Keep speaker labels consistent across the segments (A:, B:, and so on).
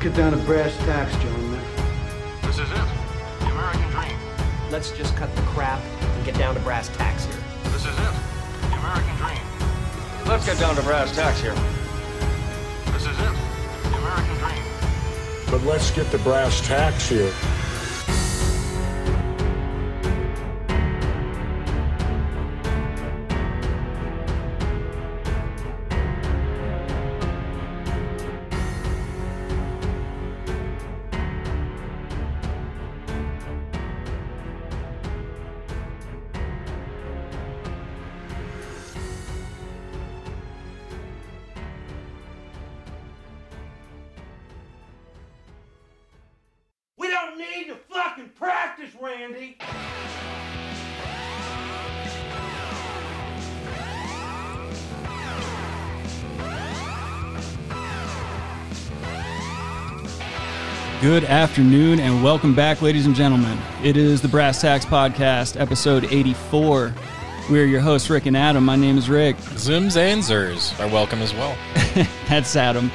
A: get down to brass tacks, gentlemen.
B: This is it. The American dream.
C: Let's just cut the crap and get down to brass tacks here.
B: This is it. The American dream.
D: Let's get down to brass tacks here.
B: This is it. The American dream.
E: But let's get the brass tacks here.
F: We don't need to fucking practice, Randy.
G: Good afternoon and welcome back, ladies and gentlemen. It is the Brass Tacks Podcast, episode 84. We're your hosts, Rick and Adam. My name is Rick.
H: Zooms and Zers are welcome as well.
G: That's Adam.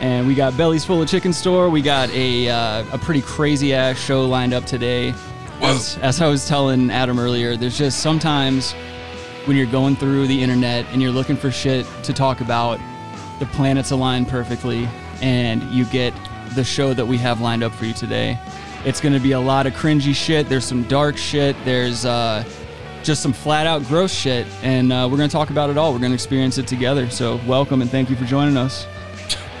G: And we got Bellies Full of Chicken Store. We got a, uh, a pretty crazy ass show lined up today. As, as I was telling Adam earlier, there's just sometimes when you're going through the internet and you're looking for shit to talk about, the planets align perfectly and you get the show that we have lined up for you today. It's going to be a lot of cringy shit. There's some dark shit. There's uh, just some flat out gross shit. And uh, we're going to talk about it all. We're going to experience it together. So, welcome and thank you for joining us.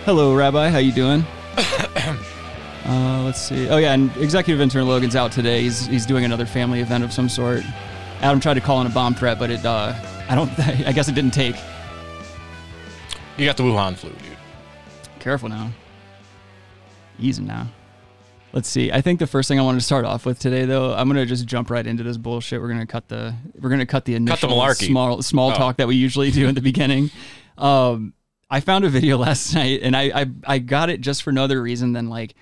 G: Hello, Rabbi. How you doing? uh, let's see. Oh yeah, and executive intern Logan's out today. He's he's doing another family event of some sort. Adam tried to call in a bomb threat, but it uh, I don't. I guess it didn't take.
H: You got the Wuhan flu, dude.
G: Careful now. Easy now. Let's see. I think the first thing I wanted to start off with today, though, I'm gonna just jump right into this bullshit. We're gonna cut the we're gonna cut the initial
H: malarkey.
G: small small
H: Oh.
G: talk that we usually do at the beginning. Um, I found a video last night, and I, I I got it just for no other reason than like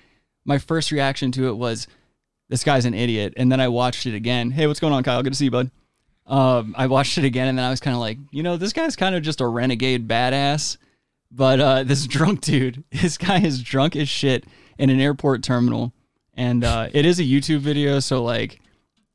G: my first reaction to it was this guy's an idiot, and then I watched it again. Hey, what's going on, Kyle? Good to see you, bud. Um, I watched it again, and then I was kind of like, you know, this guy's kind of just a renegade badass. But uh, this drunk dude, this guy is drunk as shit in an airport terminal, and uh, it is a YouTube video, so like,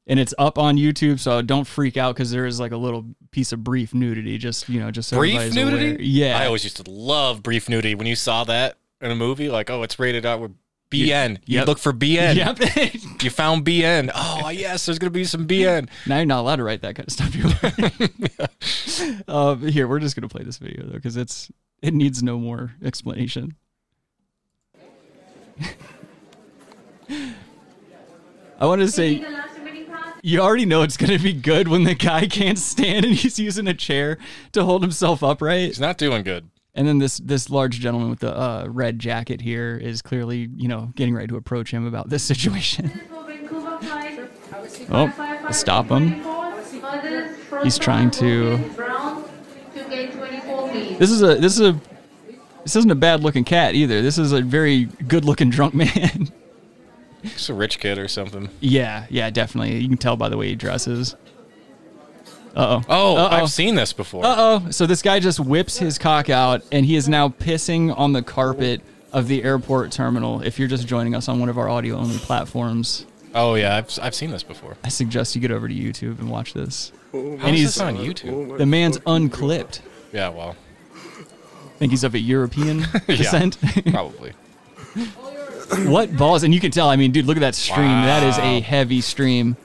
G: and it's up on YouTube, so don't freak out because there is like a little piece of brief nudity, just you know, just so
H: Brief
G: everybody's
H: nudity?
G: aware. Yeah,
H: I always used to love brief nudity. When you saw that in a movie, like, oh, it's rated out with BN. You
G: Yep.
H: look for BN.
G: Yep.
H: You found BN. Oh, yes, there's going to be some BN.
G: now you're not allowed to write that kind of stuff. You're uh, but here, we're just gonna play this video though, because it's it needs no more explanation. I wanted to say you already know it's gonna be good when the guy can't stand and he's using a chair to hold himself upright.
H: He's not doing good.
G: And then this this large gentleman with the uh, red jacket here is clearly you know getting ready to approach him about this situation. Oh, stop him. He's trying to- This is a this is a this isn't a bad looking cat either. This is a very good looking drunk man.
H: He's a rich kid or something.
G: yeah, yeah, definitely. You can tell by the way he dresses. Uh oh.
H: Oh,
G: Uh-oh.
H: I've seen this before.
G: Uh oh. So this guy just whips his cock out and he is now pissing on the carpet of the airport terminal. If you're just joining us on one of our audio only platforms,
H: Oh, yeah, I've, I've seen this before.
G: I suggest you get over to YouTube and watch this.
H: How is this on YouTube?
G: The man's unclipped.
H: Yeah, well,
G: I think he's of a European descent.
H: probably.
G: what balls? And you can tell. I mean, dude, look at that stream. That is a heavy stream.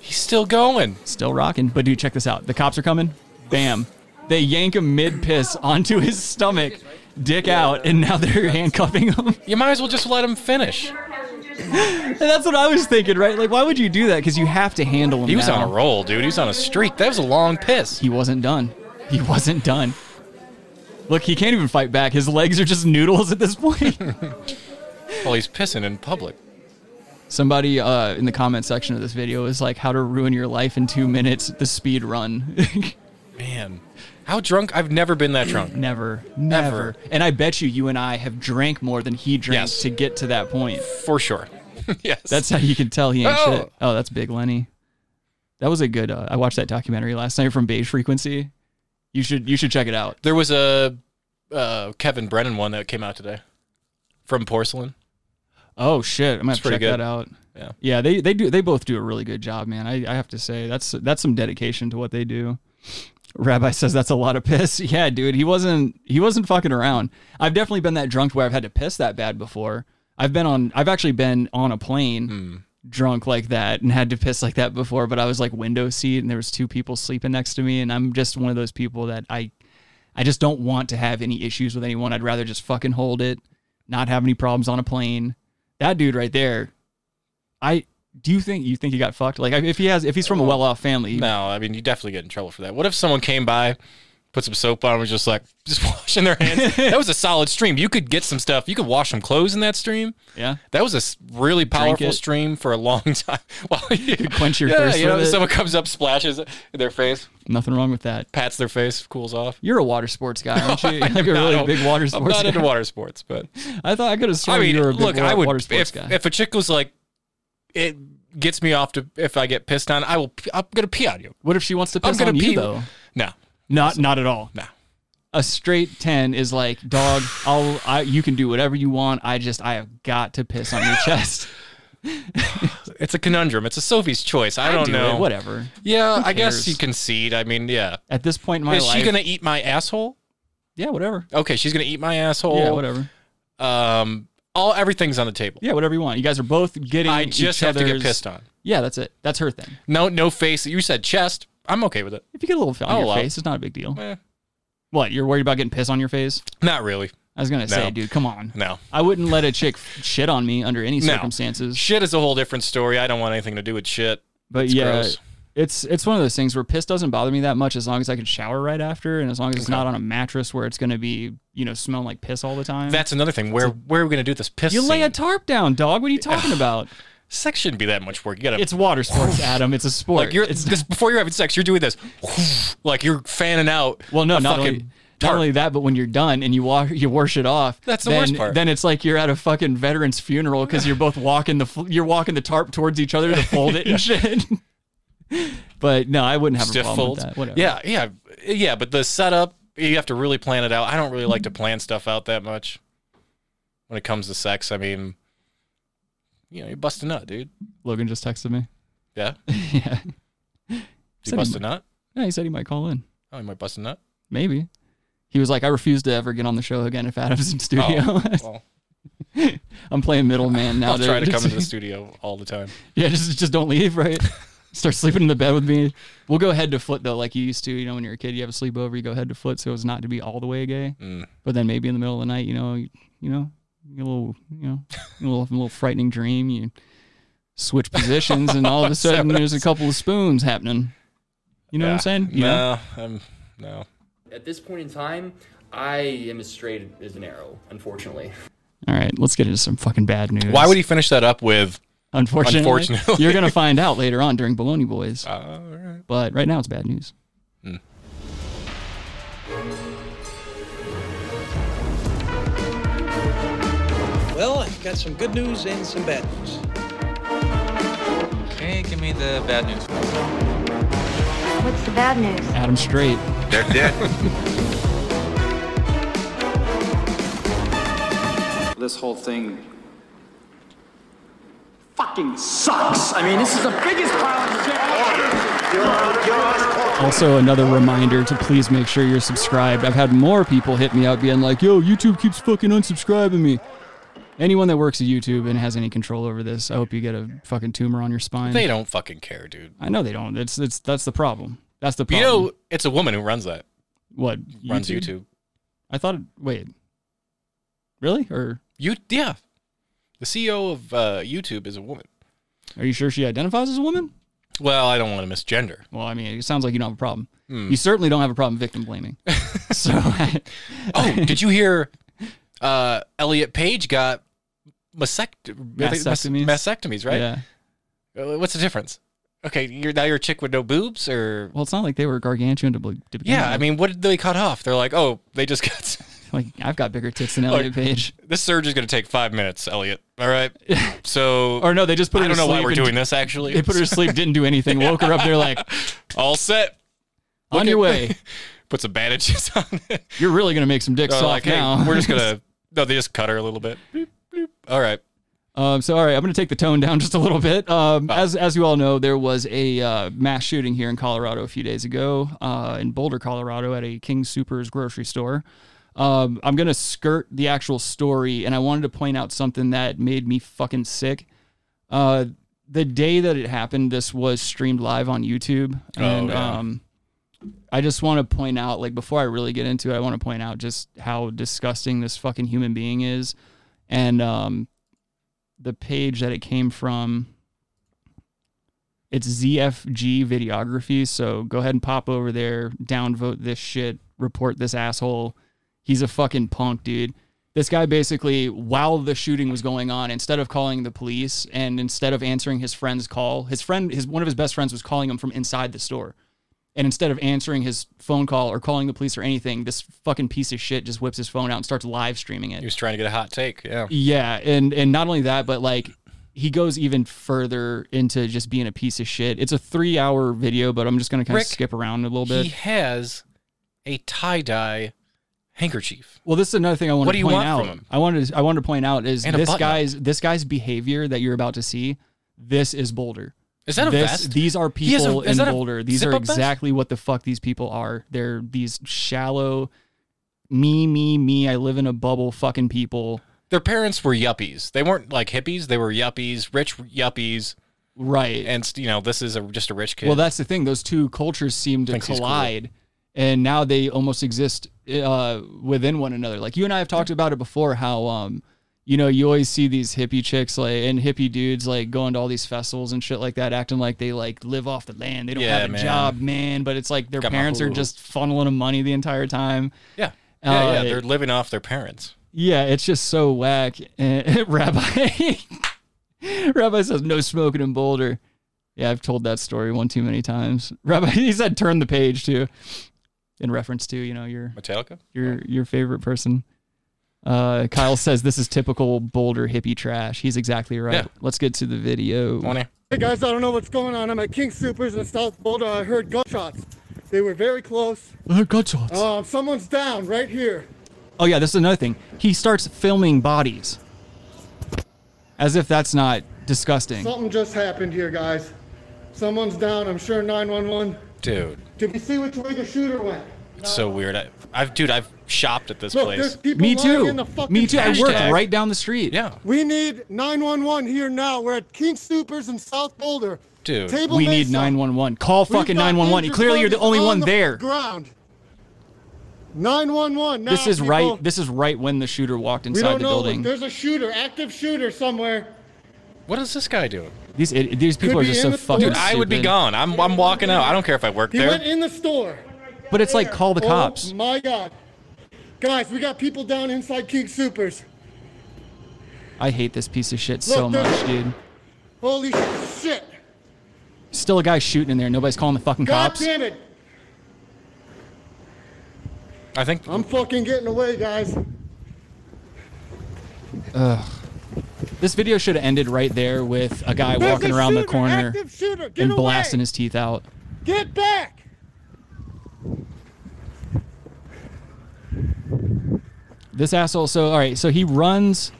H: He's still going.
G: Still rocking. But dude, check this out. The cops are coming. Bam. They yank him mid piss onto his stomach, dick out, and now they're handcuffing him.
H: You might as well just let him finish.
G: And that's what I was thinking, right? Like, why would you do that? Because you have to handle him.
H: He was
G: now.
H: on a roll, dude. He was on a streak. That was a long piss.
G: He wasn't done. He wasn't done. Look, he can't even fight back. His legs are just noodles at this point.
H: Well, he's pissing in public.
G: Somebody uh, in the comment section of this video is like, "How to ruin your life in two minutes? The speed run."
H: Man, how drunk? I've never been that drunk.
G: never, never. And I bet you, you and I have drank more than he drank
H: Yes.
G: to get to that point.
H: For sure. yes.
G: That's how you can tell he ain't
H: Oh.
G: shit. Oh, that's Big Lenny. That was a good. Uh, I watched that documentary last night from Beige Frequency. You should you should check it out.
H: there was a uh, Kevin Brennan one that came out today. from porcelain.
G: Oh shit, I'm gonna have to
H: pretty
G: check
H: good.
G: that out.
H: Yeah.
G: yeah, they they do they both do a really good job, man. I, I have to say that's that's some dedication to what they do. Rabbi says that's a lot of piss. Yeah, dude, he wasn't he wasn't fucking around. I've definitely been that drunk where I've had to piss that bad before. I've been on I've actually been on a plane
H: Hmm.
G: drunk like that and had to piss like that before, but I was like window seat and there was two people sleeping next to me and I'm just one of those people that I I just don't want to have any issues with anyone. I'd rather just fucking hold it, not have any problems on a plane. That dude right there, I do you think you think he got fucked? Like if he has, if he's from a well-off family,
H: Oh. No, I mean you definitely get in trouble for that. What if someone came by, put some soap on, and was just like just washing their hands? that was a solid stream. You could get some stuff. You could wash some clothes in that stream.
G: yeah,
H: That was a s- really powerful
G: it.
H: stream for a long time. well, you,
G: quench your
H: yeah,
G: thirst
H: You know,
G: with it.
H: someone comes up, splashes their face,
G: nothing wrong with that.
H: pats their face, cools off.
G: You're a water sports guy, aren't you? You're like a
H: I
G: really
H: don't-
G: big water
H: I'm
G: sports.
H: not into
G: guy.
H: water sports, but
G: I thought I could have sworn
H: I mean,
G: you were a big
H: look,
G: wa-
H: I would
G: water sports
H: if
G: guy.
H: if a chick was like, it gets me off to if I get pissed on, I will. p- I'm gonna pee on you.
G: what if she wants to
H: I'm
G: piss
H: gonna
G: on you
H: pee.
G: though?
H: No,
G: Not not at all.
H: No.
G: A straight ten is like, dog. I'll I you can do whatever you want. I just I have got to piss on your chest.
H: it's a conundrum. It's a Sophie's choice. I, don't
G: do
H: know.
G: it, whatever.
H: Yeah, I guess
G: cares?
H: you concede. I mean, yeah.
G: At this point in my
H: Is
G: life,
H: she gonna eat my asshole?
G: yeah, whatever.
H: Okay, she's gonna eat my asshole.
G: Yeah, whatever.
H: Um, all everything's on the table.
G: Yeah, whatever you want. You guys are both getting.
H: I just
G: each
H: have to get
G: other's-
H: pissed on.
G: Yeah, that's it. That's her thing.
H: No, no face. You said chest. I'm okay with it.
G: If you get a little on
H: I'll
G: your
H: allow it.
G: face, it's not a big deal.
H: Eh,
G: What? You're worried about getting piss on your face?
H: not really.
G: I was gonna say,
H: No.
G: dude, come on.
H: No.
G: I wouldn't let a chick shit on me under any
H: No.
G: circumstances.
H: Shit is a whole different story. I don't want anything to do with shit.
G: But
H: It's
G: yeah,
H: gross.
G: it's it's one of those things where piss doesn't bother me that much as long as I can shower right after, and as long as it's not on a mattress where it's gonna be you know smelling like piss all the time.
H: That's another thing. Where where are we gonna do this piss?
G: you lay a
H: scene?
G: tarp down, dog. What are you talking about?
H: sex shouldn't be that much work. You gotta
G: It's water sports, Adam. It's a sport.
H: like you're
G: it's
H: this before you're having sex. You're doing this, like you're fanning out.
G: Well, no,
H: a
G: not
H: fucking
G: only, not
H: tarp.
G: only that, but when you're done and you wash, you wash it off.
H: That's the
G: then,
H: worst part.
G: Then it's like you're at a fucking veteran's funeral because you're both walking the fl- you're walking the tarp towards each other to fold it and shit. but no, I wouldn't have
H: stiff
G: a problem
H: folds.
G: with that. Whatever.
H: Yeah, yeah, yeah. But the setup, you have to really plan it out. I don't really like to plan stuff out that much when it comes to sex. I mean, you know, you bust a nut, dude.
G: Logan just texted me.
H: Yeah,
G: yeah.
H: you bust a nut.
G: Yeah, he said he might call in.
H: Oh, you might bust a nut.
G: Maybe. He was like, I refuse to ever get on the show again if Adam's in studio.
H: Oh, well,
G: I'm playing middleman now.
H: I'll try to
G: just-
H: come into the studio all the time.
G: Yeah, just just don't leave, right? Start sleeping in the bed with me. We'll go head to foot though, like you used to. You know, when you're a kid, you have a sleepover, you go head to foot, so as not to be all the way gay.
H: Mm.
G: But then maybe in the middle of the night, you know, you, you know, you get a little, you know, a little, a little frightening dream. You switch positions, and all of a sudden, there's a couple of spoons happening. You know what I'm saying? You know?
H: No, I'm um, no.
I: At this point in time, I am as straight as an arrow, unfortunately.
G: All right, let's get into some fucking bad news.
H: Why would he finish that up with?
G: Unfortunately,
H: Unfortunately.
G: you're gonna find out later on during Baloney Boys.
H: Uh, all right. Hmm.
G: But right now, it's bad news.
J: Well, I've got some good news and some bad news.
D: Okay, give me the bad news.
K: What's the bad news?
G: Adam Straight.
B: They're dead.
J: This whole thing fucking sucks. I mean, this is the biggest pile of shit
G: Also, another reminder to please make sure you're subscribed. I've had more people hit me up being like, yo, YouTube keeps fucking unsubscribing me. Anyone that works at YouTube and has any control over this, I hope you get a fucking tumor on your spine.
H: They don't fucking care, dude.
G: I know they don't. It's, it's, that's the problem. That's the
H: You
G: problem.
H: know, it's a woman who runs that.
G: what?
H: Runs YouTube.
G: I thought, it, wait. Really? Or
H: You yeah. The CEO of uh, YouTube is a woman.
G: are you sure she identifies as a woman?
H: Well, I don't want to misgender.
G: Well, I mean, it sounds like you don't have a problem.
H: Hmm.
G: You certainly don't have a problem victim blaming. so,
H: Oh, did you hear? Uh, Elliot Page got masect- I think mas-
G: Mastectomies?
H: mastectomies, right?
G: yeah.
H: Uh, What's the difference? Okay, you're now you're a chick with no boobs, or
G: Well, it's not like they were gargantuan to, be- to begin
H: yeah.
G: with.
H: I mean, what did they cut off? They're like, oh, they just got
G: like I've got bigger tits than Elliot
H: Like-
G: Page.
H: this surgery's going to take five minutes, Elliot. All right, so
G: Or no, they just put her.
H: I don't
G: to
H: know why
G: sleep
H: we're
G: and-
H: doing this. Actually,
G: They put her to sleep, didn't do anything. Woke her up. They're like,
H: all set.
G: on your way.
H: Put some bandages on. it.
G: You're really gonna make some dicks
H: They're like,
G: soft
H: Oh, hey,
G: now.
H: we're just gonna. No, they just cut her a little bit. All right.
G: Um, so, all right, I'm going to take the tone down just a little bit. Um,
H: Ah.
G: As as you all know, there was a uh, mass shooting here in Colorado a few days ago uh, in Boulder, Colorado, at a King Supers grocery store. Um, I'm going to skirt the actual story, and I wanted to point out something that made me fucking sick. Uh, the day that it happened, this was streamed live on YouTube,
H: Oh,
G: and
H: yeah.
G: um, I just want to point out, like, before I really get into it, I want to point out just how disgusting this fucking human being is, and um, the page that it came from. It's ZFG videography, so go ahead and pop over there, downvote this shit, report this asshole. He's a fucking punk, dude. This guy basically, while the shooting was going on, instead of calling the police and instead of answering his friend's call, his friend, his one of his best friends was calling him from inside the store. And instead of answering his phone call or calling the police or anything, this fucking piece of shit just whips his phone out and starts live streaming it.
H: He was trying to get a hot take. Yeah.
G: Yeah, and and not only that, but like he goes even further into just being a piece of shit. It's a three hour video, but I'm just gonna kind
H: Rick,
G: of skip around a little bit.
H: He has a tie dye handkerchief.
G: well, this is another thing I want
H: What
G: to
H: do you
G: point
H: want
G: out.
H: from him?
G: I wanted to, I wanted to point out is
H: And a
G: this
H: button-up.
G: guy's this guy's behavior that you're about to see. This is Boulder.
H: Is that a
G: this,
H: vest?
G: These are
H: He has a-
G: people
H: is
G: in
H: that a
G: Boulder. These are
H: zip-up vest?
G: exactly what the fuck these people are. They're these shallow, me, me, me. I live in a bubble. Fucking people.
H: Their parents were yuppies. They weren't like hippies. They were yuppies, rich yuppies.
G: Right.
H: And, you know, this is a, just a rich kid.
G: Well, that's the thing; those two cultures seem to
H: Thinks he's cool.
G: collide, and now they almost exist uh, within one another. Like you and I have talked about it before, how um, you know, you always see these hippie chicks like and hippie dudes like going to all these festivals and shit like that, acting like they like live off the land, they don't
H: Yeah,
G: have a
H: man.
G: job, man. But it's like their
H: Got my
G: parents are
H: hoo-hoo.
G: just funneling them money the entire time.
H: yeah. Yeah,
G: Uh,
H: yeah. They're living off their parents.
G: Yeah, it's just so whack. And Rabbi Rabbi says no smoking in Boulder. Yeah, I've told that story one too many times. Rabbi he said turn the page too. In reference to, you know, your
H: Metallica?
G: your your favorite person. Uh, Kyle says this is typical Boulder hippie trash. He's exactly right.
H: Yeah.
G: Let's get to the video.
H: Come on here.
L: Hey guys, I don't know what's going on. I'm at King Supers in South Boulder. I heard gunshots. They were very close.
G: Oh, gunshots.
L: Um, someone's down right here.
G: Oh yeah, this is another thing. He starts filming bodies. As if that's not disgusting.
L: Something just happened here, guys. Someone's down. I'm sure 911.
H: Dude,
L: Did we see which way the shooter went?
H: it's so weird. I, I've, dude, I've shopped at this
L: Look,
H: place.
L: there's people
G: Me
L: lying
G: too.
L: in the fucking
G: Me too. I work
H: Hashtag.
G: right down the street.
H: Yeah.
L: We need 911 here now. We're at King Supers in South Boulder.
H: Dude,
L: Table
G: we need
L: Mesa.
G: 911. Call
L: We've
G: fucking
L: got
G: 911.
L: injured
G: Clearly, you're the
L: bodies
G: only
L: on
G: one
L: the
G: there.
L: Ground. 911. Now,
G: This is
L: people.
G: right. This is right when the shooter walked
L: We
G: inside
L: don't
G: the
L: know.
G: building.
L: There's a shooter, active shooter somewhere.
H: What is this guy doing?
G: These id- these people
L: Could
G: are
L: be
G: just
L: in
G: so
L: the
G: fucking.
H: Dude, I would be
G: stupid.
H: gone. I'm, I'm walking out. I don't care if I work
L: He went
H: there.
L: in the store.
G: But it's like call the
L: Oh,
G: cops.
L: My God. Guys, we got people down inside King Supers.
G: I hate this piece of shit so
L: Look, there's-
G: much, dude.
L: Holy shit.
G: Still a guy shooting in there. Nobody's calling the fucking
L: God
G: cops.
L: damn it.
H: I think
L: I'm fucking getting away, guys.
G: This video should have ended right there with a guy
L: There's
G: walking
L: a
G: around the
L: shooter,
G: corner
L: active shooter. Get
G: and
L: away.
G: blasting his teeth out.
L: Get back.
G: This asshole. So all right. So he runs.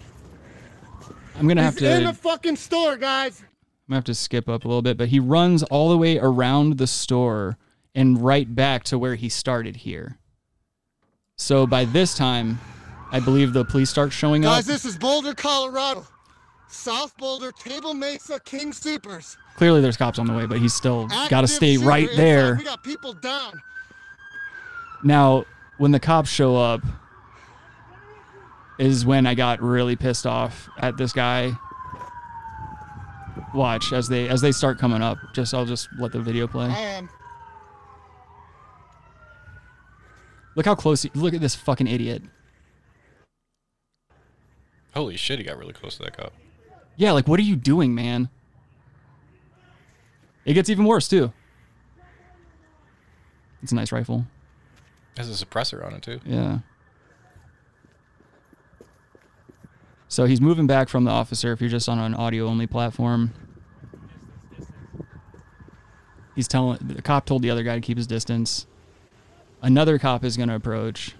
G: I'm gonna have
L: He's
G: to.
L: in the fucking store, guys.
G: I'm gonna have to skip up a little bit, but he runs all the way around the store and right back to where he started here. So by this time, I believe the police start showing up.
L: Guys, this is Boulder, Colorado. South Boulder, Table Mesa, King Supers.
G: Clearly, there's cops on the way, but he's still got to
L: Active
G: stay
L: shooter
G: right
L: inside.
G: there.
L: We got people down.
G: Now, when the cops show up, is when I got really pissed off at this guy. Watch as they as they start coming up. Just I'll just let the video play.
L: I am.
G: Look how close. He, look at this fucking idiot.
H: Holy shit, he got really close to that cop.
G: Yeah, like what are you doing, man? It gets even worse too. It's a nice rifle.
H: There's a suppressor on it too.
G: Yeah. So he's moving back from the officer if you're just on an audio only platform. He's telling the cop told the other guy to keep his distance. Another cop is going to approach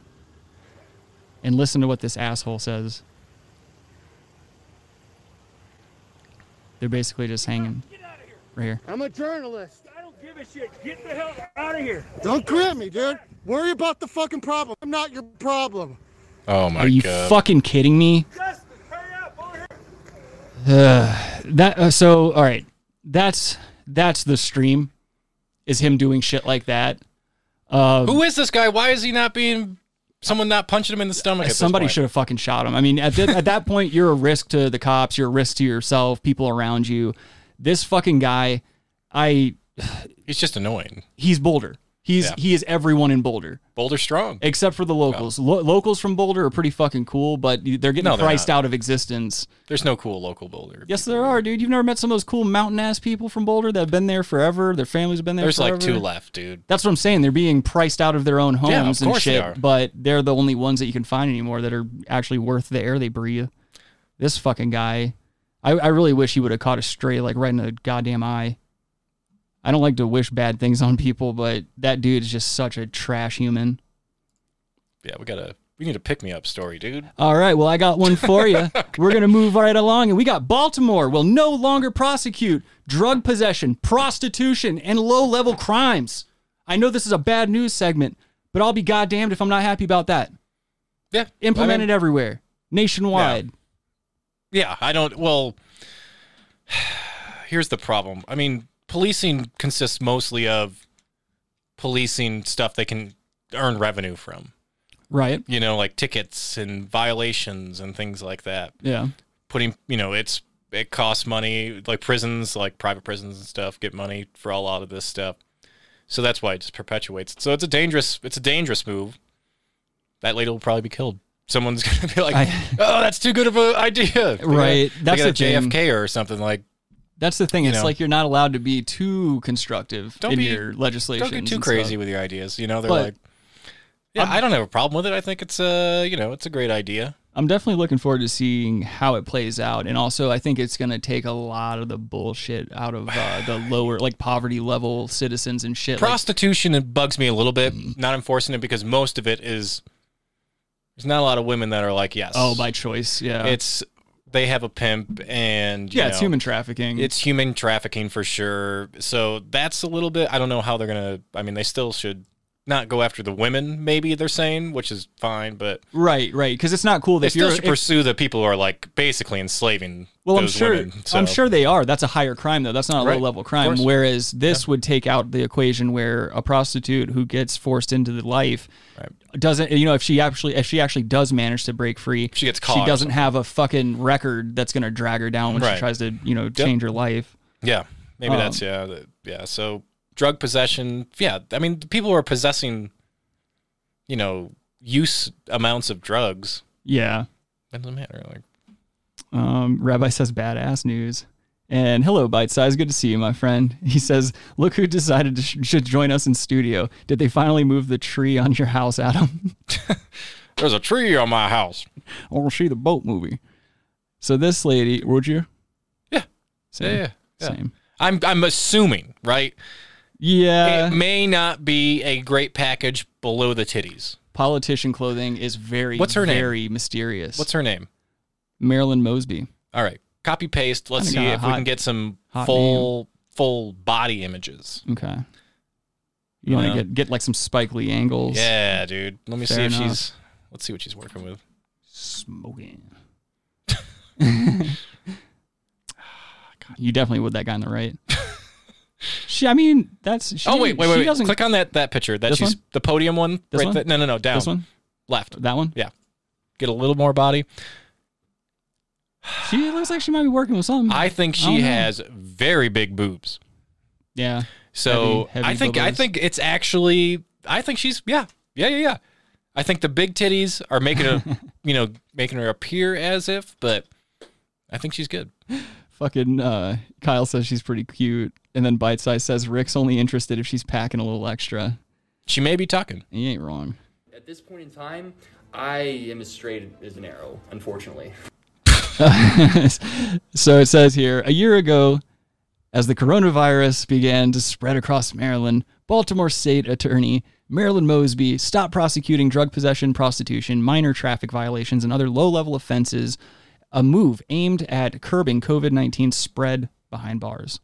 G: and listen to what this asshole says. They're basically just hanging right here.
L: I'm a journalist.
F: I don't give a shit. Get the hell out of here.
L: Don't grab me, dude. Worry about the fucking problem. I'm not your problem.
H: Oh my
G: Are you
H: god.
G: fucking kidding me? Ugh. that uh, so all right. That's that's the stream. Is him doing shit like that? Um,
H: Who is this guy? Why is he not being someone not punching him in the stomach? At this
G: somebody
H: point?
G: should have fucking shot him. I mean, at, thi- at that point, you're a risk to the cops. You're a risk to yourself, people around you. This fucking guy, I
H: He's just annoying.
G: he's Boulder. He's
H: Yeah.
G: he is everyone in Boulder
H: Boulder strong.
G: except for the locals. Lo- locals from Boulder are pretty fucking cool, but they're getting
H: No, they're
G: priced
H: not.
G: out of existence.
H: There's no cool local Boulder.
G: Yes, there are, dude. You've never met some of those cool mountain ass people from Boulder that have been there forever. Their families have been there.
H: There's
G: forever.
H: like two left, dude.
G: That's what I'm saying. They're being priced out of their own homes
H: Yeah, of
G: and
H: course they
G: shit,
H: are.
G: but they're the only ones that you can find anymore that are actually worth the air they breathe. This fucking guy, I, I really wish he would have caught a stray like right in the goddamn eye. I don't like to wish bad things on people, but that dude is just such a trash human.
H: Yeah, we gotta. We need a pick me up story, dude.
G: All right, well, I got one for you. We're going to move right along, and we got Baltimore will no longer prosecute drug possession, prostitution, and low level crimes. I know this is a bad news segment, but I'll be goddamned if I'm not happy about that.
H: Yeah, I
G: Implemented
H: mean,
G: everywhere, nationwide.
H: yeah, I don't. Well, here's the problem. I mean, policing consists mostly of policing stuff they can earn revenue from.
G: Right.
H: You know, like tickets and violations and things like that.
G: Yeah.
H: putting you know it's it costs money like prisons like private prisons and stuff get money for a lot of this stuff so that's why it just perpetuates so it's a dangerous it's a dangerous move that lady will probably be killed someone's gonna be like
G: I-
H: oh that's too good of an idea They
G: Right,
H: got- they
G: that's
H: got a
G: the thing.
H: jfk or something like
G: That's the thing.
H: You
G: It's
H: know.
G: like you're not allowed to be too constructive
H: Don't
G: in
H: be-
G: your legislation.
H: don't get too crazy with your ideas you know they're
G: But-
H: like yeah I'm, i do not have a problem with it i think it's a you know it's a great idea
G: I'm definitely looking forward to seeing how it plays out, and also I think it's going to take a lot of the bullshit out of uh, the lower, like poverty level citizens and shit. Like,
H: prostitution it bugs me a little bit not enforcing it because most of it is there's not a lot of women that are like yes
G: oh, by choice, yeah,
H: it's they have a pimp and you
G: yeah, it's
H: know,
G: human trafficking.
H: it's human trafficking for sure so that's a little bit i don't know how they're gonna i mean they still should not go after the women maybe they're saying which is fine but
G: right, right, because it's not cool that
H: they
G: if you're
H: still should
G: if-
H: pursue the people who are like basically enslaving
G: Well, I'm
H: those
G: sure.
H: women, so.
G: I'm sure they are. That's a higher crime, though. That's not a
H: Right.
G: low level
H: Of
G: crime.
H: course.
G: Whereas this would take out the equation where a prostitute who gets forced into the life doesn't. You know, if she actually, if she actually does manage to break free,
H: She gets caught
G: She
H: or
G: doesn't have a fucking record that's going to drag her down when
H: Right.
G: she tries to, you know, change her life.
H: Yeah, maybe
G: Um,
H: that's yeah, the- yeah. So drug possession, yeah. I mean, the people who are possessing, you know, use amounts of drugs.
G: Yeah.
H: It doesn't matter. Like,
G: Um, Rabbi says badass news. And hello, bite size. Good to see you, my friend. He says, "Look who decided to sh- should join us in studio. Did they finally move the tree on your house, Adam?"
H: there's a tree on my house.
G: I want to see the boat movie. So this lady, would you?
H: Yeah.
G: Same.
H: Yeah, yeah.
G: Same.
H: I'm I'm assuming, right?
G: Yeah.
H: it may not be a great package below the titties.
G: politician clothing is very
H: What's her name?
G: very mysterious.
H: What's her name?
G: Marilyn Mosby?
H: All right, copy paste. Let's
G: Kinda
H: see
G: got a
H: if we can
G: hot-
H: get some
G: hot
H: full full body images.
G: Okay. You want
H: Yeah.
G: to get get like some Spike Lee angles?
H: Yeah, dude. Let me see
G: Fair
H: if
G: enough.
H: she's. Let's see what she's working with.
G: Smoking. you definitely would that guy on the right. she, I mean, that's. She,
H: oh wait, wait,
G: she
H: wait! wait.
G: Doesn't,
H: Click on that that picture. That
G: This
H: she's
G: one?
H: the podium one.
G: This
H: right
G: one?
H: there. No, no, no. Down.
G: this one,
H: Left.
G: that one.
H: Yeah. Get a little more body.
G: She looks like she might be working with something.
H: I think
G: I don't
H: she
G: know.
H: has very big boobs.
G: yeah.
H: So
G: Heavy- heavy
H: I think I
G: boobs.
H: think it's actually I think she's yeah yeah yeah yeah. I think the big titties are making her you know making her appear as if, but I think she's good.
G: Fucking uh, Kyle says she's pretty cute, and then Bite Size says Rick's only interested if she's packing a little extra.
H: She may be talking.
G: He ain't wrong.
I: At this point in time, I am as straight as an arrow, unfortunately.
G: so it says here a year ago, as the coronavirus began to spread across Maryland, Baltimore State Attorney Marilyn Mosby stopped prosecuting drug possession, prostitution, minor traffic violations, and other low level offenses a move aimed at curbing COVID 19 spread behind bars.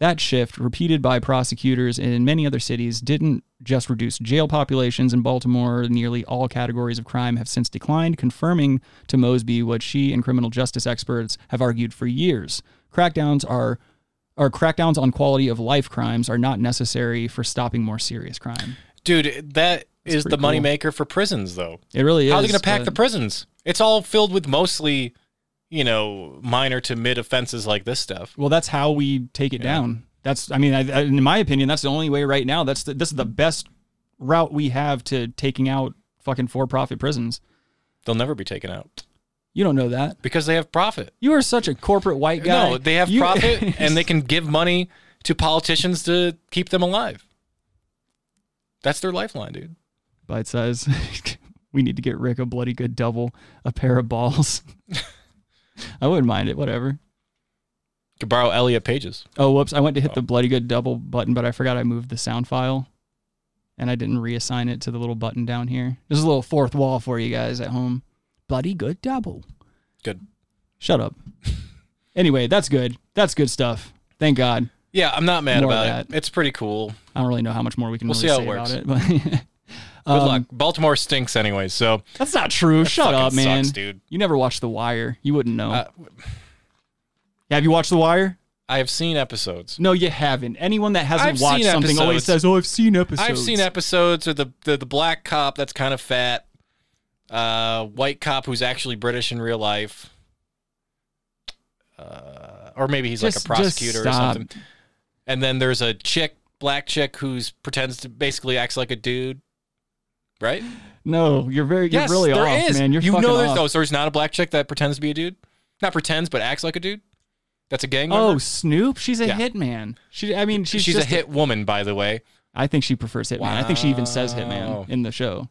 G: That shift, repeated by prosecutors in many other cities, didn't just reduce jail populations in Baltimore. Nearly all categories of crime have since declined, confirming to Mosby what she and criminal justice experts have argued for years. Crackdowns are or crackdowns on quality of life crimes are not necessary for stopping more serious crime.
H: Dude, that
G: That's
H: is the
G: pretty cool.
H: moneymaker for prisons, though.
G: It really is. uh,
H: How are they going to pack
G: but-
H: the prisons? It's all filled with mostly, you know, minor to mid offenses like this stuff.
G: Well, that's how we take it down. That's, I mean, I, I- in my opinion, that's the only way right now. That's the, this is the best route we have to taking out fucking for-profit prisons.
H: They'll never be taken out
G: You don't know that.
H: because they have profit.
G: You are such a corporate white guy.
H: No, they have
G: You-
H: profit and they can give money to politicians to keep them alive. That's their lifeline, dude.
G: Bite size. we need to get Rick a bloody good double, a pair of balls. I wouldn't mind it. Whatever.
H: Could borrow Elliot Pages.
G: Oh, whoops! I went to hit the bloody good double button, but I forgot I moved the sound file, and I didn't reassign it to the little button down here. There's a little fourth wall for you guys at home. Bloody good double.
H: Good.
G: Shut up. anyway, that's good. That's good stuff. Thank God.
H: Yeah, I'm not mad
G: More of
H: about it. It's pretty cool.
G: I don't really know how much more we can
H: We'll
G: really
H: see how
G: say
H: it works.
G: about it, but
H: Good
G: Um,
H: luck. Baltimore stinks anyway, so
G: that's not true. Shut
H: fucking
G: up, man.
H: sucks, dude.
G: You never watched The Wire. You wouldn't know.
H: Uh,
G: have you watched The Wire?
H: I have seen episodes.
G: No, you haven't. Anyone that hasn't
H: I've
G: watched
H: seen
G: something always
H: episodes.
G: says, "Oh, I've seen episodes."
H: I've seen episodes of the, the the black cop that's kind of fat, uh, white cop who's actually British in real life, uh, or maybe he's like
G: Just-
H: a
G: just
H: prosecutor or
G: stop.
H: something. And then there's a chick, black chick, who's pretends to basically acts like a dude, right?
G: No, you're very.
H: yes,
G: you're really
H: there
G: off,
H: is.
G: man. You're
H: you
G: fucking
H: know there's
G: off.
H: oh, so there's not a black chick that pretends to be a dude, not pretends but acts like a dude. That's a gang.
G: Oh,
H: member?
G: Snoop, she's a
H: Yeah.
G: hitman. She, I mean, she's,
H: she's a
G: just
H: hit woman, by the way.
G: I think she prefers hitman. I think she even says
H: Wow.
G: hitman in the show.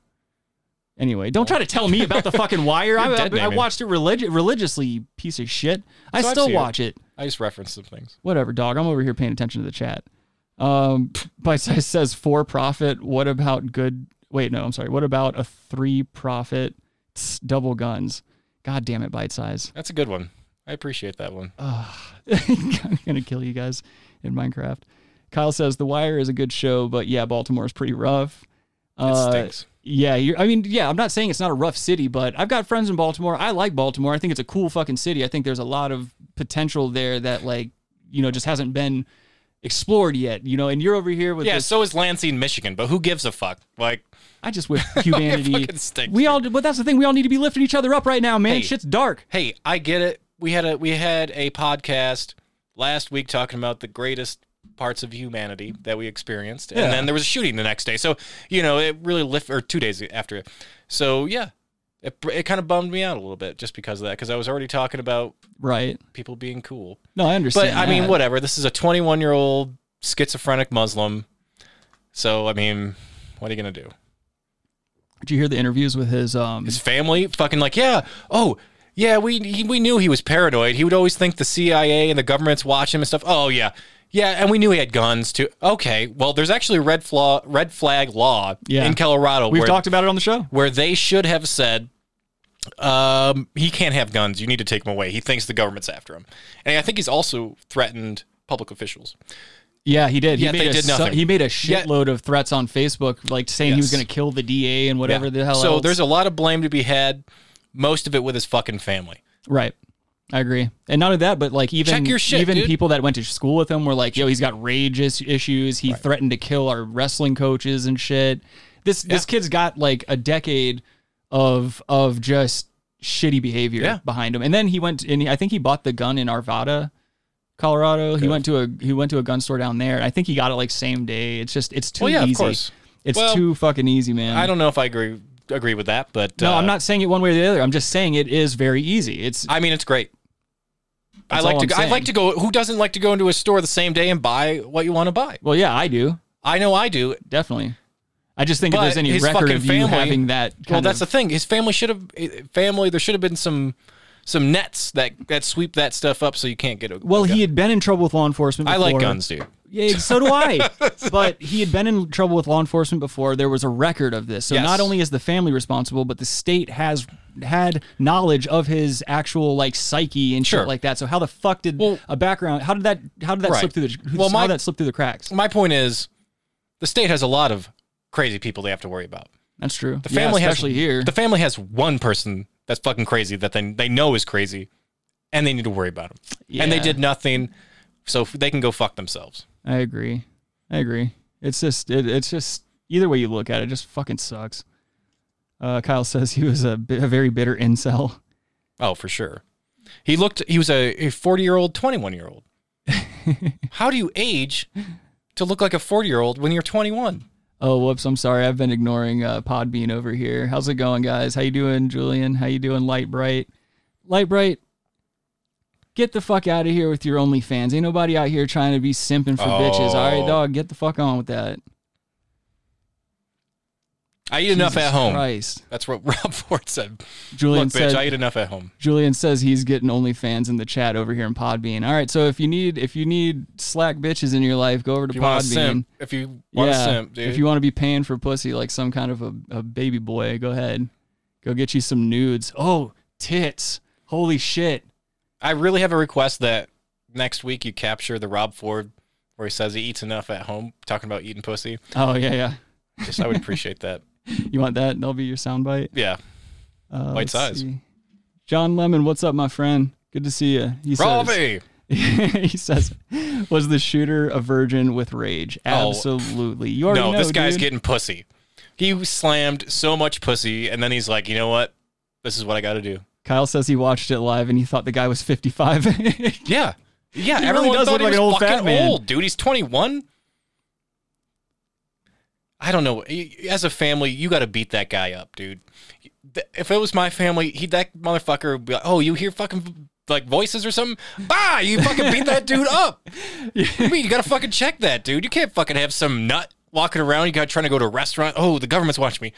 G: Anyway, don't try to tell me about the fucking wire. I,
H: You're dead
G: I, I
H: naming.
G: watched it religi- religiously, piece of shit. I
H: So I've
G: still
H: seen it.
G: watch it.
H: I just referenced some things.
G: Whatever, dog. I'm over here paying attention to the chat. Um, Bite Size says for profit. What about good? Wait, no, I'm sorry. What about a three profit tss, double guns? God damn it, Bite Size.
H: That's a good one. I appreciate that one.
G: Oh, I'm gonna kill you guys in Minecraft. Kyle says The Wire is a good show, but yeah, Baltimore is pretty rough. Uh,
H: stinks.
G: Yeah, you're, I mean, yeah, I'm not saying it's not a rough city, but I've got friends in Baltimore. I like Baltimore. I think it's a cool fucking city. I think there's a lot of potential there that, like, you know, just hasn't been explored yet. You know, and you're over here with
H: Yeah,
G: this
H: so is Lansing, Michigan, but who gives a fuck? Like,
G: I just wish humanity.
H: fucking stinks,
G: we all, but that's the thing. We all need to be lifting each other up right now, man.
H: Hey.
G: Shit's dark.
H: hey, I get it. We had a we had a podcast last week talking about the greatest parts of humanity that we experienced, and
G: Yeah.
H: then there was a shooting the next day. So you know, it really lift or two days after it. So yeah, it it kind of bummed me out a little bit just because of that because I was already talking about
G: Right.
H: people being cool.
G: No, I understand.
H: But I mean,
G: that.
H: whatever. This is a 21 year old schizophrenic Muslim. So I mean, what are you gonna do?
G: Did you hear the interviews with his um
H: his family fucking like yeah oh yeah we he, we knew he was paranoid he would always think the cia and the government's watching him and stuff oh yeah yeah and we knew he had guns too okay well there's actually a red flaw red flag law
G: Yeah.
H: in colorado
G: We've
H: where,
G: talked about it on the show.
H: where they should have said um, he can't have guns you need to take him away he thinks the government's after him and i think he's also threatened public officials
G: Yeah, he did.
H: Yet
G: he made
H: they
G: a
H: did
G: su-
H: nothing.
G: he made a
H: Yet-
G: shitload of threats on Facebook, like saying he was
H: Yes.
G: going to kill the DA and whatever
H: Yeah.
G: the hell.
H: so
G: else.
H: there's a lot of blame to be had most of it with his fucking family
G: right. I agree, and not only that, but like even
H: Check your shit,
G: even
H: dude.
G: people that went to school with him were like, "Yo, he's got rage is- issues. He threatened to kill our wrestling coaches and shit." This this kid's got like a decade of of just shitty behavior
H: Yeah.
G: behind him, and then he went and he- I think he bought the gun in Arvada, Colorado. He went to a he went to a gun store down there. I think he got it like same day. It's just it's too
H: Well, yeah, of
G: easy.
H: course.
G: It's
H: Well,
G: too fucking easy, man.
H: i don't know if i agree agree with that but
G: Mm. No,
H: uh,
G: I'm not saying it one way or the other. I'm just saying it is very easy. It's
H: I mean, it's great. I
G: That's
H: like
G: all
H: to.
G: I'm
H: go- I
G: saying.
H: like to go. Who doesn't like to go into a store the same day and buy what you want to buy?
G: well, yeah, I do
H: I know I do.
G: definitely. I just think if
H: But
G: there's any
H: his
G: record
H: fucking
G: of you
H: family-
G: having that. Kind
H: well, that's
G: of,
H: the thing. His family should have eh, family. There should have been some some nets that that sweep that stuff up so you can't get a.
G: well,
H: a gun.
G: he had been in trouble with law enforcement.
H: I
G: Before.
H: like guns, dude.
G: Yeah, so do I. but he had been in trouble with law enforcement before. There was a record of this. So
H: Yes.
G: not only is the family responsible, but the state has had knowledge of his actual like psyche and
H: Sure.
G: shit like that. So how the fuck did a background? How did that? How did that
H: Right.
G: slip through the?
H: Well,
G: Well,
H: my-
G: how did that slip through the cracks?
H: My point is, the state has a lot of crazy people they have to worry about.
G: That's true.
H: The family
G: yeah,
H: has
G: especially here.
H: The family has one person that's fucking crazy that they they know is crazy, and they need to worry about him. And they
G: Yeah.
H: did nothing, so f- they can go fuck themselves.
G: I agree. I agree. It's just it, it's just either way you look at it, it just fucking sucks. Uh, Kyle says he was a, bi- a very bitter incel.
H: Oh, for sure. He looked. He was a forty year old, twenty one year old. How do you age to look like a forty year old when you're twenty one?
G: Oh, whoops! I'm sorry. I've been ignoring uh, Podbean over here. How's it going, guys? How you doing, Julian? How you doing, Light Bright? Light Bright, get the fuck out of here with your OnlyFans. Ain't nobody out here trying to be simping for bitches. All right,
H: Oh.
G: dog, get the fuck on with that.
H: I eat enough
G: Jesus
H: at home.
G: Christ.
H: That's what Rob Ford said.
G: Julian
H: Look, bitch,
G: said-
H: I eat enough at home.
G: Julian says he's getting OnlyFans in the chat over here in Podbean. All right, so if you need if you need slack bitches in your life, go over to
H: If you want to
G: Podbean.
H: simp, if you want to simp, dude.
G: if you want to be paying for pussy like some kind of a, a baby boy, go ahead, go get you some nudes. Oh, tits! Holy shit!
H: I really have a request that next week you capture the Rob Ford where he says he eats enough at home, talking about eating pussy.
G: Oh yeah, yeah.
H: Just I would appreciate that.
G: You want that? That'll be your soundbite.
H: Yeah.
G: Uh,
H: White
G: let's
H: size.
G: see. John Lemon, what's up, my friend? Good to see you. He
H: Robbie!
G: says. he says, "Was the shooter a virgin with rage?
H: Oh,
G: Absolutely. you already
H: No,
G: know,
H: this guy's
G: dude.
H: getting pussy. He slammed so much pussy, and then he's like, you know what? This is what I got to do.
G: Kyle says he watched it live and he thought the guy was 55.
H: Yeah. Yeah,
G: He really
H: everyone
G: does
H: thought
G: look
H: he
G: like
H: was
G: an old fat
H: fucking
G: man.
H: old, dude. He's 21. I don't know. As a family, you got to beat that guy up, dude. If it was my family, he that motherfucker would be like, "Oh, you hear fucking like voices or something? Bah, you fucking beat that dude up. I mean, you got to fucking check that, dude. You can't fucking have some nut walking around. You got trying to go to a restaurant. Oh, the government's watching me.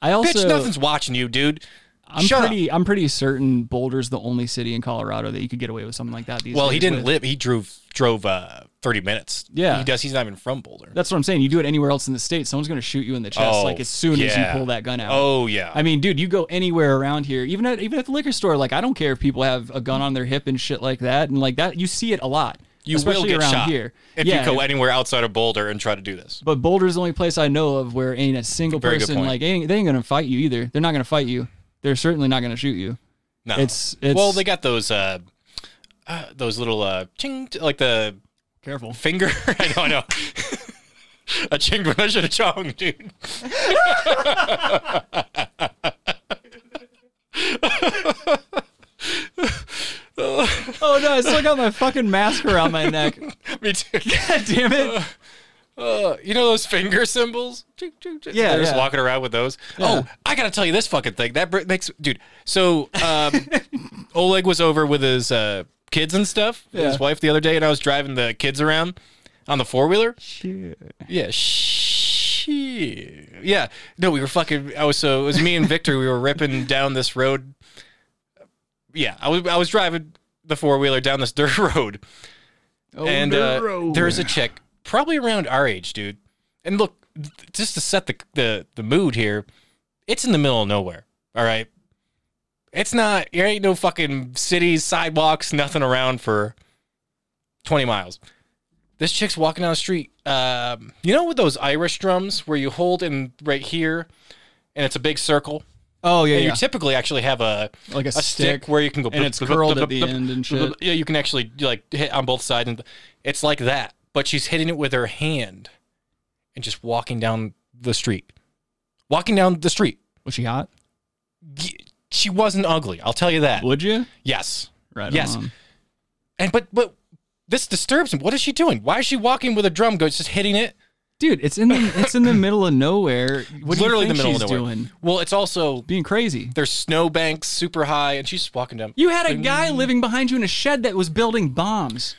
G: I also-
H: bitch, nothing's watching you, dude.
G: I'm
H: Shut up.
G: pretty I'm pretty certain Boulder's the only city in Colorado that you could get away with something like that these
H: Well,
G: days.
H: he didn't
G: with.
H: live. He drove drove uh, 30 minutes.
G: Yeah.
H: he does. He's not even from Boulder.
G: That's what I'm saying. You do it anywhere else in the state, someone's going to shoot you in the chest
H: Oh,
G: like as soon as you
H: yeah.
G: pull that gun out.
H: Oh, yeah.
G: I mean, dude, you go anywhere around here, even at even at the liquor store, like I don't care if people have a gun on their hip and shit like that and like that you see it a lot.
H: You
G: especially
H: will get
G: around
H: shot
G: here.
H: if
G: yeah,
H: you go anywhere outside of Boulder and try to do this.
G: But Boulder's the only place I know of where ain't a single
H: Very good
G: person
H: point.
G: like ain't, they ain't gonna fight you either. They're not gonna fight you. They're certainly not gonna shoot you.
H: No,
G: it's it's
H: well, they got those uh, uh those little uh ching like the
G: careful
H: finger. I know, I know. A chinged when I should have chonged, dude.
G: oh no, I still got my fucking mask around my neck.
H: Me too.
G: God damn it.
H: Uh, you know those finger symbols? Ching, ching, ching.
G: Yeah,
H: They're just
G: yeah.
H: walking around with those. Oh, I gotta tell you this fucking thing. That br- makes dude. So um, Oleg was over with his uh, kids and stuff, with
G: Yeah.
H: his wife the other day, and I was driving the kids around on the four wheeler.
G: Shit.
H: Yeah, she. Yeah, no, we were fucking. I was so it was me and Victor. we were ripping down this road. Yeah, I was I was driving the four wheeler down this dirt road,
G: Oh,
H: and
G: dirt
H: uh,
G: road.
H: there's a chick probably around our age, dude. And look, th- just to set the the the mood here, it's in the middle of nowhere. All right, it's not. There ain't no fucking cities, sidewalks, nothing around for twenty miles this chick's walking down the street. Um, you know, with those Irish drums where you hold in right here, and it's a big circle.
G: Oh yeah,
H: and
G: yeah.
H: you typically actually have a
G: Like a stick,
H: where you can go
G: and it's curled at the end and shit.
H: Yeah, you can actually like hit on both sides, and it's like that. But she's hitting it with her hand, and just walking down the street, walking down the street.
G: Was she hot?
H: She wasn't ugly. I'll tell you that.
G: Would you?
H: Yes.
G: Right.
H: Yes.
G: on.
H: And but but this disturbs him. What is she doing? Why is she walking with a drum? Go just hitting it.
G: Dude, it's in the it's in the middle of nowhere. What do you
H: literally
G: think
H: the middle
G: she's
H: of nowhere.
G: doing?
H: Well, it's also
G: Being crazy.
H: there's snowbanks super high, and she's just walking down.
G: You had a guy living behind you in a shed that was building bombs.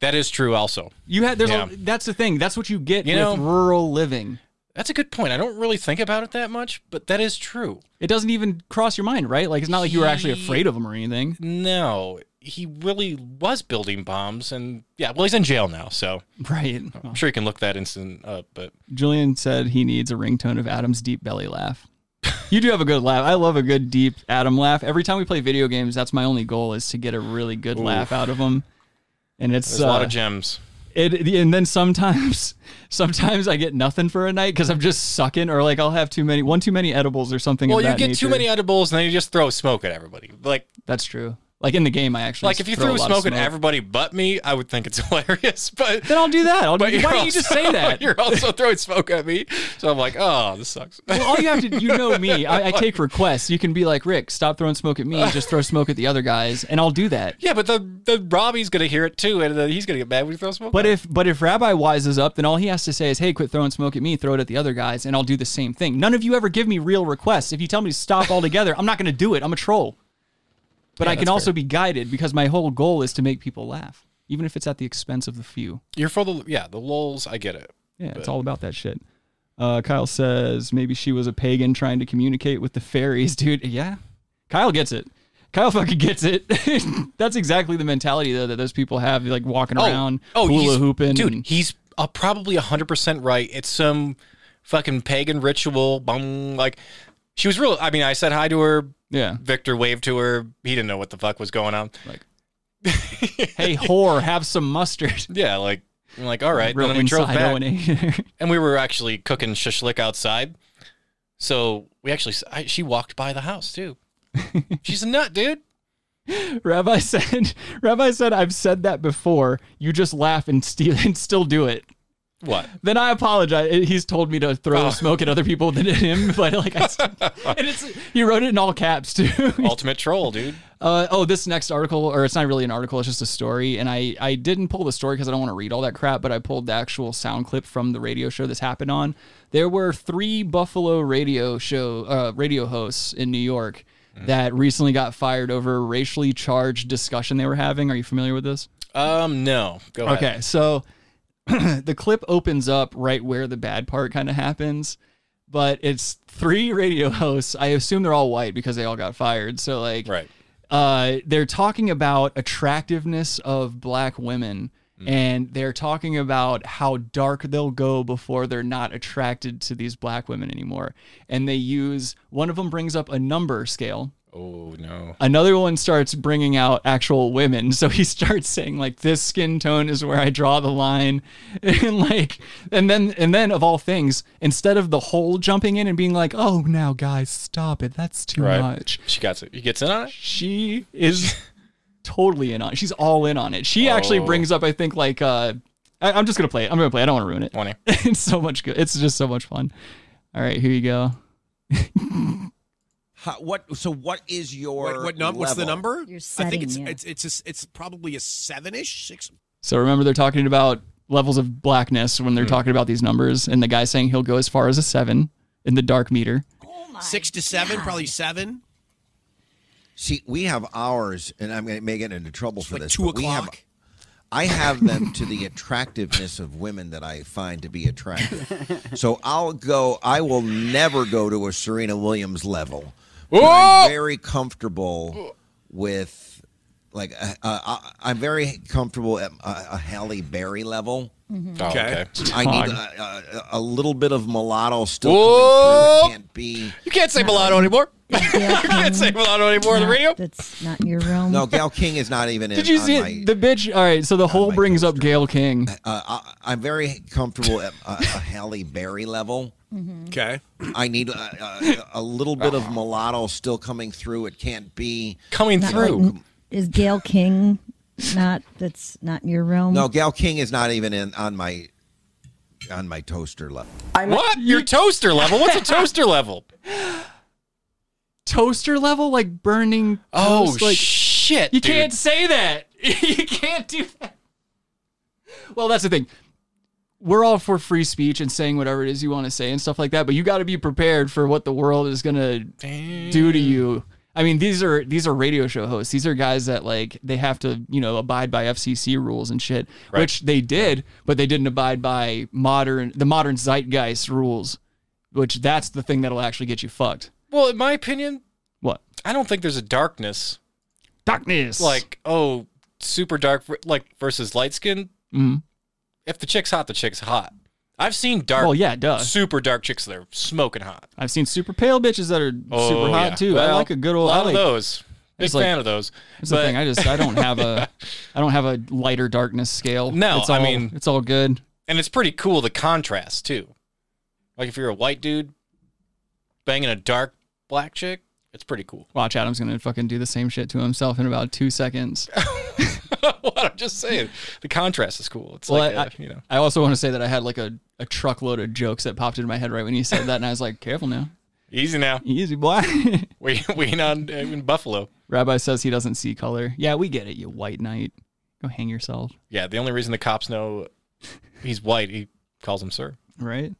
H: That is true. Also,
G: You had there's
H: Yeah.
G: a, that's the thing. That's what you get
H: You
G: with
H: know-
G: rural living.
H: that's a good point. I don't really think about it that much, but that is true.
G: It doesn't even cross your mind, right? Like it's not like you were actually afraid of them or anything.
H: No, he really was building bombs, and yeah, well, he's in jail now, so
G: right.
H: I'm sure you can look that incident up, but
G: Julian said he needs a ringtone of Adam's deep belly laugh. You do have a good laugh. I love a good deep Adam laugh. Every time we play video games, that's my only goal is to get a really good laugh out of them. And it's
H: there's a lot
G: uh,
H: of gems.
G: It and then sometimes, sometimes I get nothing for a night because I'm just sucking, or like I'll have too many, one too many edibles or something.
H: Well,
G: of
H: you
G: that
H: get
G: nature.
H: too many edibles, and then you just throw smoke at everybody. Like
G: That's true. Like in the game, I actually
H: like if you
G: throw
H: threw
G: a lot
H: smoke,
G: of
H: at everybody but me, I would think it's hilarious. But
G: then I'll do that. I'll, why
H: but
G: do
H: you're
G: you just
H: also-
G: say that?
H: You're also throwing smoke at me, so I'm like, oh, this sucks.
G: Well, all you have to, you know me. I, I take requests. You can be like, Rick, stop throwing smoke at me. Just throw smoke at the other guys, and I'll do that.
H: Yeah, but the the Robbie's gonna hear it too, and then he's gonna get mad when you throw smoke.
G: But
H: at
G: if but if Rabbi wises up, then all he has to say is, "Hey, quit throwing smoke at me. Throw it at the other guys, and I'll do the same thing." None of you ever give me real requests. If you tell me to stop altogether, I'm not going to do it. I'm a troll. But
H: Yeah,
G: I can
H: that's
G: also
H: fair.
G: be guided because my whole goal is to make people laugh, even if it's at the expense of the few.
H: him. you're for the yeah the lulls, I get it.
G: Yeah, it's
H: But-
G: all about that shit. Uh, Kyle says maybe she was a pagan trying to communicate with the fairies, dude. Yeah, Kyle gets it. Kyle fucking gets it. That's exactly the mentality though that those people have, like walking around hula
H: Oh, he's-
G: hooping.
H: Dude, he's uh, probably 100% right. It's some fucking pagan ritual. Bum, like, she was real. I mean, I said hi to her.
G: Yeah.
H: Victor waved to her. He didn't know what the fuck was going on.
G: Like, hey whore, have some mustard.
H: yeah, like, I'm like, all right.
G: Real
H: and then we drove
G: inside
H: back.
G: O&A.
H: and we were actually cooking shishlik outside. So we actually, I, she walked by the house too. She's a nut, dude.
G: Rabbi said, Rabbi said, I've said that before. You just laugh and steal and still do it.
H: What?
G: Then I apologize. He's told me to throw smoke at other people than at him, but like, I, and it's he wrote it in all caps too.
H: Ultimate troll, dude.
G: Uh, oh, this next article, or it's not really an article, it's just a story. And I, I didn't pull the story because I don't want to read all that crap, but I pulled the actual sound clip from the radio show this happened on. There were three Buffalo radio show uh, radio hosts in New York that recently got fired over a racially charged discussion they were having. Are you familiar with this?
H: Um, no. Go ahead.
G: Okay, so the clip opens up right where the bad part kind of happens, but it's three radio hosts. I assume they're all white because they all got fired. So like,
H: Right.
G: Uh, they're talking about attractiveness of black women. And they're talking about how dark they'll go before they're not attracted to these black women anymore. And they use one of them brings up a number scale,
H: Oh, no.
G: another one starts bringing out actual women so he starts saying like this skin tone is where i draw the line and like and then and then of all things instead of the whole jumping in and being like oh now guys stop it that's too
H: Right.
G: much
H: She got it. He gets in on it.
G: she is totally in on it she's all in on it she actually
H: Oh.
G: brings up i think like uh I, i'm just gonna play it i'm gonna play it. i don't want to ruin it
H: Funny.
G: it's so much good it's just so much fun all right here you go
M: How, what? So what is your
N: What, what num- What's the
M: level?
N: number?
M: You're
N: I think it's
M: setting, yeah.
N: it's it's a s it's probably a seven-ish, six.
G: So remember, they're talking about levels of blackness when they're talking about these numbers, and the guy saying he'll go as far as a seven in the dark meter.
N: Six to seven, probably seven.
M: See, we have ours, and I'm going to may get into trouble for
N: like
M: this.
N: two
M: but we have,
N: o'clock?
M: I have them to the attractiveness of women that I find to be attractive. so I'll go. I will never go to a Serena Williams level. but I'm very comfortable with, like, uh, uh, I- I'm very comfortable at uh, a, a Halle Berry level.
H: Mhm. Oh, okay.
M: I need
H: Dog.
M: a, a, a little bit of mulatto still. Coming
H: Whoa!
M: through. It can't be.
H: Oh, You can't say mulatto anymore. you can't say mulatto anymore on the radio.
M: That's not your realm. No, Gail King is not even.
G: Did
M: in
G: you
M: on
G: see
M: my-
G: it? the bitch? All right, so the whole brings up Gail King.
M: uh, I, I'm very comfortable at a, a Halle Berry level.
N: Okay. Uh,
M: I need a, a, a little bit of mulatto still coming through. It can't be
H: coming
O: Not like- is Gail King not? That's not in your realm.
M: no, Gal King is not even in on my on my toaster level.
H: what? Your toaster level? What's a toaster level?
G: Toaster level, like burning.
H: Oh,
G: toast, like,
H: shit!
G: You
H: dude.
G: can't say that. you can't do that. Well, that's the thing. We're all for free speech and saying whatever it is you want to say and stuff like that, but you got to be prepared for what the world is gonna do to you. I mean, these are these are radio show hosts. These are guys that like they have to you know abide by FCC rules and shit,
H: Right.
G: which they did, but they didn't abide by modern the modern zeitgeist rules, which that's the thing that'll actually get you fucked.
H: Well, in my opinion,
G: What?
H: I don't think there's a darkness
G: Darkness.
H: Like, oh, super dark, like versus light skin.
G: Mhm.
H: If the chick's hot, the chick's hot. I've seen dark,
G: Well, yeah, duh.
H: super dark chicks that are smoking hot.
G: I've seen super pale bitches that are
H: Oh,
G: super hot
H: yeah.
G: too. I
H: Well,
G: like a good old.
H: A
G: I
H: lot
G: like-
H: of those. Big
G: It's like-
H: fan of those.
G: That's the thing. I just I don't have a I don't have a lighter darkness scale.
H: No,
G: it's all,
H: I mean-
G: it's all good.
H: and it's pretty cool the contrast too. Like if you're a white dude banging a dark black chick, it's pretty cool.
G: Watch Adam's gonna fucking do the same shit to himself in about two seconds.
H: what I'm just saying, the contrast is cool. It's
G: well,
H: like
G: I,
H: uh, you know,
G: I also want to say that I had like a, a truckload of jokes that popped into my head right when you said that, and I was like, careful now,
H: easy now.
G: easy boy.
H: We we on in Buffalo.
G: Rabbi says he doesn't see color. Yeah, we get it, you white knight. Go hang yourself,
H: Yeah, the only reason the cops know he's white, he calls him sir,
G: right?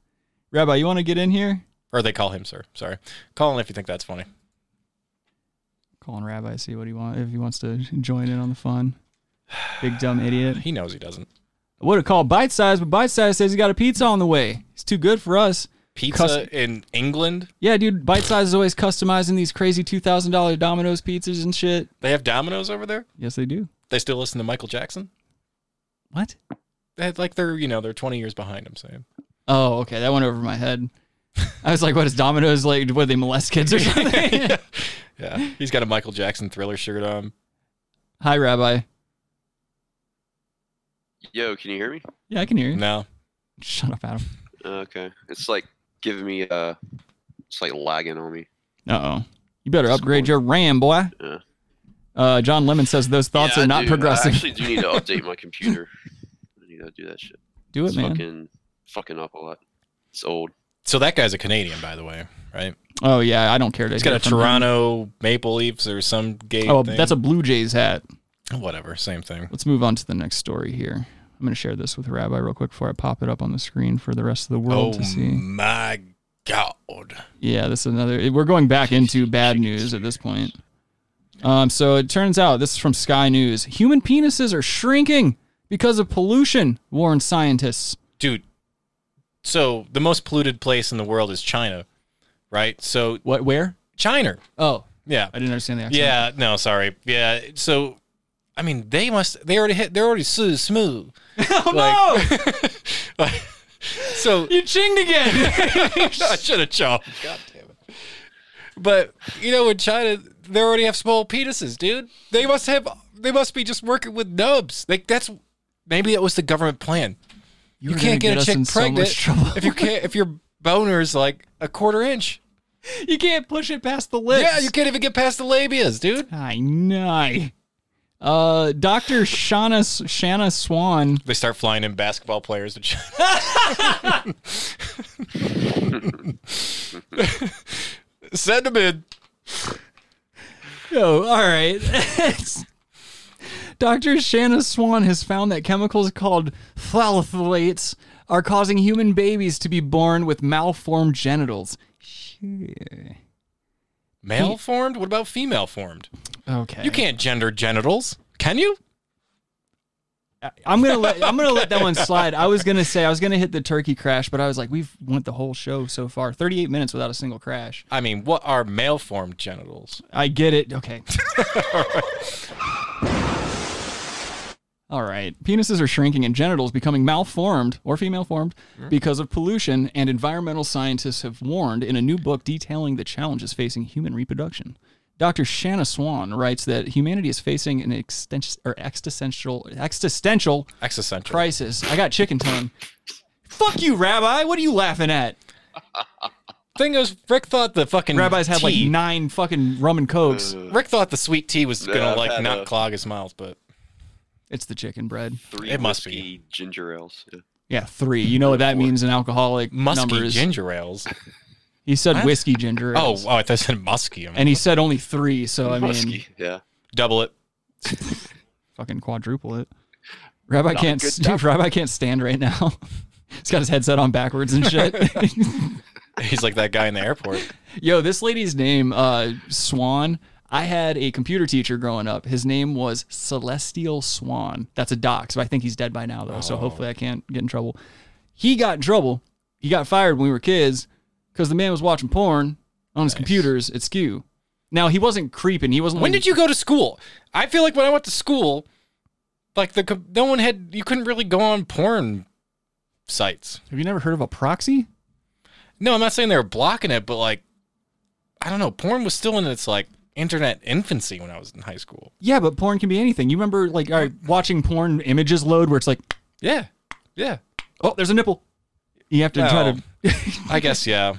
G: Rabbi, you want to get in here?
H: or they call him sir. Sorry, Colin, if you think that's funny.
G: Calling Rabbi, see what he wants if he wants to join in on the fun. Big dumb idiot.
H: He knows he doesn't.
G: I would have called Bite Size, but Bite Size says he got a pizza on the way. It's too good for us.
H: Pizza
G: Cus-
H: in England,
G: yeah, dude. Bite Size is always customizing these crazy two thousand dollar Domino's pizzas and shit.
H: they have Domino's over there.
G: Yes, they do.
H: They still listen to Michael Jackson.
G: What?
H: They like they're you know they're 20 years behind. I'm saying.
G: Oh, okay. That went over my head. I was like, what is Domino's like? What they molest kids or something?
H: Yeah, he's got a Michael Jackson Thriller shirt on.
G: Hi, Rabbi.
P: Yo, can you hear me?
G: Yeah, I can hear you.
H: No.
G: Shut up, Adam.
P: Okay. It's like giving me uh it's like lagging on me.
G: Uh oh. You better upgrade your RAM, boy.
P: Yeah.
G: Uh, John Lemon says those thoughts
P: Yeah, I
G: are not
P: do.
G: progressive.
P: I actually do need to update my computer. I need to do that shit.
G: Do it,
P: it's
G: man.
P: Fucking fucking up a lot. It's old.
H: So that guy's a Canadian, by the way, right?
G: oh yeah, I don't care. To
H: He's got
G: hear
H: a
G: from him.
H: Toronto Maple Leafs or some gay.
G: Oh,
H: thing.
G: that's a Blue Jays hat.
H: whatever, same thing.
G: Let's move on to the next story here. I'm going to share this with Rabbi real quick before I pop it up on the screen for the rest of the world
H: oh
G: to see.
H: my god!
G: Yeah, this is another. We're going back into bad news at this point. Um, so it turns out this is from Sky News. Human penises are shrinking because of pollution, warn scientists.
H: Dude, so the most polluted place in the world is China, right? So
G: what? Where?
H: China.
G: Oh,
H: yeah.
G: I didn't understand the accent.
H: Yeah, no, sorry. Yeah, so I mean, they must. They already hit. They're already so smooth.
G: oh
H: no! so
G: you chinged again.
H: I should have chomped. God damn it! But you know, in China, they already have small penises, dude. They must have. They must be just working with nubs. Like that's maybe that was the government plan. You,
G: You're
H: can't
G: gonna
H: get,
G: get
H: a
G: us in
H: chick
G: so
H: pregnant
G: much trouble.
H: if you can't if your boner's like a quarter inch.
G: You can't push it past the lips.
H: Yeah, you can't even get past the labias, dude.
G: I know. Uh, Dr. Shauna, Shanna Swan.
H: They start flying in basketball players to China. Send them in.
G: Yo, all right. Dr. Shanna Swan has found that chemicals called phthalates are causing human babies to be born with malformed genitals. Sure.
H: Male formed? What about female formed?
G: Okay.
H: You can't gender genitals, can you?
G: I'm gonna let I'm gonna let that one slide. I was gonna say I was gonna hit the turkey crash, but I was like, we've went the whole show so far, 38 minutes without a single crash.
H: I mean, what are male formed genitals?
G: I get it. Okay. All right. Penises are shrinking and genitals becoming malformed or female formed
H: Hmm.
G: because of pollution, and environmental scientists have warned in a new book detailing the challenges facing human reproduction. Dr. Shanna Swan writes that humanity is facing an extens- or existential existential
H: existential
G: crisis. I got chicken tongue. Fuck you, Rabbi. What are you laughing at?
H: Thing is, Rick thought the fucking
G: rabbis had like
H: tea- Uh.
G: nine fucking rum and cokes.
H: Rick thought the sweet tea was
P: Yeah,
H: gonna
P: I've
H: like
P: had
H: not
P: a-
H: clog his mouth, but
G: It's the chicken bread.
P: Three
H: It must
P: whiskey ginger ales. Yeah.
G: Yeah, three. You know what that means in alcoholic
H: musky
G: numbers.
H: ginger ales.
G: He said
H: What?
G: whiskey ginger
H: Oh,
G: ales.
H: oh, I thought I said musky. I mean,
G: And he said only three, so I mean,
P: Musky, yeah.
H: double it.
G: fucking quadruple it. Rabbi
H: Not
G: can't.
H: good
G: St- Rabbi can't stand right now. He's got his headset on backwards and shit.
H: He's like that guy in the airport.
G: Yo, this lady's name, uh, Swan. I had a computer teacher growing up. His name was Celestial Swan. That's a doc, so I think he's dead by now, though. So hopefully I
H: Oh.
G: can't get in trouble. He got in trouble. He got fired when we were kids because the man was watching porn on his computers at SKU. Now he wasn't creeping. He wasn't.
H: When
G: like-
H: did you go to school? I feel like when I went to school, like the co- no one had you couldn't really go on porn sites.
G: Have you never heard of a proxy?
H: No, I'm not saying they were blocking it, but like I don't know, porn was still in its like internet infancy when I was in high school.
G: Yeah, but porn can be anything. You remember like all right, watching porn images load where it's like,
H: yeah, yeah.
G: Oh, there's a nipple. You have to try to.
H: I guess yeah.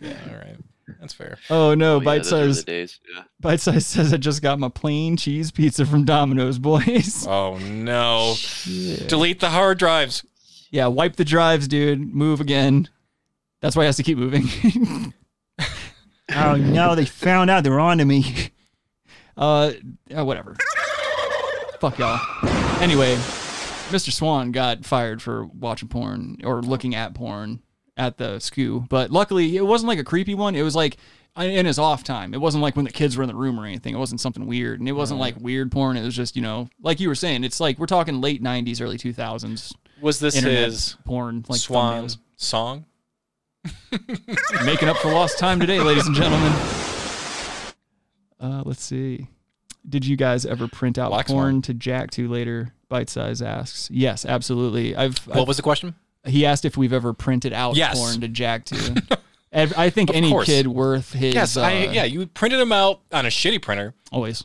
H: Yeah, all right. That's fair.
G: Oh no,
P: yeah,
G: bite
P: those are the
G: size.
P: days, yeah.
G: Bite size says I just got my plain cheese pizza from Domino's, boys.
H: Oh no. Delete the hard drives.
G: Yeah, wipe the drives, dude. Move again. That's why it has to keep moving.
Q: Oh no, they found out they're onto me.
G: Uh, uh, whatever. Fuck y'all. Anyway, Mr. Swan got fired for watching porn or looking at porn at the SKU, but luckily it wasn't like a creepy one. It was like uh, in his off time. It wasn't like when the kids were in the room or anything. It wasn't something weird, and it wasn't
H: Right.
G: like weird porn. It was just you know, like you were saying, it's like we're talking late '90s, early 2000s.
H: Was this
G: internet
H: his
G: porn like
H: Swan
G: thumbnails.
H: song?
G: making up for lost time today, ladies and gentlemen? Uh, let's see. Did you guys ever print out
H: Wax
G: porn to Jack to later? Bite size asks. Yes, absolutely. I've.
H: What
G: I've-
H: was the question?
G: He asked if we've ever printed out
H: Yes.
G: porn to Jack to. And I think
H: Of
G: any
H: course.
G: kid worth his.
H: yes, I,
G: uh,
H: yeah, you printed them out on a shitty printer.
G: Always.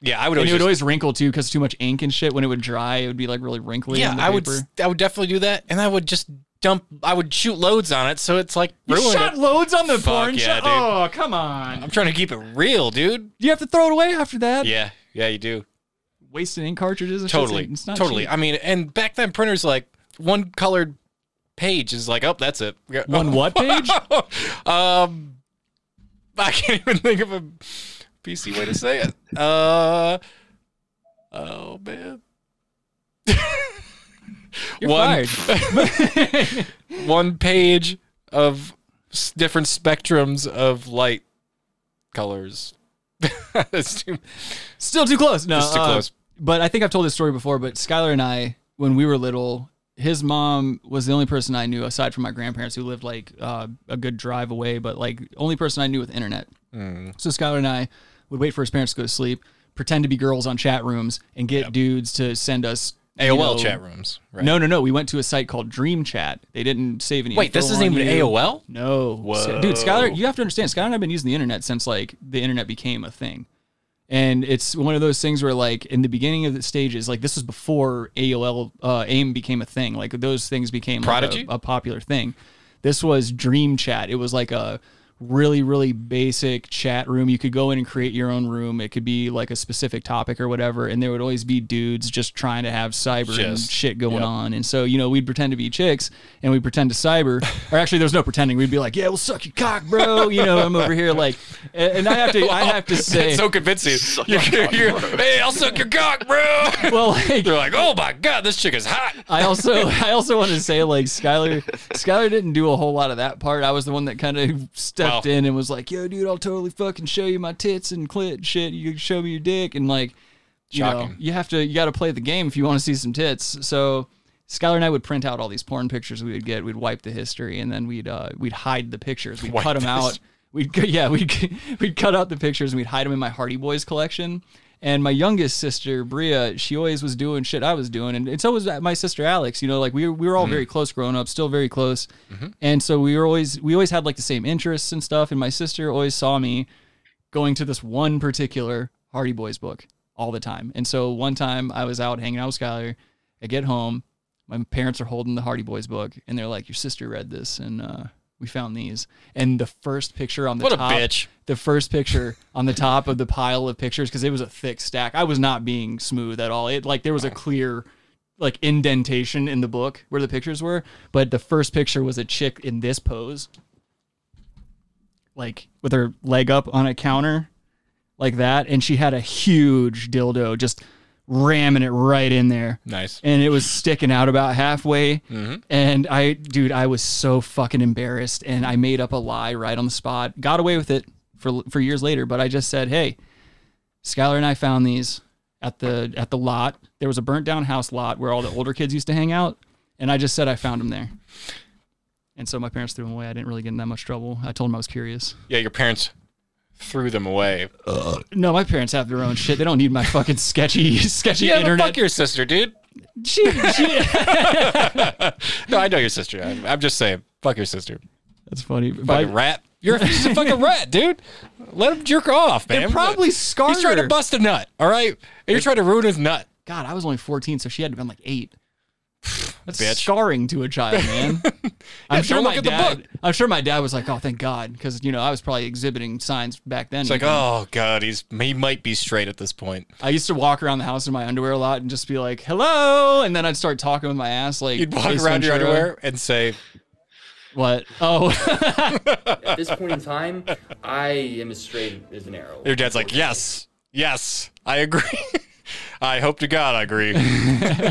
H: Yeah, I would always.
G: and it would
H: just-
G: always wrinkle too because too much ink and shit. When it would dry, it would be like really wrinkly.
H: yeah,
G: on the
H: I would.
G: paper.
H: I would definitely do that, and I would just dump. I would shoot loads on it, so it's like
G: You
H: ruined
G: shot
H: it.
G: loads on the
H: Fuck
G: porn.
H: yeah,
G: shot-
H: dude.
G: Oh, come on.
H: I'm trying to keep it real, dude.
G: You have to throw it away after that.
H: Yeah, yeah, you do.
G: Wasted ink cartridges. and shit.
H: Totally,
G: It's not
H: totally.
G: cheap.
H: I mean, and back then, printers like one colored page is like, oh, that's it. Yeah.
G: One what page?
H: um, I can't even think of a PC way to say it. Uh, oh man.
G: You're
H: fired. one page of s- different spectrums of light colors. It's too-
G: Still too close. No,
H: It's too
G: uh,
H: close.
G: But I think I've told this story before. But Skylar and I, when we were little, his mom was the only person I knew aside from my grandparents who lived like uh, a good drive away, but like only person I knew with internet.
H: Mm.
G: So Skylar and I would wait for his parents to go to sleep, pretend to be girls on chat rooms, and get dudes to send us you
H: AOL
G: know-
H: chat rooms, right?
G: No, no, no. We went to a site called Dream Chat. They didn't save any.
H: Wait, this
G: info
H: isn't
G: on
H: even
G: you.
H: AOL?
G: No,
H: Whoa.
G: dude, Skylar, you have to understand. Skylar and I've been using the internet since like the internet became a thing, and it's one of those things where like in the beginning of the stages, like this was before AOL uh, AIM became a thing. Like those things became like, a-
H: Prodigy?
G: a popular thing. This was Dream Chat. It was like a really really basic chat room you could go in and create your own room it could be like a specific topic or whatever and there would always be dudes just trying to have cyber and
H: Just-
G: shit going
H: yep.
G: on and so you know we'd pretend to be chicks and we'd pretend to cyber or actually there's no pretending we'd be like yeah we'll suck your cock bro you know i'm over here like and and i have to i have to
H: That's
G: say
H: so convincing. You're,
G: your cock,
H: you're- hey, I'll suck your cock, bro.
G: well like,
H: They're like, oh my god, this chick is hot.
G: I also I also want to say like Skylar Skylar didn't do a whole lot of that part. I was the one that kind of stepped
H: Wow.
G: in and was like, "Yo, dude, I'll totally fucking show you my tits and clit and shit. You can show me your dick and like, you know,
H: Shocking.
G: you have to you got to play the game if you want to see some tits." So Skylar and I would print out all these porn pictures we would get. We'd wipe the history and then we'd uh, we'd hide the pictures. We'd
H: Wipe
G: cut them
H: the
G: out.
H: history.
G: We'd cu- yeah we'd cu- we'd cut out the pictures and we'd hide them in my Hardy Boys collection. And my youngest sister Bria, she always was doing shit I was doing, and, and so was my sister Alex. You know, like we were, we were all
H: Mhm.
G: very close growing up, still very close. And so we were always we always had like the same interests and stuff. And my sister always saw me going to this one particular Hardy Boys book all the time. And so one time I was out hanging out with Skylar. I get home, my parents are holding the Hardy Boys book, and they're like, "Your sister read this, and uh, we found these." And the first picture on the
H: What a
G: top,
H: bitch.
G: the first picture on the top of the pile of pictures, because it was a thick stack. I was not being smooth at all. It like there was a clear like indentation in the book where the pictures were, but the first picture was a chick in this pose, like with her leg up on a counter, like that, and she had a huge dildo just ramming it right in there.
H: Nice.
G: And it was sticking out about halfway.
H: Mhm.
G: And I, dude, I was so fucking embarrassed. And I made up a lie right on the spot. Got away with it for for years later. But I just said, hey, Skylar and I found these at the at the lot. There was a burnt down house lot where all the older kids used to hang out. And I just said I found them there. And so my parents threw them away. I didn't really get in that much trouble. I told them I was curious.
H: Yeah, your parents threw them away.
G: No, my parents have their own shit. They don't need my fucking sketchy, sketchy
H: yeah, but
G: internet.
H: fuck your sister, dude.
G: She, she,
H: No, I know your sister. I'm, I'm just saying, fuck your sister.
G: That's funny.
H: Fucking rat. You're she's a fucking rat, dude. Let him jerk off, man.
G: It probably scarred
H: He's trying to
G: her.
H: bust a nut. All right, and you're trying to ruin his nut.
G: God, I was only 14, so she had to been like eight. That's
H: Bitch.
G: scarring to a child, man. I'm
H: Yeah,
G: sure
H: don't
G: my
H: look at the
G: dad. I'm sure my dad was like, "Oh, thank God," because you know I was probably exhibiting signs back then.
H: It's like, oh god, he's he might be straight at this point.
G: I used to walk around the house in my underwear a lot and just be like, "Hello," and then I'd start talking with my ass like.
H: You'd walk
G: Ace
H: around your
G: Ventura.
H: underwear and say,
G: What? Oh,
I: At this point in time, I am as straight as an arrow.
H: your dad's like, yes, yes, I agree. I hope to God I agree.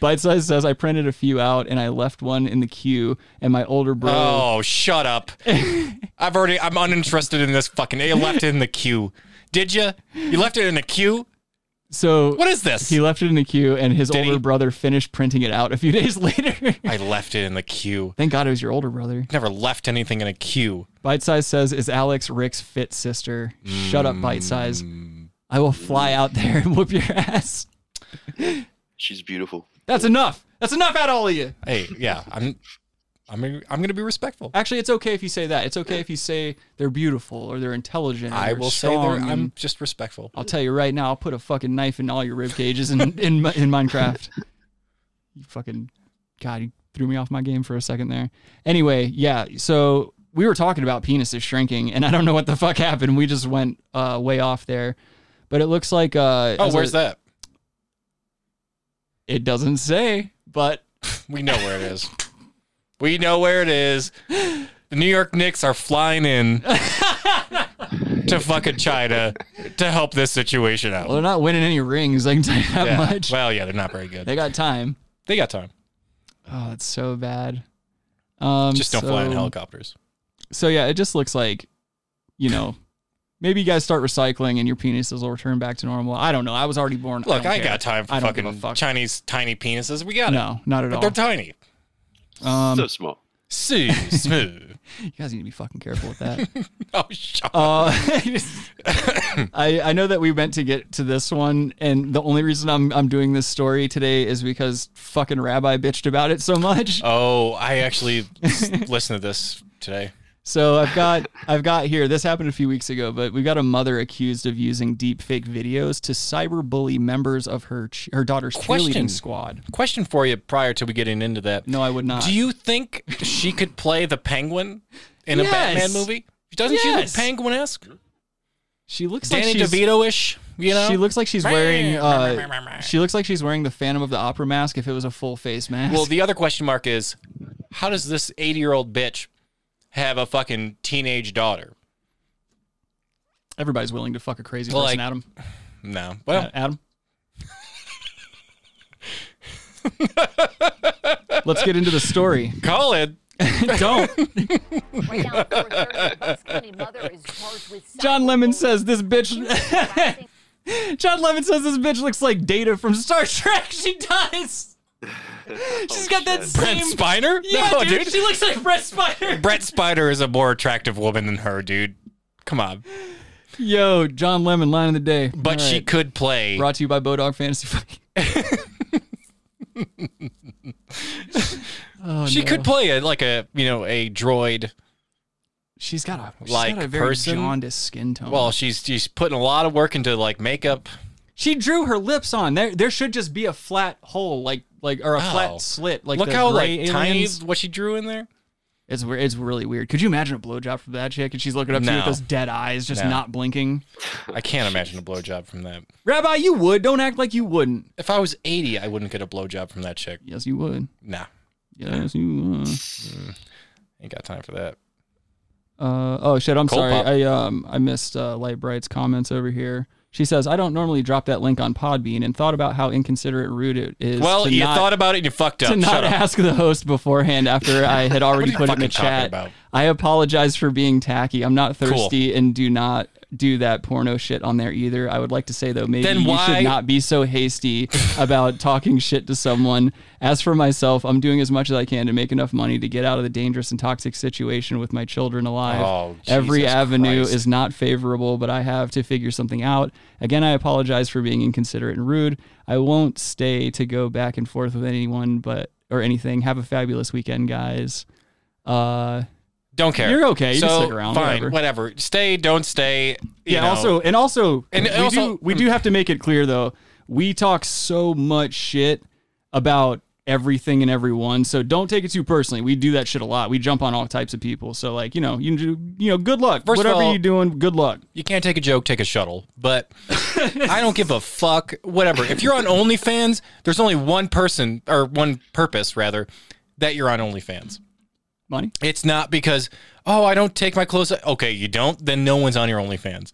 G: Bite size says I printed a few out and I left one in the queue, and my older bro.
H: Oh, shut up! I've already. I'm uninterested in this fucking. You left it in the queue. Did you? You left it in the queue.
G: So
H: What is this?
G: He left it in the queue, and his
H: Did
G: older
H: he?
G: brother finished printing it out a few days later.
H: I left it in the queue.
G: Thank God it was your older brother.
H: Never left anything in a queue.
G: Bite size says is Alex Rick's fit sister. Shut up, bite size. I will
P: Mm.
G: fly out there and whoop your ass.
P: She's beautiful.
G: That's enough. That's enough out of all of you.
H: Hey, yeah, I'm. I'm. I'm gonna be respectful.
G: Actually, it's okay if you say that. It's okay if you say they're beautiful or they're intelligent. or
H: I
G: they're
H: will say
G: strong
H: there. I'm
G: and- Oh,
H: just respectful.
G: I'll tell you right now. I'll put a fucking knife in all your rib cages in in, Mi- in Minecraft. You fucking God, you threw me off my game for a second there. Anyway, yeah. So we were talking about penises shrinking, and I don't know what the fuck happened. We just went uh, way off there, but it looks like. Uh,
H: Oh,
G: as
H: where's
G: a-
H: that?
G: It doesn't say, but
H: We know where it is. We know where it is. The New York Knicks are flying in to fucking China to help this situation out.
G: well, they're not winning any rings. I can tell you that
H: Yeah.
G: much.
H: Well, yeah, they're not very good.
G: They got time.
H: They got time.
G: Oh, it's so bad. Um,
H: Just don't fly in
G: so-
H: helicopters.
G: So yeah, it just looks like, you know, maybe you guys start recycling and your penises will return back to normal. I don't know. I was already born.
H: Look,
G: don't
H: I,
G: care.
H: got time for
G: I don't give
H: fucking
G: a fuck.
H: Chinese tiny penises. We got
G: No, not
H: it.
G: at
H: But
G: all.
H: they're tiny.
G: Um,
P: so small.
H: So smooth.
G: you guys need to be fucking careful with that.
H: oh, shut
G: Uh, I I know that we meant to get to this one, and the only reason I'm I'm doing this story today is because fucking Rabbi bitched about it so much.
H: Oh, I actually s- listened to this today.
G: So I've got I've got here. This happened a few weeks ago, but we've got a mother accused of using deep fake videos to cyberbully members of her ch- her daughter's
H: Question.
G: cheerleading squad.
H: Question for you prior to we getting into that.
G: No, I would not.
H: Do you think she could play the penguin in a Batman
G: Yes.
H: movie? Doesn't she look
G: Yes.
H: penguin esque?
G: She looks
H: Danny
G: like she's,
H: DeVito ish? You know?
G: She looks like she's wearing. Uh, she looks like she's wearing the Phantom of the Opera mask if it was a full face mask.
H: Well, the other question mark is how does this 80 year old bitch have a fucking teenage daughter?
G: everybody's willing to fuck a crazy
H: Well,
G: person,
H: like-
G: Adam.
H: No. Well,
G: Uh, Adam. Let's get into the story.
H: call it.
G: Don't.
R: Right now, over 30 bucks county mother is charged with
G: John Lemon says this bitch. John Lemon says this bitch looks like Data from Star Trek. She does. She's got that
H: Brent
G: same.
H: Spiner?
G: Yeah,
H: no,
G: dude,
H: dude.
G: She looks like Brett Spiner.
H: Brett Spiner is a more attractive woman than her, dude. Come on.
G: Yo, John Lemon, line of the day.
H: But
G: All
H: she
G: right.
H: could play.
G: Brought to you by Bodog Fantasy. Fucking- oh,
H: she
G: no.
H: could play a, like a, you know, a droid.
G: She's got a she's
H: like,
G: got a very
H: person?
G: jaundiced skin tone.
H: Well, she's she's putting a lot of work into like makeup.
G: she drew her lips on. There, there should just be a flat hole, like like or a
H: Oh.
G: flat slit. Like
H: Look
G: the
H: how like
G: gray
H: tiny
G: aliens.
H: what she drew in there.
G: It's weird. It's really weird. Could you imagine a blowjob from that chick? And she's looking up to you
H: No.
G: with those dead eyes, just
H: No.
G: not blinking.
H: I can't imagine a blowjob from that.
G: Rabbi, you would. Don't act like you wouldn't.
H: If I was 80, I wouldn't get a blowjob from that chick.
G: Yes, you would.
H: Nah,
G: Yes, you would.
H: ain't got time for that.
G: Uh, oh shit! I'm
H: Cold
G: sorry.
H: pop.
G: I um I missed uh, Light Bright's comments over here. She says I don't normally drop that link on Podbean and thought about how inconsiderate and rude it is.
H: well,
G: to
H: you
G: not,
H: thought about it and you fucked up.
G: to
H: Shut
G: not
H: up.
G: ask the host beforehand after I had already
H: you
G: put it in the
H: fucking talking
G: chat.
H: about?
G: I apologize for being tacky. I'm not thirsty and do not do that porno shit on there either. I would like to say though, maybe
H: Then
G: you
H: why-
G: should not be so hasty about talking shit to someone. As for myself, I'm doing as much as I can to make enough money to get out of the dangerous and toxic situation with my children alive.
H: Oh,
G: Every
H: Jesus
G: avenue
H: Christ.
G: is not favorable, but I have to figure something out. Again, I apologize for being inconsiderate and rude. I won't stay to go back and forth with anyone, but or anything. Have a fabulous weekend, guys. Uh,
H: Don't care.
G: You're okay. You
H: so,
G: can stick around.
H: Fine.
G: whatever.
H: Whatever. Stay. Don't stay. you
G: Yeah.
H: know.
G: Also, and also,
H: And
G: we
H: also-
G: do we do have to make it clear though. We talk so much shit about everything and everyone, so don't take it too personally. We do that shit a lot. We jump on all types of people. So like, you know, you do, you know, good luck.
H: First of
G: Whatever
H: all-
G: you're doing, good luck.
H: You can't take a joke, take a shuttle. But I don't give a fuck. Whatever. If you're on OnlyFans, there's only one person or one purpose rather that you're on OnlyFans.
G: Money.
H: It's not because oh I don't take my clothes. Okay, you don't. Then no one's on your OnlyFans.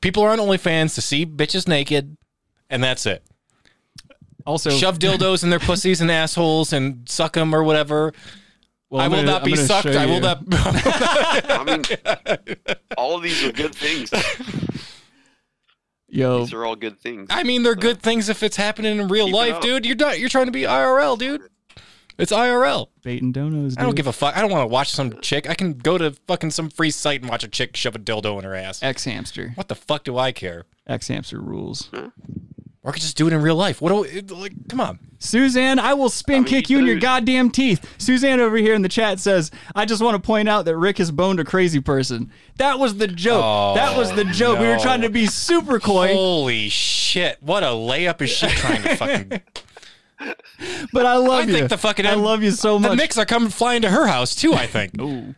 H: People are on OnlyFans to see bitches naked, and that's it.
G: Also,
H: shove dildos in their pussies and assholes and suck them or whatever.
G: Well,
H: I
G: I'm
H: will
G: gonna-
H: not
G: I'm
H: be
G: gonna
H: sucked.
G: show
H: I will
G: you.
H: not.
P: I mean, all of these are good things.
G: Yo,
P: These are all good things.
H: I mean, they're good things if it's happening in real
P: Keep it
H: life,
P: up.
H: dude. You're not. You're trying to be IRL, dude. It's IRL.
G: Bait and donos.
H: I don't
G: dude.
H: give a fuck. I don't want to watch some chick. I can go to fucking some free site and watch a chick shove a dildo in her ass.
G: Ex hamster.
H: What the fuck do I care?
G: Ex hamster rules.
H: Or I could just do it in real life. What do we, it- like? Come on.
G: Suzanne, I will spin kick you in your goddamn teeth. Suzanne over here in the chat says, I just want to point out that Rick has boned a crazy person. That was the joke. that was the joke. We were
H: Oh, no.
G: trying to be super coy,
H: Holy shit! What a layup is she trying to fucking?
G: but I love
H: I
G: you.
H: think the fucking.
G: I love you so much.
H: The Knicks are coming flying to her house too. I think.
G: Ooh.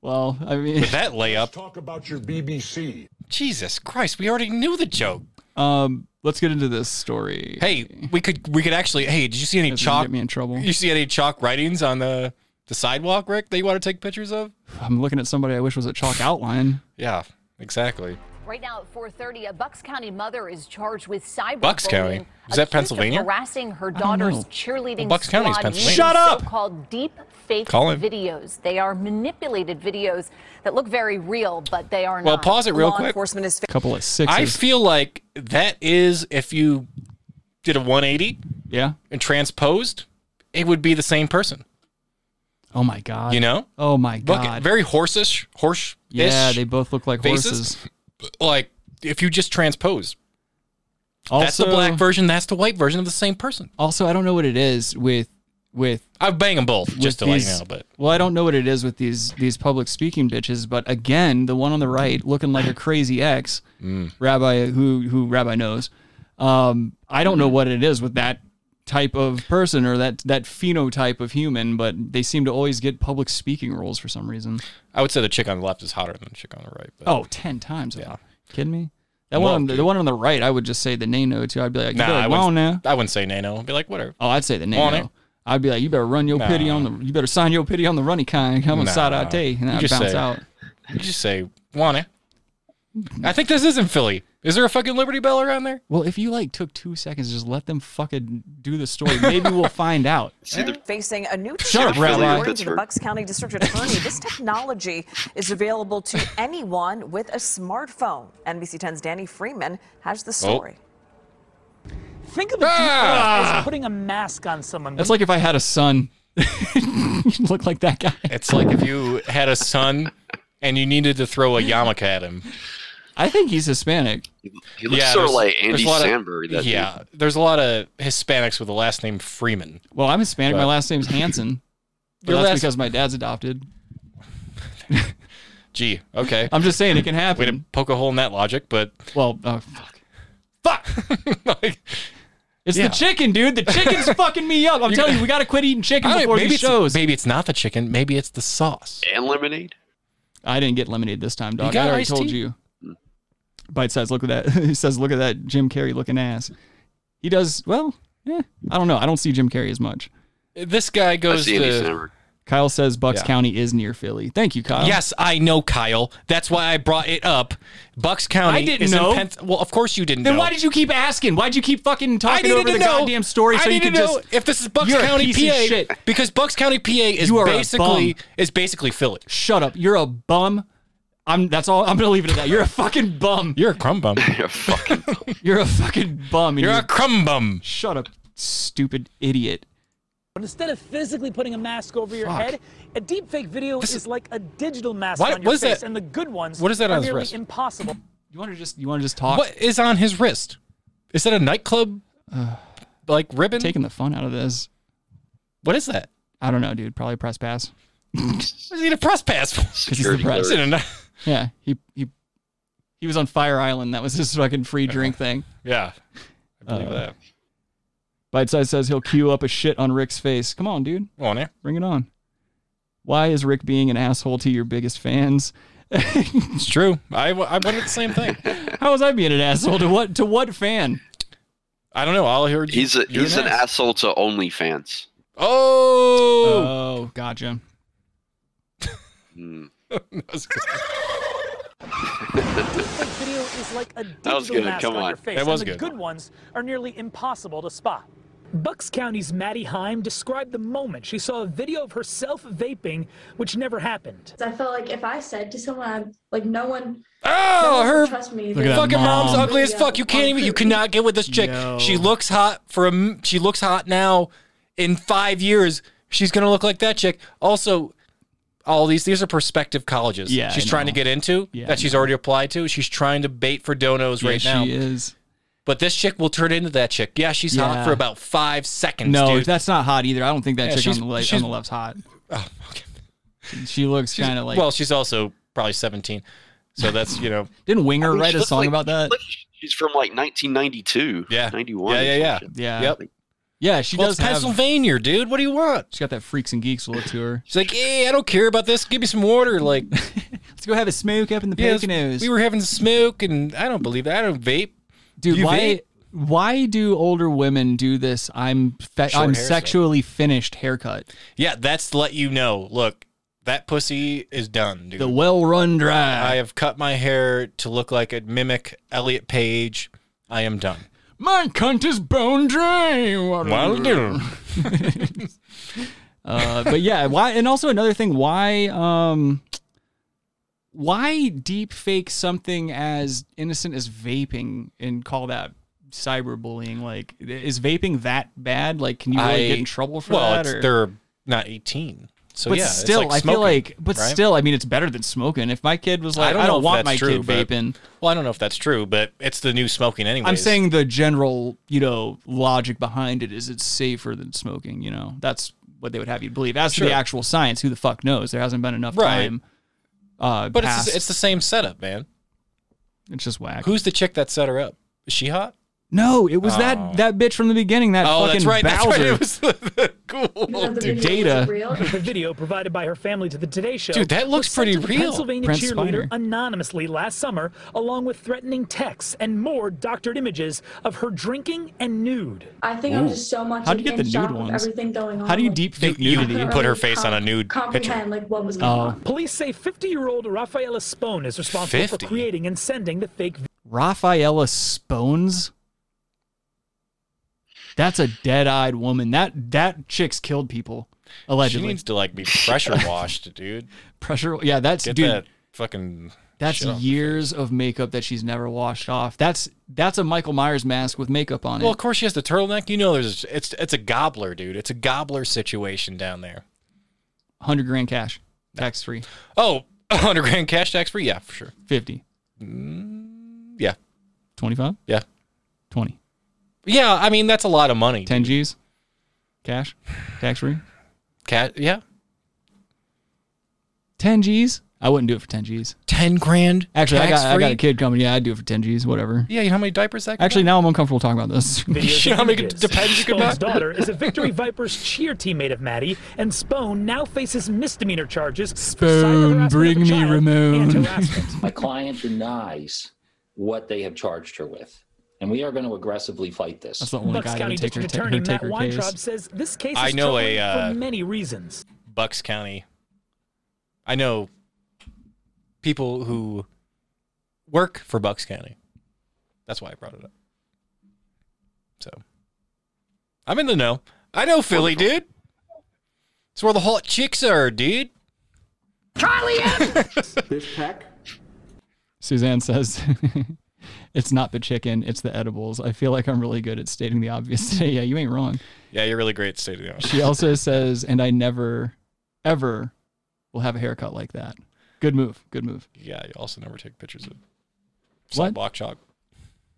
G: Well, I mean,
H: With that layup.
E: Talk about your BBC.
H: Jesus Christ! We already knew the joke.
G: um, let's get into this story.
H: Hey, we could we could actually. Hey, did you see any
G: That's gonna
H: chalk?
G: get me in trouble.
H: You see any chalk writings on the the sidewalk, Rick? That you want to take pictures of?
G: I'm looking at somebody I wish was a chalk outline.
H: Yeah, exactly.
R: Right now at 4:30, a Bucks County mother is charged with cyber.
H: Bucks County? Is that Pennsylvania?
R: Harassing her
H: don't know.
R: daughter's cheerleading
H: Well, Bucks
R: squad.
H: County is Pennsylvania.
R: using
H: Shut up!
R: So-called deep fake
H: Call him.
R: videos. They are manipulated videos that look very real, but they are
H: Well,
R: not.
H: pause it real
R: Law
H: quick.
R: enforcement is.
G: Couple of sixes.
H: I feel like that is if you did a 180,
G: yeah,
H: and transposed, it would be the same person.
G: Oh my god.
H: You know?
G: Oh my
H: Look,
G: god.
H: very horseish, horse.
G: Yeah, they both look like
H: faces. Like if you just transpose, that's the
G: Also-
H: black version. That's the white version of the same person.
G: Also, I don't know what it is with with
H: I bang them both,
G: with
H: just to
G: these-
H: let you know. But
G: well, I don't know what it is with these these public speaking bitches, but again, the one on the right looking like a crazy ex
H: Mm.
G: rabbi who who rabbi knows. Um, I don't
H: Mm.
G: know what it is with that type of person or that that phenotype of human, but they seem to always get public speaking roles for some reason.
H: I would say the chick on the left is hotter than the chick on the right. But
G: Oh, 10 times. Yeah. Kidding me? That
H: Well,
G: one, on the, the one on the right, I would just say the nano too. I'd be like, you
H: nah,
G: better
H: I
G: go on now.
H: wouldn't. I wouldn't say nano. I'd be like, whatever.
G: Oh, I'd say the
H: Want
G: nano. I'd be like, you better run your pity
H: Nah.
G: on the, you better sign your pity on the runny kind. Come on,
H: Nah.
G: side out day, and
H: You
G: I
H: just
G: bounce
H: say-
G: out.
H: You just say want it. I think this is in Philly. Is there a fucking Liberty Bell around there?
G: Well, if you like took two seconds, just let them fucking do the story. Maybe we'll find out.
S: Facing a new
G: Shut up,
S: challenge,
G: Rabbi.
S: according to the
G: Pittsburgh.
S: Bucks County District Attorney. this technology is available to anyone with a smartphone. NBC 10's Danny Freeman has
H: Oh.
S: the story.
T: Think of a deep
G: Ah!
T: as putting a mask on someone.
G: That's like if I had a son. you look like that guy.
H: It's like if you had a son and you needed to throw a yarmulke at him.
G: I think he's Hispanic.
P: He looks sort of
H: there's-
P: like
H: there's
P: Andy
H: a lot of-
P: Samberg. That
H: yeah,
P: dude.
H: there's a lot of Hispanics with the last name Freeman.
G: Well, I'm Hispanic. My
H: But-
G: last name's Hanson. But
H: Your
G: that's
H: last-
G: because my dad's adopted.
H: Gee, okay.
G: I'm just saying it can happen.
H: Way to poke a hole in that logic, but
G: well, oh, fuck,
H: fuck. like,
G: It's
H: Yeah.
G: the chicken, dude. The chicken's fucking me up. I'm
H: You-
G: telling you, we gotta quit eating chicken
H: I don't-
G: before
H: maybe
G: these
H: it's-
G: shows.
H: Maybe it's not the chicken. Maybe it's the sauce.
P: And lemonade.
G: I didn't get lemonade this time, dog.
H: got
G: I already
H: iced
G: told
H: tea?
G: you. Bite size. Look at that. he says, "Look at that Jim Carrey looking ass." He does well. Yeah, I don't know. I don't see Jim Carrey as much.
H: This guy goes
P: see Andy
H: to.
P: Samberg.
G: Kyle says Bucks
H: Yeah.
G: County is near Philly. Thank you, Kyle.
H: Yes, I know, Kyle. That's why I brought it up. Bucks County.
G: I didn't
H: is in
G: know.
H: Penn- well, of course you didn't.
G: Then
H: know.
G: why did you keep asking? Why'd you keep fucking
H: I
G: talking
H: needed
G: over
H: to
G: the
H: know.
G: goddamn story
H: I
G: so you
H: needed
G: could
H: to know
G: just
H: if this is Bucks
G: You're a
H: County,
G: piece of
H: PA?
G: shit.
H: Because Bucks County, PA is
G: You are a
H: basically
G: bum.
H: is basically Philly.
G: Shut up. You're a bum. I'm. That's all. I'm gonna leave it at that. You're a fucking bum.
H: You're a crumb bum.
P: You're a fucking.
G: You're a fucking bum. and
H: You're a crumb bum.
G: Shut up, stupid idiot.
T: But instead of physically putting a mask over your
G: Fuck.
T: head, a deepfake video is, like a digital mask
H: Why-
T: on your
H: what is
T: face,
H: that-
T: and the good ones
H: what is that
T: are
H: on his
T: nearly
H: wrist?
T: impossible.
G: You want to just you want to just talk?
H: What is on his wrist? Is that a nightclub like ribbon?
G: Taking the fun out of this.
H: What is that?
G: I don't know, dude. Probably press pass.
H: Does he need a press pass?
G: Because he's the press. Yeah, he he he was on Fire Island. That was his fucking free drink thing.
H: Yeah, I believe
G: Uh,
H: that.
G: Bite size says he'll cue up a shit on Rick's face. Come on, dude.
H: Come on, eh?
G: Bring it on. Why is Rick being an asshole to your biggest fans?
H: It's true. I, w- I wondered the same thing.
G: How was I being an asshole to what to what fan?
H: I don't know. All I heard you-
P: He's a,
H: you're
P: he's an asshole to OnlyFans.
H: Oh,
G: Oh, gotcha.
P: Mm.
H: That was good.
T: Deepfake video is like a digital
P: was good.
T: mask
P: Come
T: on,
P: on.
T: your face,
P: That was
T: and the
P: good.
T: good. ones are nearly impossible to spot. Bucks County's Maddie Heim described the moment she saw a video of herself vaping, which never happened.
U: I felt like if I said to someone, I'm, like no one,
H: Oh,
U: no one
H: her
U: would trust me.
G: Look at that
H: fucking mom's
G: mom.
H: ugly as fuck. You can't even. You cannot get with this chick.
G: No.
H: She looks hot for a. m- She looks hot now. In five years, she's gonna look like that chick. Also, all these these are prospective colleges.
G: Yeah,
H: she's
G: I
H: trying to
G: know.
H: get into
G: Yeah, I
H: that she's already applied to. She's trying to bait for donos
G: Yeah,
H: right now.
G: she is.
H: But this chick will turn into that chick. Yeah, she's
G: Yeah.
H: hot for about five seconds.
G: No,
H: dude.
G: that's not hot either. I don't think that
H: Yeah,
G: chick
H: she's-
G: on the, le- on
H: she's-
G: the left's hot. She looks
H: She's-
G: kind of like.
H: well, she's also probably seventeen. So that's you know.
G: didn't
P: I
G: Winger
P: mean,
G: write
P: she
G: a
P: looks
G: song
P: like-
G: about that?
P: She's from like 1992.
H: Yeah.
P: 91.
H: Yeah,
P: or
H: yeah,
P: some
H: yeah.
P: shit.
G: Yeah.
H: Yep.
G: Yeah, she
H: Well,
G: does.
H: it's
G: have-
H: Pennsylvania, dude. What do you want?
G: she's got that freaks and geeks look to her.
H: She's like, hey, I don't care about this. Give me some water. Like,
G: Let's go have a smoke up in the
H: yeah,
G: Poconos.
H: we were having smoke, and I don't believe that. I don't vape.
G: Dude,
H: Do you
G: why
H: vape?
G: why do older women do this? I'm fe-
H: Short
G: I'm
H: hair
G: sexually finished haircut.
H: Yeah, that's to let you know. Look, that pussy is done, dude.
G: The well run dry.
H: I have cut my hair to look like a mimic Elliot Page. I am done.
G: My cunt is bone dry. Mm.
H: Well, dude.
G: Uh, but yeah, why? And also another thing, why? Um, why deep fake something as innocent as vaping and call that cyberbullying? Like, is vaping that bad? Like, can you really
H: I-
G: get in trouble for
H: well,
G: that?
H: it's,
G: or-
H: they're not 18. So
G: but
H: yeah, it's
G: still,
H: like
G: I feel
H: smoking,
G: like, but
H: right?
G: still, I mean, it's better than smoking. If my kid was like, I don't,
H: if that's
G: want my
H: true,
G: kid
H: but-
G: vaping,
H: Well, I don't know if that's true, but it's the new smoking anyway.
G: I'm saying the general, you know, logic behind it is it's safer than smoking. You know, that's what they would have you believe. As to
H: Sure.
G: the actual science, who the fuck knows? There hasn't been enough
H: Right.
G: time. Uh,
H: but it's
G: past.
H: the, it's the same setup, man.
G: It's just whack.
H: Who's the chick that set her up? Is she hot?
G: no, it was
H: Oh.
G: that that bitch from the beginning. That
H: oh,
G: fucking
H: that's right. That's right.
G: Bowser.
H: It was the, the cool
T: the
H: dude.
G: Data.
T: the video provided by her family to the Today Show.
H: Dude, that looks
T: was sent to
H: pretty
T: the
H: real.
T: Pennsylvania
G: Brent
T: cheerleader
G: Spiner.
T: anonymously last summer, along with threatening texts and more doctored images of her drinking and nude.
U: I think I'm just so much.
G: How do you get the
U: in shock
G: nude
U: with
G: ones?
U: Everything going on.
G: How do you
U: like,
G: deep fake
H: You- you
G: nudity?
H: put her face on a nude
U: comprehend
H: picture.
U: like what was going
G: Oh,
U: on?
T: Police say 50-year-old Rafaela Spone is responsible
H: 50?
T: for creating and sending the fake video.
G: Rafaela Spones. That's a dead-eyed woman. That that chick's killed people
H: She
G: allegedly.
H: needs to like be pressure washed, dude.
G: Pressure. Yeah, that's
H: Get
G: dude.
H: that fucking.
G: That's
H: shit off.
G: years of makeup that she's never washed off. That's that's a Michael Myers mask with makeup on it.
H: Well, of course she has the turtleneck. You know, there's it's it's a gobbler, dude. It's a gobbler situation down there.
G: 100 grand cash, tax free,
H: Oh, 100 grand cash tax free. Yeah, for sure.
G: 50,
H: Yeah,
G: 25,
H: yeah,
G: 20,
H: yeah. I mean, that's a lot of money.
G: 10 G's, cash, tax free,
H: Cat. Yeah,
G: 10 G's. I wouldn't do it for 10 G's.
H: 10 grand.
G: Actually, I got, I
H: tax-free?
G: got a kid coming. Yeah, I'd do it for 10 G's, whatever.
H: Yeah, you know how many diapers that? could
G: Actually,
H: buy?
G: now I'm uncomfortable talking about this.
T: videos
H: You know how
T: and
H: many
T: images.
H: depends you could
T: Spone's
H: buy?
T: daughter is a Victory Vipers cheer teammate of Maddie, and Spone now faces misdemeanor charges for cyber
G: Spone,
T: harassment of
G: bring
T: a
G: me
T: child
G: Ramon.
T: and harassment.
V: My client denies what they have charged her with, and we are going to aggressively fight this.
G: That's the only
T: Bucks
G: guy that
T: County
G: would take her,
T: District
G: take her,
T: Attorney
G: take
T: Matt
G: her
T: Weintraub
G: case.
T: says this case is
H: I know a,
T: troubling
H: uh,
T: for many reasons.
H: Bucks County. I know people who work for Bucks County. That's why I brought it up. So I'm in the know. I know Philly, dude. It's where the hot chicks are, dude.
A: This pack
G: Suzanne says, "It's not the chicken, it's the edibles." I feel like I'm really good at stating the obvious today. yeah, you ain't wrong.
H: Yeah, you're really great at stating that.
G: She also says, "And I never, ever, will have a haircut like that." Good move. Good move.
H: Yeah, you also never take pictures of
G: What?
H: block chalk.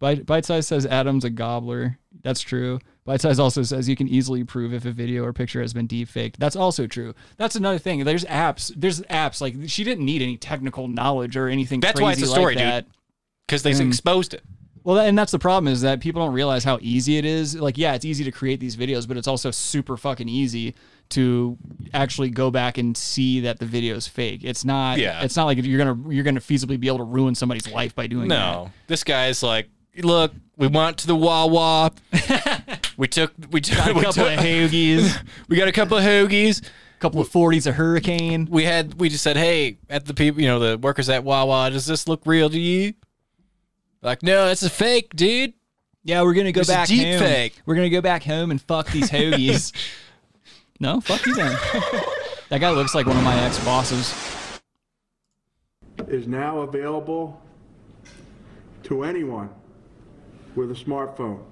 G: Bite, Bite Size says Adam's a gobbler. That's true. Bite Size also says you can easily prove if a video or picture has been deepfaked. That's also true. That's another thing. There's apps. There's apps. Like she didn't need any technical knowledge or anything.
H: That's why it's
G: crazy
H: a story,
G: like that.
H: dude. Because they
G: And-
H: exposed it.
G: Well, that- and that's the problem is that people don't realize how easy it is. Like, yeah, it's easy to create these videos, but it's also super fucking easy to actually go back and see that the video is fake. It's not.
H: Yeah.
G: It's not like you're gonna you're gonna feasibly be able to ruin somebody's life by doing that.
H: No, this guy's like, look, we went to the Wawa. we took we took
G: Got a
H: we
G: couple
H: took-
G: of hoagies.
H: we got a couple of hoagies. A
G: couple of forties a hurricane.
H: We had we just said, hey, at the people, you know, the workers at Wawa, does this look real to you? Like, no, that's a fake, dude.
G: Yeah, we're gonna go
H: It's a
G: back
H: deep
G: home.
H: fake.
G: We're gonna go back home and fuck these hoagies. no, fuck these hoagies. that guy looks like one of my ex bosses.
A: Is now available to anyone with a smartphone.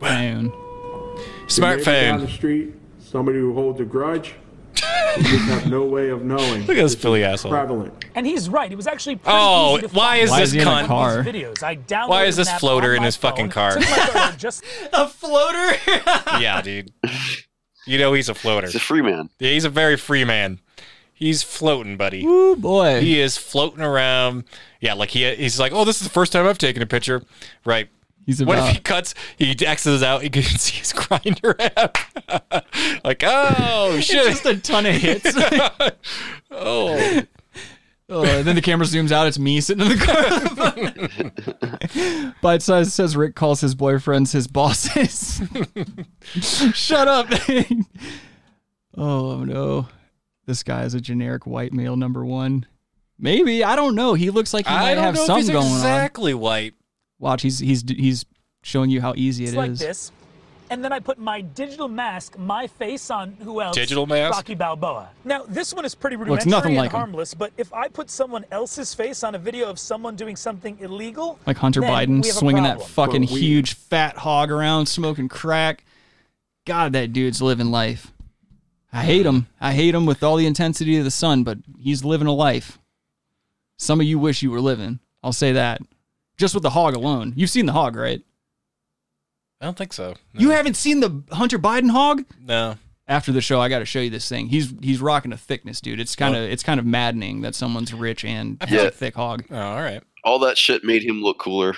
G: Phone.
A: Your neighbor Down the street, somebody who holds a grudge, you just have no way of knowing.
H: Look at this
A: It's
H: Philly asshole.
A: Prevalent.
T: And he's right. It was actually pretty
H: Oh,
T: easy to
H: why
T: find
H: is
T: these
H: this cunt?
T: Videos. I downloaded
H: Why is this
T: an app
H: floater
T: on
H: in
T: my
H: his
T: phone,
H: fucking car?
T: took my photo, just
G: a floater.
H: yeah, dude. You know he's a floater. He's a free man. Yeah, he's a very free man. He's floating, buddy.
G: Ooh boy.
H: He is floating around. Yeah, like he he's like, oh, this is the first time I've taken a picture. Right.
G: He's
H: what if
G: about-
H: he cuts? He X's out. He can see his grinder app. like, oh
G: It's
H: shit!
G: just a ton of hits.
H: oh,
G: Oh, and then the camera zooms out. It's me sitting in the car. Bite size says Rick calls his boyfriends his bosses. Shut up. oh no, this guy is a generic white male number one. Maybe I don't know. He looks like he might
H: I don't
G: have
H: know if
G: some
H: he's
G: going
H: exactly white.
G: on. Watch, he's he's he's showing you how easy it
T: it's
G: is.
T: like this. And then I put my digital mask, my face on who else?
G: Digital mask?
T: Rocky Balboa. Now this one is pretty
G: Looks
T: rudimentary
G: nothing
T: and
G: like him.
T: harmless, but if I put someone else's face on a video of someone doing something illegal,
G: Like Hunter
T: then
G: Biden
T: we have a
G: swinging that
T: problem.
G: fucking huge fat hog around, smoking crack. God, that dude's living life. I hate him. I hate him with all the intensity of the sun, but he's living a life. Some of you wish you were living. I'll say that. Just with the hog alone. You've seen the hog, right?
H: I don't think so.
G: You haven't seen the Hunter Biden hog?
H: No.
G: After the show, I got to show you this thing. He's he's rocking a thickness, dude. It's kind of it's kind of maddening that someone's rich and has
P: Yeah.
G: a thick hog.
H: Oh, all right.
P: All that shit made him look cooler.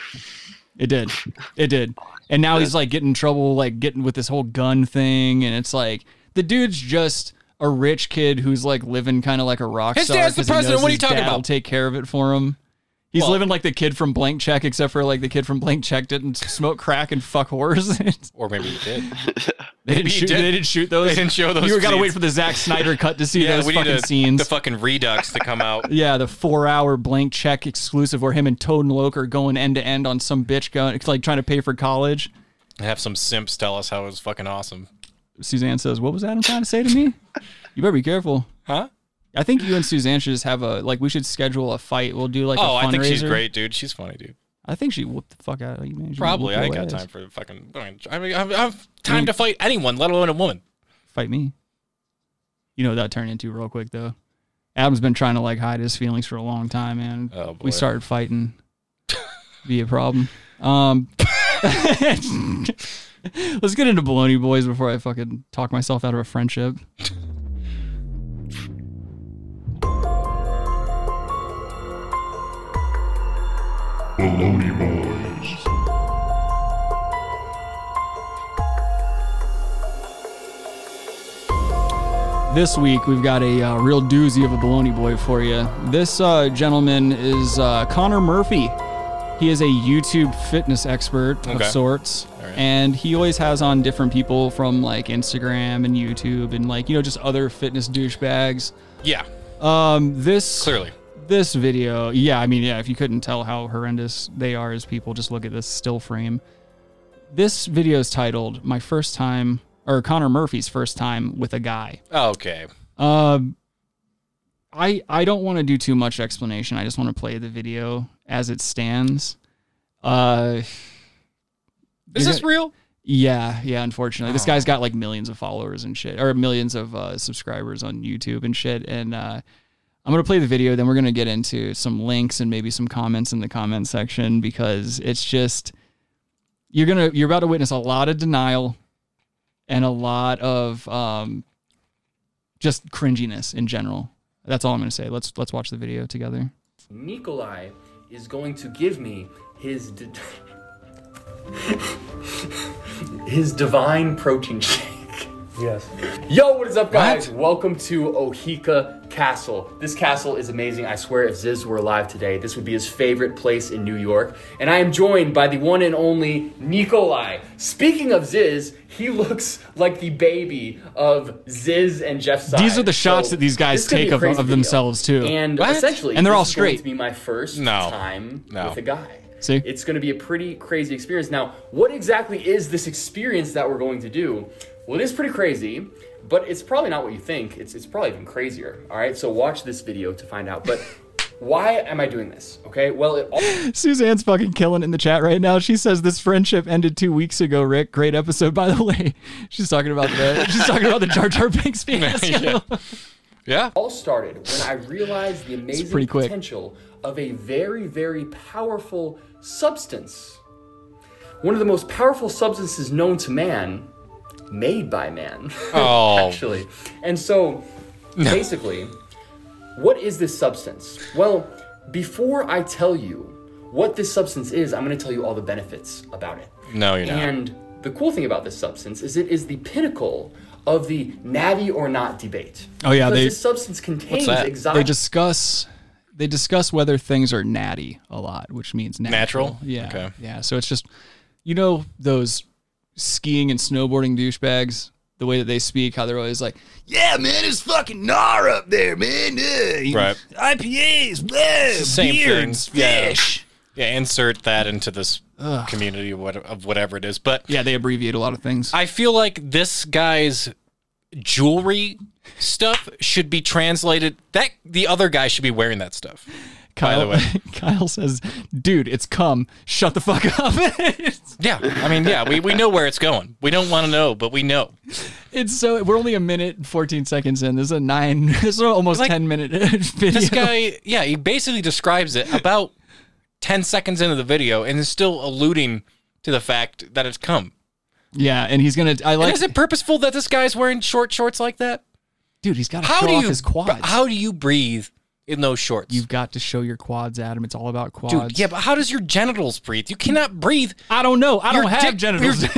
G: It did. It did. And now he's like getting in trouble, like getting with this whole gun thing. And it's like the dude's just a rich kid who's like living kind of like a rock
H: His
G: star.
H: dad's the
G: 'cause he
H: president.
G: knows
H: What are you
G: his
H: talking
G: dad'll
H: about?
G: Take care of it for him. He's
H: Well-
G: living like the kid from Blank Check, except for like the kid from Blank Check didn't smoke crack and fuck whores.
H: Or maybe he did.
G: they
H: Maybe
G: didn't
H: he
G: shoot.
H: did.
G: They didn't shoot those.
H: They didn't show those.
G: You got to wait
H: scenes.
G: for the Zack Snyder cut to see
H: yeah,
G: those
H: we
G: fucking
H: need a,
G: scenes.
H: The fucking redux to come out.
G: Yeah, the four hour blank check exclusive where him and Toad and Loke are going end to end on some bitch going like trying to pay for college.
H: Have some simps tell us how it was fucking awesome.
G: Suzanne says, "What was Adam trying to say to me? you better be careful,
H: huh?"
G: I think you and Suzanne should just have a like. We should schedule a Mm-hmm. fight. We'll do like.
H: oh,
G: I
H: I think she's great, dude. She's funny, dude.
G: I think she whooped the fuck out of you, man. She
H: Probably.
G: whooped
H: I
G: your
H: ain't got
G: ass.
H: time for the fucking. I mean, I have, I have time
G: Mm.
H: to fight anyone, let alone a woman.
G: Fight me. You know what that turned into real quick though. Adam's been trying to like hide his feelings for a long time, man.
H: Oh, boy.
G: We started fighting. be a problem. Um, let's get into baloney boys before I fucking talk myself out of a friendship.
C: Baloney Boys.
G: This week we've got a uh, real doozy of a baloney boy for you. This uh, gentleman is uh, Connor Murphy. He is a YouTube fitness expert of
H: Okay.
G: sorts, and he always has on different people from like Instagram and YouTube and like you know just other fitness douchebags.
H: Yeah.
G: Um, this
H: clearly
G: this video, yeah, I mean, yeah, if you couldn't tell how horrendous they are as people, just look at this still frame. This video is titled "My First Time" or Connor Murphy's first time with a guy.
H: Okay.
G: Um, I I don't want to do too much explanation. I just want to play the video as it stands. Uh,
H: Is
G: you're
H: this
G: gonna-
H: real?
G: Yeah, yeah. Unfortunately, this
H: Oh.
G: guy's got like millions of followers and shit, or millions of uh, subscribers on YouTube and shit. And uh, I'm gonna play the video. Then we're gonna get into some links and maybe some comments in the comment section because it's just you're gonna you're about to witness a lot of denial and a lot of um, just cringiness in general. That's all I'm gonna say. Let's let's watch the video together.
I: Nikolai is going to give me his di- his divine protein shake. Yes. Yo, what is up, guys? Welcome to Ohika Castle. This castle is amazing. I swear, if Ziz were alive today, this would be his favorite place in New York. And I am joined by the one and only Nikolai. Speaking of Ziz, he looks like the baby of Ziz and Jeff. Side.
G: These are the shots
I: So
G: that these guys
I: this could be
G: take
I: a
G: of,
I: crazy
G: of
I: video.
G: themselves too,
I: And essentially,
G: and they're all
I: this is going
G: straight.
I: to be my first time
G: No.
I: with a guy.
G: See?
I: it's going to be a pretty crazy experience. Now, what exactly is this experience that we're going to do? Well, it is pretty crazy, but it's probably not what you think. It's it's probably even crazier. All right, so watch this video to find out. But why am I doing this? Okay, well, it all.
G: Suzanne's fucking killing it in the chat right now. She says this friendship ended two weeks ago. Rick, great episode by the way. She's talking about the she's talking about the Jar Jar Binks fiasco.
H: Yeah.
I: All started when I realized the amazing
G: pretty quick.
I: potential of a very, very powerful substance. One of the most powerful substances known to man, made by man.
H: Oh.
I: actually. And so, basically, what is this substance? Well, before I tell you what this substance is, I'm going to tell you all the benefits about it.
H: No, you're not.
I: And the cool thing about this substance is it is the pinnacle of the natty or not debate.
G: Oh, yeah,
I: because
G: they-
I: this substance contains
G: They
I: exotic
G: discuss they discuss whether things are natty a lot, which means natural.
H: Natural?
G: Yeah.
H: Okay.
G: Yeah. So it's just you know those skiing and snowboarding douchebags, the way that they speak, how they're always like,
Q: Yeah, man, it's fucking gnar up there, man. Uh, you-
H: Right.
Q: IPAs, bleh,
H: Same
Q: beards,
H: things. Yeah.
Q: fish.
H: Yeah, insert that into this
G: Ugh.
H: community of what- of whatever it is. But
G: Yeah, they abbreviate a lot of things.
H: I feel like this guy's jewelry stuff should be translated. That the other guy should be wearing that stuff.
G: Kyle,
H: By the way,
G: Kyle says, "Dude, it's cum. Shut the fuck up."
H: yeah. I mean, yeah, we, we know where it's going. We don't want to know, but we know.
G: It's so we're only a minute and fourteen seconds in. This is a nine. This is almost ten minute video.
H: This guy, yeah, he basically describes it about ten seconds into the video, and is still alluding to the fact that it's come.
G: Yeah, and he's gonna. I
H: and
G: like.
H: is it purposeful that this guy's wearing short shorts like that?
G: Dude, he's got to
H: How
G: show
H: do
G: off
H: you
G: his quads.
H: How do you breathe in those shorts?
G: You've got to show your quads, Adam. It's all about quads.
H: Dude, yeah, but how does your genitals breathe? You cannot breathe.
G: I don't know. I don't have genitals.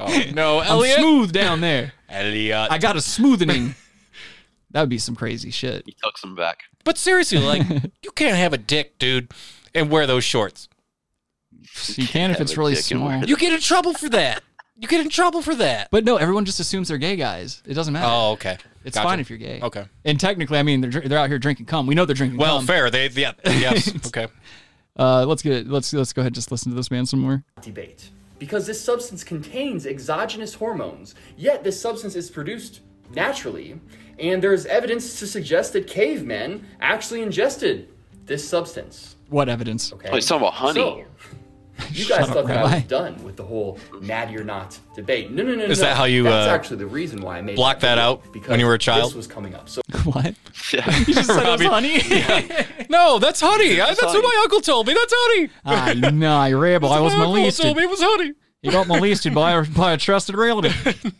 H: oh, no,
G: I'm
H: Elliot.
G: smooth down there.
H: Elliot.
G: I got a smoothening. that would be some crazy shit.
P: He tucks him back.
H: But seriously, like, you can't have a dick, dude, and wear those shorts.
G: You can if it's really small.
H: You get in trouble for that. You get in trouble for that.
G: But no, everyone just assumes they're gay guys. It doesn't matter.
H: Oh, okay.
G: It's
H: Gotcha.
G: fine if you're gay.
H: Okay.
G: And technically, I mean, they're dr- they're out here drinking cum. We know they're drinking
H: Well,
G: cum.
H: fair. They, yeah, yes. Okay.
G: Uh, let's get let's let's go ahead and just listen to this man some more.
I: debate because this substance contains exogenous hormones, yet this substance is produced naturally, and there is evidence to suggest that cavemen actually ingested this substance.
G: What evidence?
I: Okay.
H: Oh,
I: So, you guys
G: Shut up,
I: thought that I
G: Rabbi.
I: was done with the whole natty or not debate. No, no, no,
H: Is
I: no.
H: that how you,
I: That's
H: uh,
I: actually the reason why I made
H: block that
I: video,
H: out when
I: because
H: you were a child?
I: This was coming up. So
G: what?
I: You just said it was honey?
H: No, that's honey. I,
I: That's
H: that's what
I: honey.
H: my uncle told me. That's honey.
G: I know, I rebel. I was
H: my uncle
G: molested.
H: told me it was honey.
G: He got molested by a, by a trusted relative.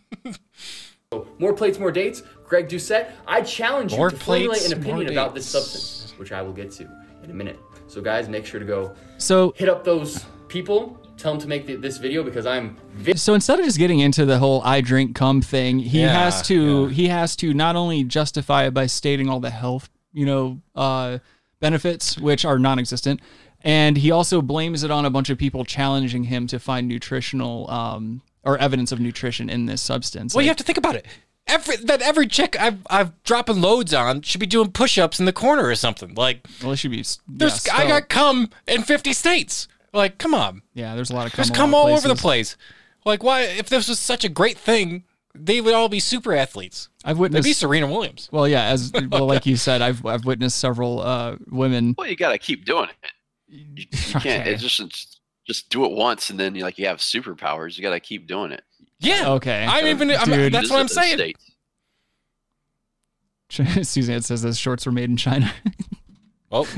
I: More plates, more dates. Greg Doucette, I challenge
G: More
I: you to formulate
G: plates,
I: an opinion
G: more
I: about this substance, which I will get to in a minute. So, guys, make sure to go
G: So
I: hit up those people. Tell them to make the, this video because I'm
G: So instead of just getting into the whole I drink cum thing, he
I: Yeah,
G: has to he has to not only justify it by stating all the health, you know, uh, benefits which are non-existent, and he also blames it on a bunch of people challenging him to find nutritional um, or evidence of nutrition in this substance.
H: Well, you have
G: Like,
H: to think about it. Every that every chick I've I've dropping loads on should be doing push-ups in the corner or something. Like,
G: well, it should be. s-
H: there's
G: yeah,
H: I
G: spelled.
H: got cum in 50 states. Like, come on.
G: yeah. There's a lot of cum.
H: There's
G: a
H: cum
G: lot of
H: all over the
G: places.
H: place. Like, why? If this was such a great thing, They would all be super athletes.
G: I've witnessed
H: They'd be Serena Williams.
G: Well, yeah, as well, like you said, I've I've witnessed several uh, women.
P: Well, you got to keep doing it. You, you can't. It's just it's just do it once, and then you like you have superpowers. You got to keep doing it.
H: Yeah.
G: Okay.
H: I'm even- I'm-
G: Dude.
H: that's what I'm
P: This is the
H: saying.
P: state.
G: Suzanne says those shorts were made in China.
H: Oh.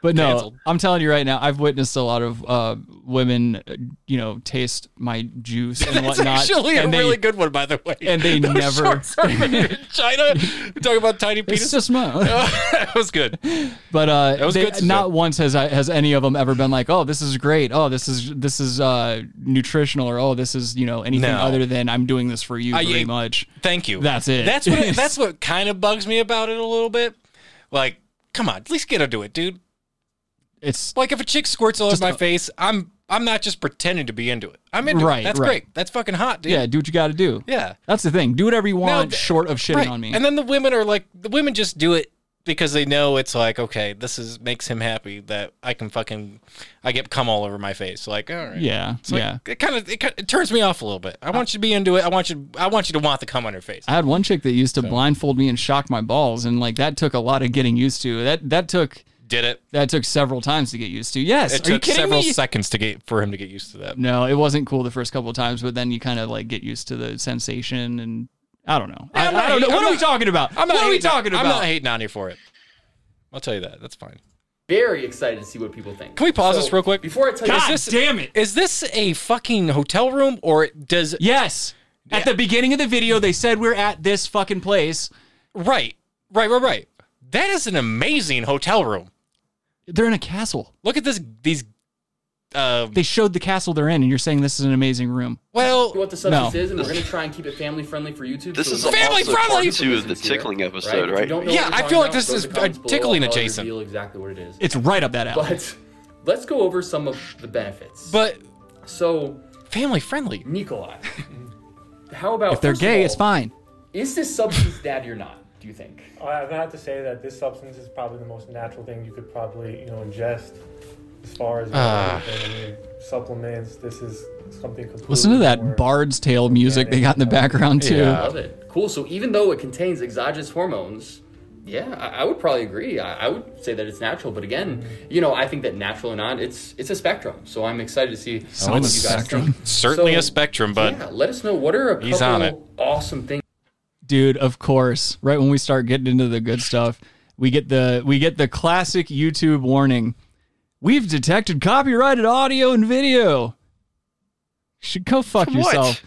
G: But no,
H: Canceled.
G: I'm telling you right now, I've witnessed a lot of uh, women, uh, you know, taste my juice and
H: That's
G: whatnot.
H: actually
G: and
H: a really good one, by the way.
G: and they
H: Those
G: never-
H: shorts are made in China. You're talking about tiny penises.
G: It's just my
H: that was good.
G: But uh,
H: That was
G: they-
H: good, Suzanne.
G: not once has I, has any of them ever been like, "Oh, this is great. Oh, this is this is uh, nutritional," or "Oh, this is you know anything
H: No.
G: other than I'm doing this for you
H: I-
G: very much."
H: Thank you.
G: That's it.
H: That's what that's what kind of bugs me about it a little bit. Like, come on, at least get her to it, dude.
G: It's
H: like if a chick squirts all over
G: Just
H: my
G: a-
H: face, I'm I'm not just pretending to be into it. I'm into
G: Right,
H: it. That's
G: right.
H: great. That's fucking hot, dude.
G: Yeah, do what you got to do.
H: Yeah.
G: that's the thing. Do whatever you want,
H: th-
G: short of shitting
H: Right.
G: on me.
H: And then the women are like, the women just do it because they know it's like, okay, this is makes him happy that I can fucking, I get cum all over my face. Like, all right,
G: Yeah,
H: It's like,
G: yeah.
H: It kind of it, kinda- it turns me off a little bit. I want you to be into it. I want you, I want you to want the cum on your face.
G: I had one chick that used to blindfold me and shock my balls, and like that took a lot of getting used to. That that took
H: Did it?
G: that took several times to get used to. Yes,
H: It
G: are you
H: took
G: kidding
H: several
G: me?
H: seconds to get for him to get used to that.
G: No, it wasn't cool the first couple of times, but then you kind of like get used to the sensation, and I don't know. I,
H: I'm not
G: I don't know.
H: hating-
G: What
H: I'm
G: are we
H: not-
G: talking about?
H: I'm not
G: what are we
H: hating-
G: talking about?
H: I'm not hating on you for it. I'll tell you that. That's fine.
I: Very excited to see what people think.
H: Can we pause
I: So,
H: this real quick?
I: Before I tell you,
H: this, damn it! Is this a fucking hotel room or does?
G: Yes. At the beginning of the video, they said we're at this fucking place.
H: Right, right, right, right. That is an amazing hotel room.
G: They're in a castle.
H: Look at this. These. Um,
G: They showed the castle they're in, and you're saying this is an amazing room.
H: well,
I: what the substance
G: No.
I: is, and we're going to try and keep it family friendly for YouTube.
P: This is
I: there's no
P: family
I: awesome
P: friendly. Part
I: parts
P: two of the
I: business here,
P: tickling episode,
I: If you
P: right?
I: don't know
H: Yeah,
I: what we're
H: I
I: talking
H: feel like
I: about,
H: this
I: go to
H: is
I: the comments
H: a
I: below,
H: tickling
I: I'll
H: adjacent.
I: Reveal exactly what it is.
G: It's right up that alley.
I: But let's go over some of the benefits.
H: But
I: so
H: family friendly,
I: Nikolai. How about
G: If they're
I: first of
G: gay,
I: all,
G: it's fine.
I: Is this substance daddy or not? Do you think?
D: I would have to say that this substance is probably the most natural thing you could probably, you know, ingest as far as uh,
G: Ah.
D: I mean, supplements. This is something completely.
G: Listen to that Bard's Tale music they got in the background too.
I: I love it. Cool. So even though it contains exogenous hormones, yeah, I, I would probably agree. I, I would say that it's natural, but again, you know, I think that natural or not, it's it's a spectrum. So I'm excited to see
H: Oh,
I: what
H: it's
I: you guys
H: spectrum.
I: think.
H: Certainly
I: So,
H: a spectrum, but
I: yeah, let us know what are a couple
H: He's on
I: awesome things
G: Dude, of course. Right when we start getting into the good stuff, we get the we get the classic YouTube warning. We've detected copyrighted audio and video. Should go fuck
H: From what?
G: yourself.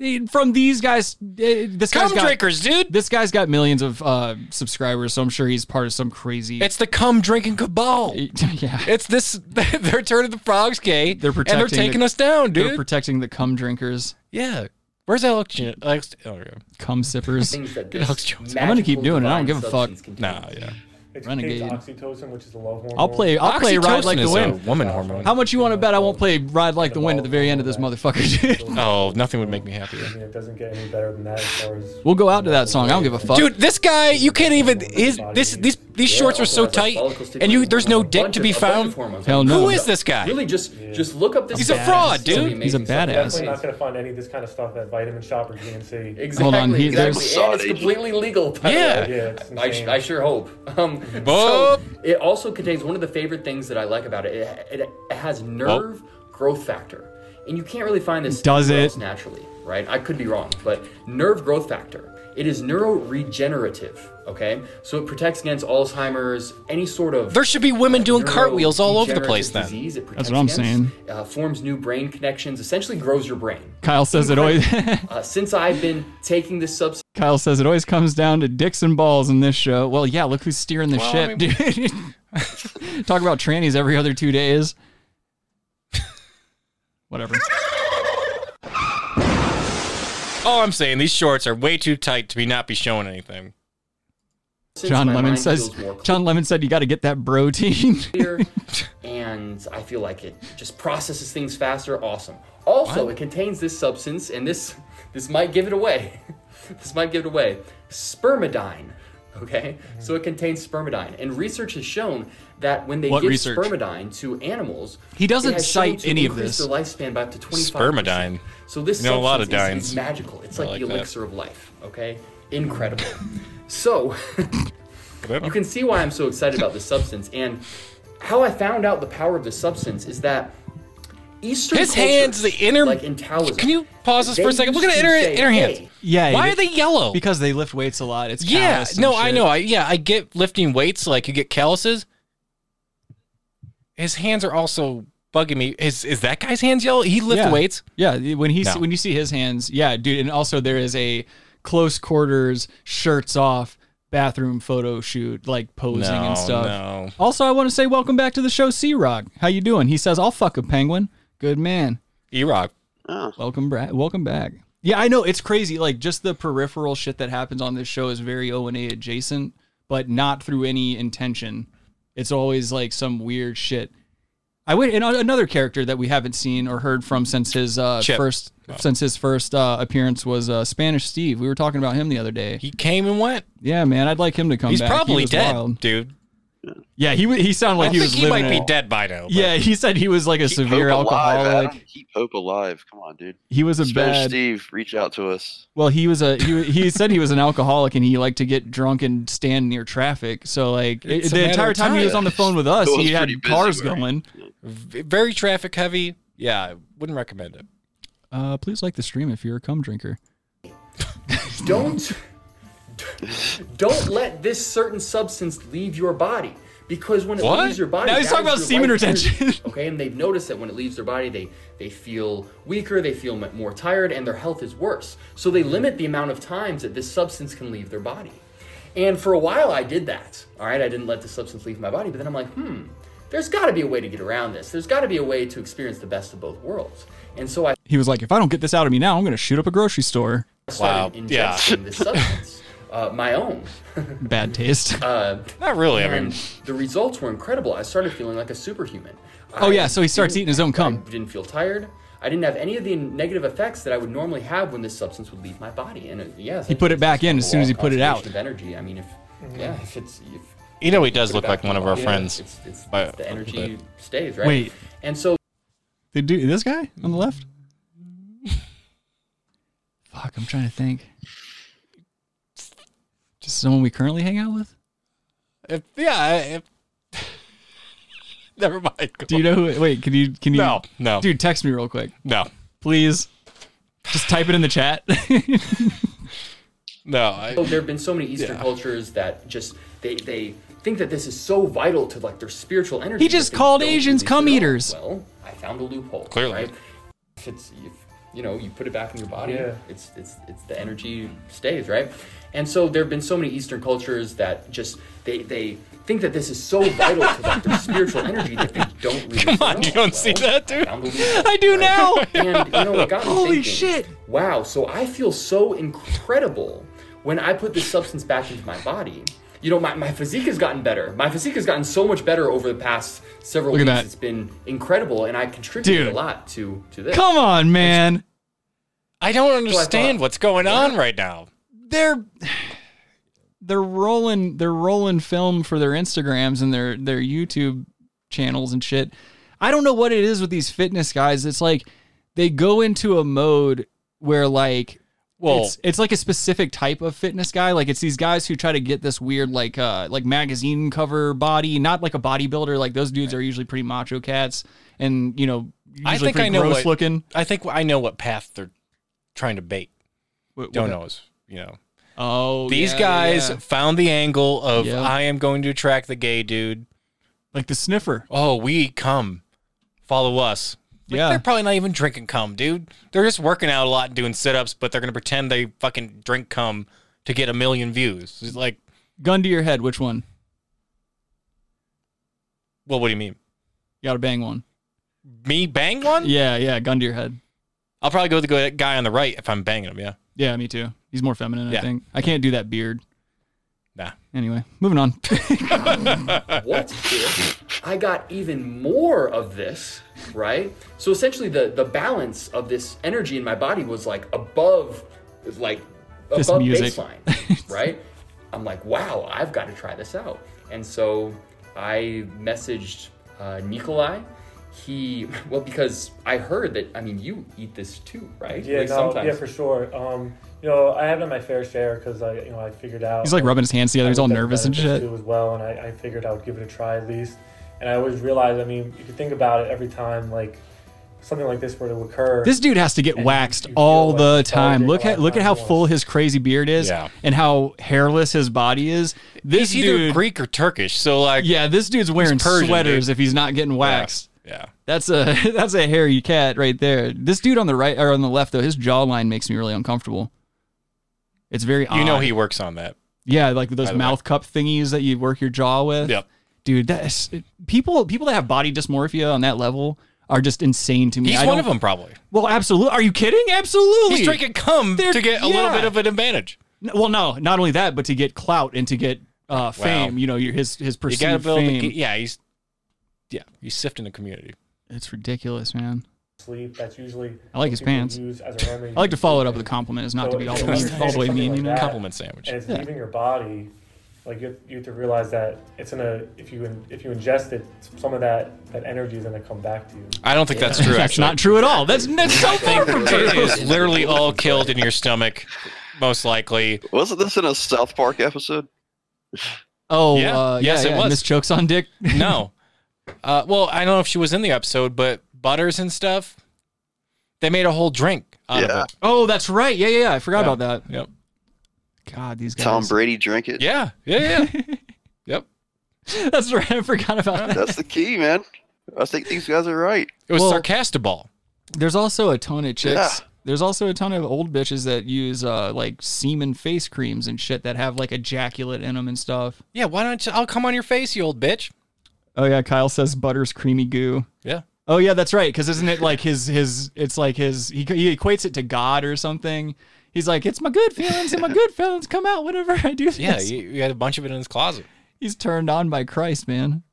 G: Eh, From these guys, eh, this guy's
H: Cum
G: got,
H: drinkers, dude.
G: This guy's got millions of uh, subscribers, so I'm sure he's part of some crazy.
H: It's the cum drinking cabal.
G: yeah,
H: it's this. They're turning the frogs gay.
G: They're protecting.
H: and they're taking
G: the-
H: us down,
G: They're
H: dude.
G: protecting the cum drinkers,
H: yeah. Where's Alex? Jan- Alex oh, yeah.
G: cum sippers.
I: things that
H: Alex
I: this
H: Jones.
G: I'm gonna keep doing it. I don't
I: divine
G: give a fuck.
I: substance contains.
H: Nah, yeah.
D: It
G: Renegade.
D: contains oxytocin, which is a love hormone.
G: I'll play. I'll play ride
H: Oxytocin
G: like the
H: is
G: wind.
H: a woman hormone.
G: How much you want to bet I won't play Ride Like the Wind at the very end of this motherfucker, dude?
H: Oh, nothing would make me happier.
D: I mean, it doesn't get any better than that as far as
G: We'll go out to that song. I don't give a fuck.
H: Dude, this guy, you can't even his this these these shorts are so tight and you there's no dick to be found.
G: Hell no.
H: Who is this guy?
I: Really, just just look up this.
H: He's a
I: stuff.
H: fraud,
I: It's gonna be
H: dude. He's a
I: amazing stuff.
G: badass.
D: Definitely not going to find any of this kind of stuff at Vitamin Shop or GNC.
I: Exactly.
G: Hold on, he- there's-
I: exactly. And it's completely legal. By
H: Yeah.
I: The way.
D: Yeah, it's
I: I,
D: insane.
I: I sure hope. Um, so
H: Boop.
I: it also contains one of the favorite things that I like about it. It, it, it has
G: Oh.
I: nerve growth factor, and you can't really find this
G: Does
I: anywhere
G: it?
I: else naturally, right? I could be wrong, but nerve growth factor. It is neuroregenerative. Okay, so it protects against Alzheimer's, any sort of
H: There should be women doing cartwheels all over the place
I: neurodegenerative
H: then.
I: disease. It
G: That's
I: protects
G: what I'm
I: against,
G: saying.
I: Uh, forms new brain connections. Essentially, grows your brain.
G: Kyle says it always.
I: Uh, since I've been taking this substance.
G: Kyle says it always comes down to dicks and balls in this show. Well, yeah, look who's steering the
H: Well,
G: ship,
H: I
G: dude. Talk about trannies every other two days. Whatever.
H: All I'm saying, these shorts are way too tight to be not be showing anything.
I: Since
G: John
I: my
G: Lemon
I: mind
G: says.
I: feels more
G: John Lemon said you got to get that protein.
I: clear, and I feel like it just processes things faster. Awesome. Also, it contains this substance, and this this might give it away. this might give it away. Spermidine, Okay, so it contains spermidine, and research has shown that when they
H: What
I: give
H: research?
I: spermidine to animals,
H: He doesn't
I: it has shown
H: cite
I: to
H: any of
I: increase
H: this.
I: Their lifespan by up to twenty-five.
H: Spermidine.
I: So this
H: You know, a lot of
I: substance is,
H: dines.
I: is magical. It's
H: I
I: like, the
H: like that.
I: elixir of life. Okay, incredible. so you can see why I'm so excited about this substance, and how I found out the power of this substance is that Eastern
H: His
I: cultures,
H: hands, the inner.
I: like in Taoism.
H: Can you pause this for a
I: they
H: second? Look at
I: used
H: the
I: to
H: inner,
I: say,
H: inner hands.
I: "Hey,
G: Yeah.
H: Why are they yellow?
G: Because they lift weights a lot. It's
H: Yeah,
G: callous and
H: no, I
G: shit.
H: know. I yeah, I get lifting weights. Like you get calluses. His hands are also bugging me. Is is that guy's hands yellow? He lift
G: yeah.
H: weights.
G: Yeah, when he
H: No.
G: when you see his hands, yeah, dude. And also there is a close quarters, shirts off, bathroom photo shoot, like posing
H: No,
G: and stuff.
H: no.
G: Also, I want to say welcome back to the show, C Rock. How you doing? He says, "I'll fuck a penguin." Good man,
H: E Rock.
G: Welcome back. Welcome back. Yeah, I know it's crazy. Like just the peripheral shit that happens on this show is very O and A adjacent, but not through any intention. It's always like some weird shit. I went and uh, another character that we haven't seen or heard from since his uh,
H: Chip.
G: first
H: Oh.
G: since his first uh, appearance was uh, Spanish Steve. We were talking about him the other day. He
H: came and went.
G: Yeah, man, I'd like him to come
H: He's
G: back. He
H: probably
G: was
H: dead,
G: wild.
H: dude.
G: Yeah, he wa- he sounded like
H: I
G: he
H: think
G: was
H: he might
G: living
H: be
G: it.
H: dead by now. but-
G: Yeah, he said he was like a severe
P: Hope alive,
G: alcoholic.
P: Adam. Keep hope alive. Come on, dude.
G: He was a
P: Spanish
G: bad-
P: Steve, reach out to us.
G: Well, he was a he, he said he was an alcoholic and he liked to get drunk and stand near traffic. So like it,
H: It's a
G: the
H: matter
G: entire
H: of
G: time he
H: time.
G: was on the phone with us,
H: It was
G: he had
H: pretty busy,
G: cars
H: right?
G: going.
H: V- very traffic heavy. Yeah, I wouldn't recommend it.
G: Uh, please like the stream if you're a cum drinker.
I: don't don't let this certain substance leave your body because when it
G: What?
I: leaves your body
G: Now he's
I: that
G: talking
I: is
G: about
I: your
G: semen
I: life energy.
G: retention.
I: okay and they've noticed that when it leaves their body they they feel weaker they feel m- more tired and their health is worse so they limit the amount of times that this substance can leave their body and for a while i did that all right i didn't let the substance leave my body but then i'm like hmm there's got to be a way to get around this there's got to be a way to experience the best of both worlds and so i
G: He was like, if I don't get this out of me now, I'm gonna shoot up a grocery store.
I: started ingesting this substance uh, my own
G: Bad taste.
I: Uh,
H: Not really, I
I: and
H: mean-
I: the results were incredible. I started feeling like a superhuman.
G: Oh
I: I
G: yeah, so he starts
I: didn't-
G: eating his own
I: I
G: cum.
I: didn't feel tired. I didn't have any of the negative effects that I would normally have when this substance would leave my body. And it, yeah,
G: He put it back in as soon as he put it out.
I: Of energy. I mean, if yeah, if it's if,
H: You know, he does
I: put it
H: look
I: back
H: like
I: in
H: one
I: the
H: of our
I: body,
H: friends.
I: It's, it's,
H: by
I: it's the
H: a little
I: energy
H: bit.
I: stays right.
G: Wait.
I: and so
G: The dude, this guy on the left. Fuck, I'm trying to think. Just someone we currently hang out with.
H: If, yeah. I- If, never mind.
G: Do you know who? Wait, can you can you?
H: No, no.
G: Dude, text me real quick.
H: No.
G: please. Just type it in the chat.
H: No, I,
I: Oh, there have been so many Eastern cultures that just they they think that this is so vital to like their spiritual energy.
G: He
I: that
G: just
I: they
G: called
I: don't
G: Asians
I: release
G: cum
I: it all.
G: eaters.
I: Well, I found a loophole.
H: Clearly.
I: right? if it's if, you know you put it back in your body,
D: Yeah.
I: it's it's it's the energy stays right. And so there have been so many Eastern cultures that just they they think that this is so vital to like their spiritual energy that they don't release
H: Come
I: it
H: on,
I: all.
H: you don't see that, dude.
I: found a loophole.
H: I do now.
I: And you know what got me
H: Holy
I: thinking,
H: shit.
I: Wow, so I feel so incredible when I put this substance back into my body. You know, my, my physique has gotten better. My physique has gotten so much better over the past several
G: Look at
I: weeks.
G: that.
I: It's been incredible, and I contributed
G: Dude.
I: a lot to to this.
G: Come on, man.
H: I don't understand what's going on right now.
G: They're they're rolling they're rolling film for their Instagrams and their their YouTube channels and shit. I don't know what it is with these fitness guys. It's like they go into a mode where like
H: Well-
G: it's, it's like a specific type of fitness guy. Like it's these guys who try to get this weird like uh like magazine cover body, not like a bodybuilder. Like those dudes are usually pretty macho cats and you know usually
H: I think
G: pretty
H: I know
G: gross
H: what,
G: looking.
H: I think I know what path they're trying to bait.
G: What- what
H: Don't
G: path?
H: know is you know.
G: Oh,
H: these
G: yeah,
H: guys
G: yeah.
H: found the angle of
G: Yeah.
H: I am going to attract the gay dude.
G: Like the sniffer.
H: Oh, we come, follow us. Like,
G: Yeah.
H: they're probably not even drinking cum, dude. They're just working out a lot and doing sit-ups, but they're gonna pretend they fucking drink cum to get a million views. It's like,
G: Gun to your head, which one?
H: well, what do you mean?
G: You gotta bang one.
H: Me bang one?
G: Yeah, yeah, gun to your head.
H: I'll probably go with the go- guy on the right if I'm banging him. Yeah.
G: Yeah, me too. He's more feminine, I
H: Yeah.
G: think. I can't do that beard.
H: Nah.
G: Anyway, moving on.
I: what if I got even more of this, right? So essentially, the the balance of this energy in my body was like above, like
G: This
I: above
G: music.
I: baseline, right? I'm like, wow, I've got to try this out. And so I messaged uh, Nikolai. He, well, because I heard that, I mean, you eat this too, right?
D: Yeah,
I: Like,
D: no, yeah, for sure. Um, you know, I have done my fair share because I, you know, I figured out.
G: He's, like, rubbing his hands together.
D: I
G: He's all
D: looked at
G: nervous and
D: benefits
G: shit.
D: too As well, and I, I figured I would give it a try at least. And I always realized, I mean, you could think about it every time, like something like this were to occur.
G: This dude has to get waxed all the time. Look at look at how full his crazy beard is
H: Yeah.
G: and how hairless his body is. This
H: He's either
G: dude,
H: Greek or Turkish, so like
G: yeah, this dude's wearing
H: Persian,
G: sweaters
H: dude.
G: if he's not getting waxed.
H: yeah.
G: That's a that's a hairy cat right there. This dude on the right or on the left though, his jawline makes me really uncomfortable. It's very
H: You know
G: odd.
H: he works on that.
G: Yeah, like those
H: By the way.
G: mouth cup thingies that you work your jaw with.
H: Yep.
G: Dude, that's people people that have body dysmorphia on that level are just insane to me.
H: He's
G: I
H: one
G: don't-
H: of them, probably.
G: Well, absolutely. Are you kidding? Absolutely.
H: He's drinking cum
G: They're-
H: to get a little
G: yeah.
H: bit of an advantage.
G: N- Well, no, not only that, but to get clout and to get uh, fame. You know, your his his
H: You
G: perceived
H: gotta build.
G: fame.
H: The, yeah, he's yeah, he's sifting the community.
G: It's ridiculous, man.
D: sleep. That's usually
G: I like his
D: what people
G: pants.
D: use as a remedy
G: I like to
D: for
G: follow it up
D: sleeping.
G: with a compliment. It's not to be all the
D: if
G: way-
D: you're
G: all the way
D: something
G: mean, you know?
D: that,
G: Compliment sandwich.
D: And it's
G: Yeah.
D: leaving your body. Like you, you have to realize that it's gonna if you in- if you ingest it, some of that that energy is gonna come back to you.
H: I don't think that's true.
G: That's
H: actually.
G: not true at all. That's that's so far from true.
H: It is literally all killed in your stomach, most likely.
P: Wasn't this in a South Park episode?
G: Oh,
H: Yeah.
G: uh, yeah,
H: Yes, it
G: yeah.
H: was.
G: Miss chokes on dick.
H: No. Uh, well, I don't know if she was in the episode, but butters and stuff. They made a whole drink out of it.
G: Oh, that's right. Yeah, yeah, yeah. I forgot
H: Yeah.
G: about that.
H: Yep.
G: God, these guys.
P: Tom Brady drink it.
H: Yeah, yeah, yeah. yep.
G: That's right. I forgot about that.
P: That's the key, man. I think these guys are right.
H: It was sarcastable.
G: There's also a ton of chicks.
P: Yeah.
G: There's also a ton of old bitches that use uh, like semen face creams and shit that have like ejaculate in them and stuff.
H: Yeah, why don't you? I'll come on your face, you old bitch.
G: Oh yeah, Kyle says butter's creamy goo.
H: Yeah.
G: Oh yeah, that's right. Because isn't it like his his? It's like his. He, he equates it to God or something. He's like, it's my good feelings and my good feelings come out whenever I do this.
H: Yeah, you, you had a bunch of it in his closet.
G: He's turned on by Christ, man.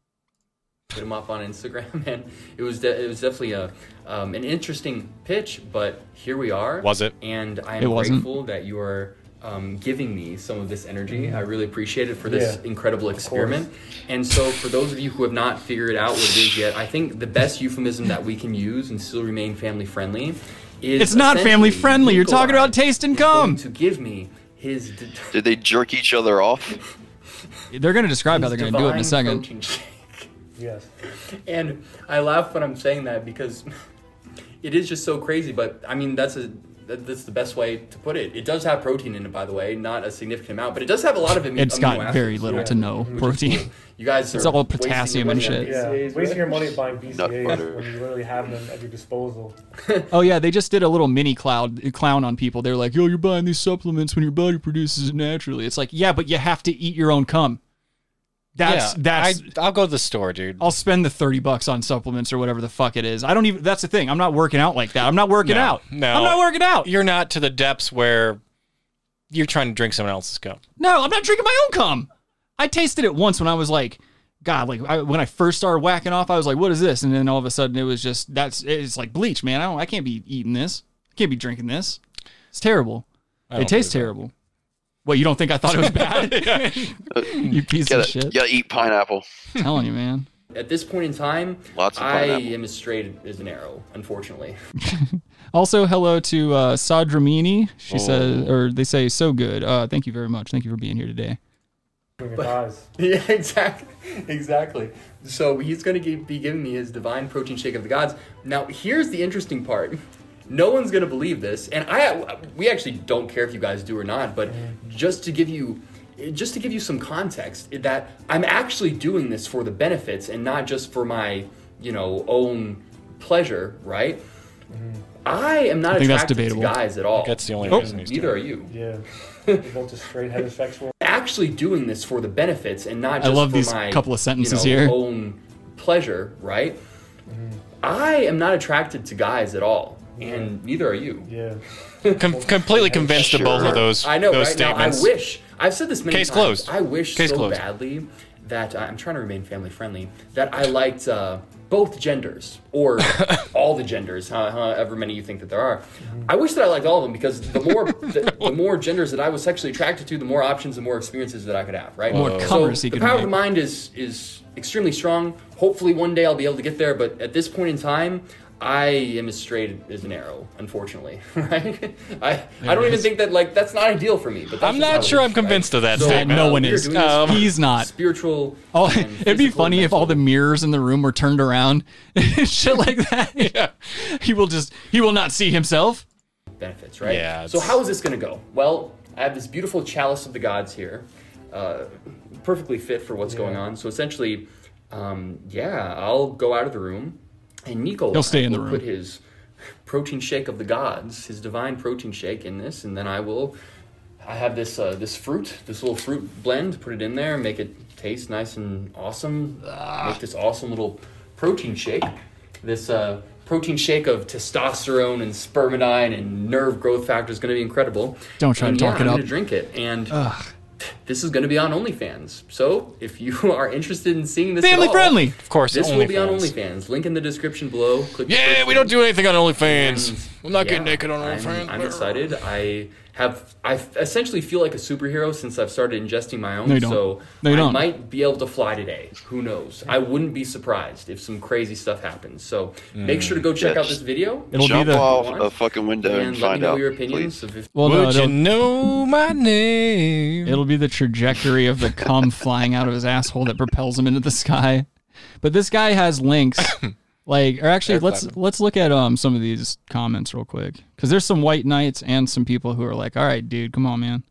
I: put him up on Instagram, and it was de- it was definitely a um, an interesting pitch. But here we are.
H: Was it?
I: And I
G: It
I: am
G: wasn't.
I: grateful that you are um, giving me some of this energy. I really appreciate it for this
D: Yeah,
I: incredible experiment. And so, for those of you who have not figured out what it is yet, I think the best euphemism that we can use and still remain family friendly is
G: It's not family
I: essentially
G: friendly. You're talking
I: Nikolai
G: about taste and
I: is going
G: cum.
I: To give me his. d-
P: Did they jerk each other off?
G: They're gonna describe how they're gonna do it in a
I: divine
G: second.
I: protein shake. yes. And I laugh when I'm saying that because it is just so crazy. But I mean, that's a that- that's the best way to put it. It does have protein in it, by the way, not a significant amount, but it does have a lot of. Amino
G: It's got
I: acids.
G: very little to no protein.
I: You guys, are
G: it's all
I: wasting your
G: potassium and
I: money on
G: shit.
I: these
D: Yeah,
I: days,
D: wasting
I: right?
D: your money buying
P: butter.
D: BCAs when you literally have them at your disposal.
G: Oh yeah, they just did a little mini cloud clown on people. They're like, "Yo, you're buying these supplements when your body produces it naturally." It's like, yeah, but you have to eat your own cum. That's
H: Yeah,
G: that's.
H: I, I'll go to the store, dude.
G: I'll spend the thirty bucks on supplements or whatever the fuck it is. I don't even. That's the thing. I'm not working out like that. I'm not working
H: no,
G: out.
H: No,
G: I'm not working out.
H: You're not to the depths where you're trying to drink someone else's cup.
G: No, I'm not drinking my own cum. I tasted it once when I was like, God, like I, when I first started whacking off, I was like, what is this? And then all of a sudden, it was just that's it's like bleach, man. I don't, I can't be eating this. I can't be drinking this. It's terrible.
H: I
G: It
H: don't
G: tastes
H: believe
G: terrible. What you don't think I thought it was bad? you piece
P: gotta,
G: of shit.
P: gotta eat pineapple.
G: I'm telling you, man.
I: At this point in time,
P: Lots of
I: I
P: pineapple.
I: am as straight as an arrow, unfortunately.
G: Also, hello to uh, Sadramini. She
I: Oh.
G: says, or they say, so good. Uh, thank you very much. Thank you for being here today.
I: But- Yeah, exactly. Exactly. So he's going to be giving me his divine protein shake of the gods. Now, here's the interesting part. No one's going to believe this, and I we actually don't care if you guys do or not, but just to give you just to give you some context that I'm actually doing this for the benefits and not just for my, you know, own pleasure, right? I am not
G: I think that's
I: attracted to
G: debatable.
I: guys at all.
H: That's the only reason he's
I: Neither are you.
D: Yeah, you're both just straight heterosexual.
I: actually doing this for the benefits and not
G: I
I: just
G: love
I: for
G: these
I: my
G: couple of sentences
I: you know,
G: here.
I: own pleasure, right? I am not attracted to guys at all, and neither are you.
D: Yeah.
H: Com- completely convinced of both of those
I: I know,
H: those
I: right?
H: statements.
I: Now, I wish I've said this many
H: Case
I: times.
H: closed.
I: I wish
H: Case
I: so
H: closed.
I: badly that I- I'm trying to remain family friendly. That I liked uh, both genders or all the genders, how- however many you think that there are. I wish that I liked all of them because the more the, the more genders that I was sexually attracted to, the more options, the more experiences that I could have. Right?
G: More covers
I: So
G: he
I: the
G: could
I: power of
G: make.
I: the mind is is extremely strong. Hopefully, one day I'll be able to get there. But at this point in time. I am as straight as an arrow, unfortunately. Right? I, I don't
H: it
I: even
H: is.
I: think that like that's not ideal for me. But that's
H: I'm
I: just how
H: not
I: it
H: sure
I: is,
H: I'm convinced of that
I: So,
H: statement.
G: no one
I: we are
G: is.
I: doing this for
G: He's not.
I: Spiritual.
G: Oh, it'd be funny if all the mirrors in the room were turned around, shit like that. He will just he will not see himself.
I: benefits, right?
G: Yeah,
I: So
G: it's-
I: how is this going to go? Well, I have this beautiful chalice of the gods here, uh, perfectly fit for what's going on. So essentially, um, yeah, I'll go out of the room, and Nico
G: He'll stay in the
I: Oh, will
G: room.
I: Put his protein shake of the gods, his divine protein shake, in this, and then I will. I have this uh, this fruit, this little fruit blend. Put it in there, make it taste nice and awesome. Make this awesome little protein shake. This uh, protein shake of testosterone and spermidine and nerve growth factor is going to be incredible.
G: Don't try to
I: and yeah,
G: talk it
I: I'm
G: up.
I: going to drink it, and this is going to be on OnlyFans. So if you are interested in seeing this, at
H: Family
I: all,
H: friendly. Of course,
I: This will be on
H: OnlyFans.
I: OnlyFans. Link in the description below. Click the
H: Yeah,
I: first
H: we don't
I: link.
H: do anything on OnlyFans. I'm not getting
I: Yeah,
H: naked on
I: I'm-
H: OnlyFans.
I: I'm excited. I have I essentially feel like a superhero since I've started ingesting my own.
G: No, you don't.
I: So
G: No, you
I: I
G: don't.
I: might be able to fly today. Who knows? I wouldn't be surprised if some crazy stuff happens. So make sure to go check
P: Yeah,
I: out this
P: just
I: video.
P: It'll
I: If
P: jump
I: you
P: off
I: want,
P: a fucking window and,
I: and let me
P: find
I: know
P: out.
I: your opinions
P: please.
I: of if-
G: Well, no,
H: Would you
G: it'll-
H: know my name?
G: It'll be the trajectory of the cum flying out of his asshole that propels him into the sky. But this guy has links. Like, or actually,
H: They're
G: let's
H: clever.
G: let's look at um some of these comments real quick because there's some white knights and some people who are like, all right, dude, come on, man.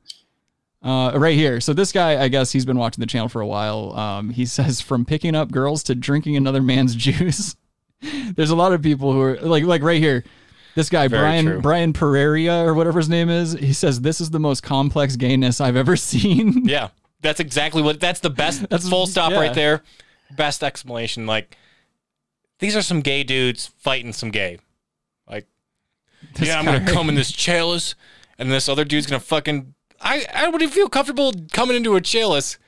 G: Uh, right here. So this guy, I guess he's been watching the channel for a while. Um, he says from picking up girls to drinking another man's juice. There's a lot of people who are like, like right here. This guy
H: Very
G: Brian
H: true.
G: Brian Pereira or whatever his name is. He says this is the most complex gayness I've ever seen.
H: Yeah, that's exactly what. That's the best. That's full stop
G: yeah.
H: right there. Best explanation. Like these are some gay dudes fighting some gay. Like
G: This
H: yeah, I'm
G: guy.
H: gonna come in this chalice, and this other dude's gonna fucking. I I would feel comfortable coming into a chalice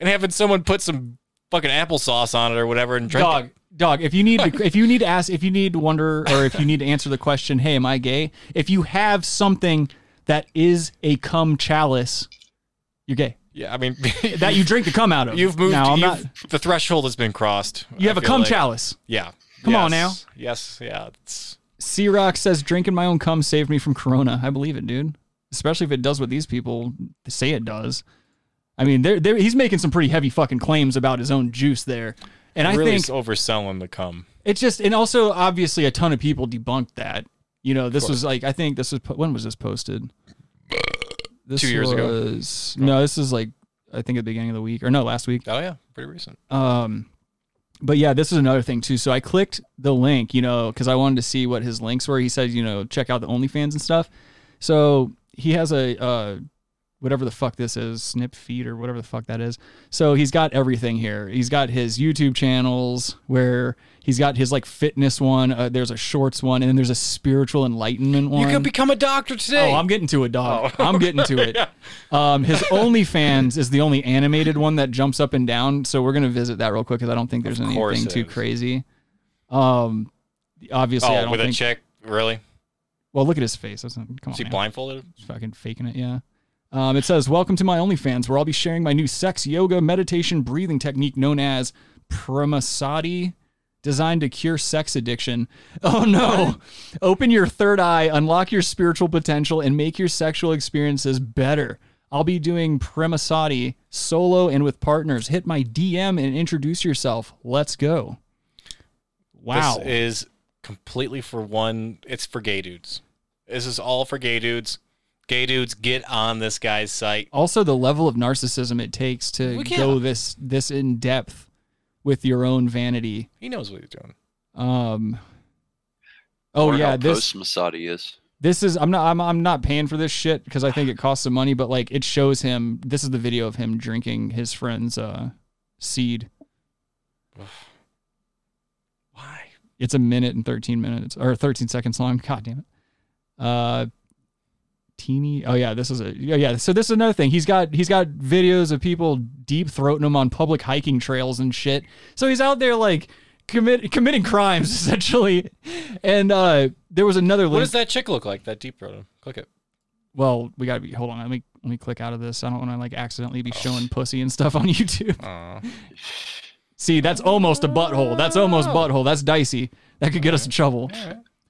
H: and having someone put some fucking applesauce on it or whatever and drink. it.
G: dog dog if you need to, if you need to ask if you need to wonder or if you need to answer the question hey am i gay if you have something that is a cum chalice you're gay
H: Yeah, I mean
G: that you drink the cum out of
H: You've moved.
G: now i'm
H: you've-
G: not
H: The threshold has been crossed.
G: You have
H: a
G: a cum chalice.
H: Yeah.
G: Come on
H: Yes. Yes. Yeah. It's,
G: c rock says drinking my own cum saved me from corona i believe it dude especially if it does what these people say it does i mean they're, they're, he's making some pretty heavy fucking claims about his own juice there and i
H: really
G: think
H: is overselling the cum.
G: It's just, and also obviously a ton of people debunked that. You know, this was like I think this was po- when was this posted? This
H: Two years ago?
G: was, ago. No, this is like I think at the beginning of the week or no, last week.
H: Oh yeah, pretty recent.
G: Um, but yeah, this is another thing too. So I clicked the link, you know, because I wanted to see what his links were. He said, you know, check out the OnlyFans and stuff. So he has a uh, whatever the fuck this is, Snip Feed or whatever the fuck that is. So he's got everything here. He's got his YouTube channels where he's got his like fitness one. Uh, there's a shorts one, and then there's a spiritual enlightenment one.
H: You could become a doctor today.
G: Oh, I'm getting to it, dog.
H: Oh.
G: I'm getting to it. Um, his OnlyFans is the only animated one that jumps up and down. So we're gonna visit that real quick because I don't think there's
H: course
G: anything
H: it
G: too crazy. Um, obviously, I
H: oh,
G: don't
H: with
G: think.
H: a chick, really?
G: Well, look at his face. That's not, come
H: Is
G: on,
H: he
G: man.
H: blindfolded?
G: He's fucking faking it. Yeah. Um, it says, "Welcome to my OnlyFans, where I'll be sharing my new sex, yoga, meditation, breathing technique known as Pramasati." Designed to cure sex addiction. Oh no! Open your third eye, unlock your spiritual potential, and make your sexual experiences better. I'll be doing Premasati solo and with partners. Hit my DM and introduce yourself. Let's go. Wow.
H: This is completely for one. It's for gay dudes. This is all for gay dudes. Gay dudes get on this guy's site.
G: also the level of narcissism it takes to
H: We can't-
G: go this this in depth with your own vanity.
H: He knows what he's doing.
G: Um Oh
P: Or
G: yeah,
P: how
G: this
P: post Masadi is.
G: this is I'm not I'm I'm not paying for this shit because I think it costs some money, but like it shows him this is the video of him drinking his friend's uh seed.
H: Why?
G: It's a minute and 13 minutes or 13 seconds long. God damn it. Uh, Martini. Oh yeah, this is a yeah, yeah. So this is another thing. He's got he's got videos of people deep throating them on public hiking trails and shit. So he's out there like commit committing crimes essentially. And uh there was another link.
H: What does that chick look like? That deep throat. Click it.
G: well, we gotta be hold on, let me let me click out of this. I don't wanna like accidentally be showing pussy and stuff on YouTube. See, that's almost a butthole. That's almost butthole. That's dicey. That could get us in trouble.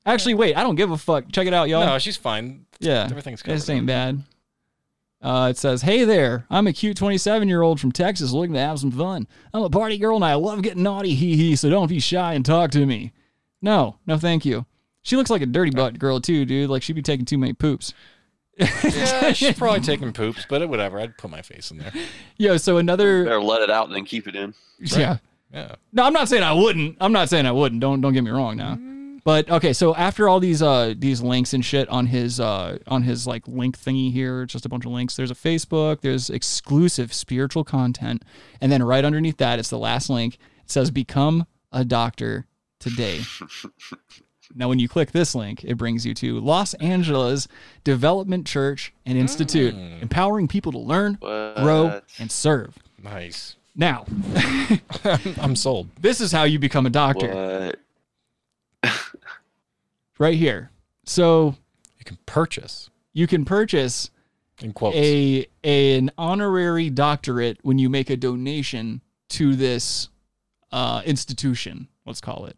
G: Actually, wait, I don't give a fuck. Check it out, y'all.
H: No, she's fine.
G: Yeah.
H: Everything's covered.
G: This ain't bad. Uh, it says, Hey there, I'm a cute 27 year old from Texas looking to have some fun. I'm a party girl and I love getting naughty, hee hee, so don't be shy and talk to me. No, no, thank you. She looks like a dirty butt girl, too, dude. Like she'd be taking too many poops.
H: yeah, she's probably taking poops, but it, whatever. I'd put my face in there.
G: Yo, so another.
P: Better let it out and then keep it in.
G: Yeah.
H: Yeah.
G: No, I'm not saying I wouldn't. I'm not saying I wouldn't. Don't don't get me wrong now. But okay, so after all these uh these links and shit on his uh on his like link thingy here, it's just a bunch of links. There's a Facebook, there's exclusive spiritual content, and then right underneath that it's the last link. It says become a doctor today. now when you click this link, it brings you to Los Angeles Development Church and Institute, empowering people to learn, grow,
H: What?
G: and serve.
H: Nice.
G: Now, I'm sold. This is how you become a doctor. right here. So you can purchase. You can purchase a, a- an honorary doctorate when you make a donation to this uh, institution. Let's call it.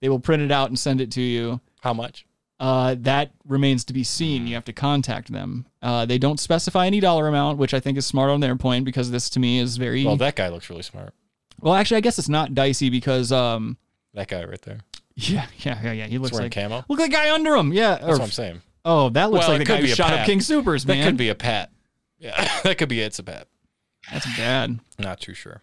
G: They will print it out and send it to you.
H: How much?
G: Uh, that remains to be seen. You have to contact them. Uh, they don't specify any dollar amount, which I think is smart on their point because this to me is very.
H: Well, that guy looks really smart.
G: Well, actually, I guess it's not dicey because um,
H: That guy right there.
G: yeah, yeah, yeah, yeah. He
H: He's
G: looks
H: wearing
G: like
H: camo.
G: Look at the guy under him. Yeah,
H: That's what I'm saying.
G: Oh, that looks
H: Well,
G: like
H: it
G: the
H: could
G: guy who
H: be a
G: shot up
H: pat.
G: King Supers, man.
H: That could be a pat. Yeah, that could be it's a pat.
G: That's bad.
H: Not too sure.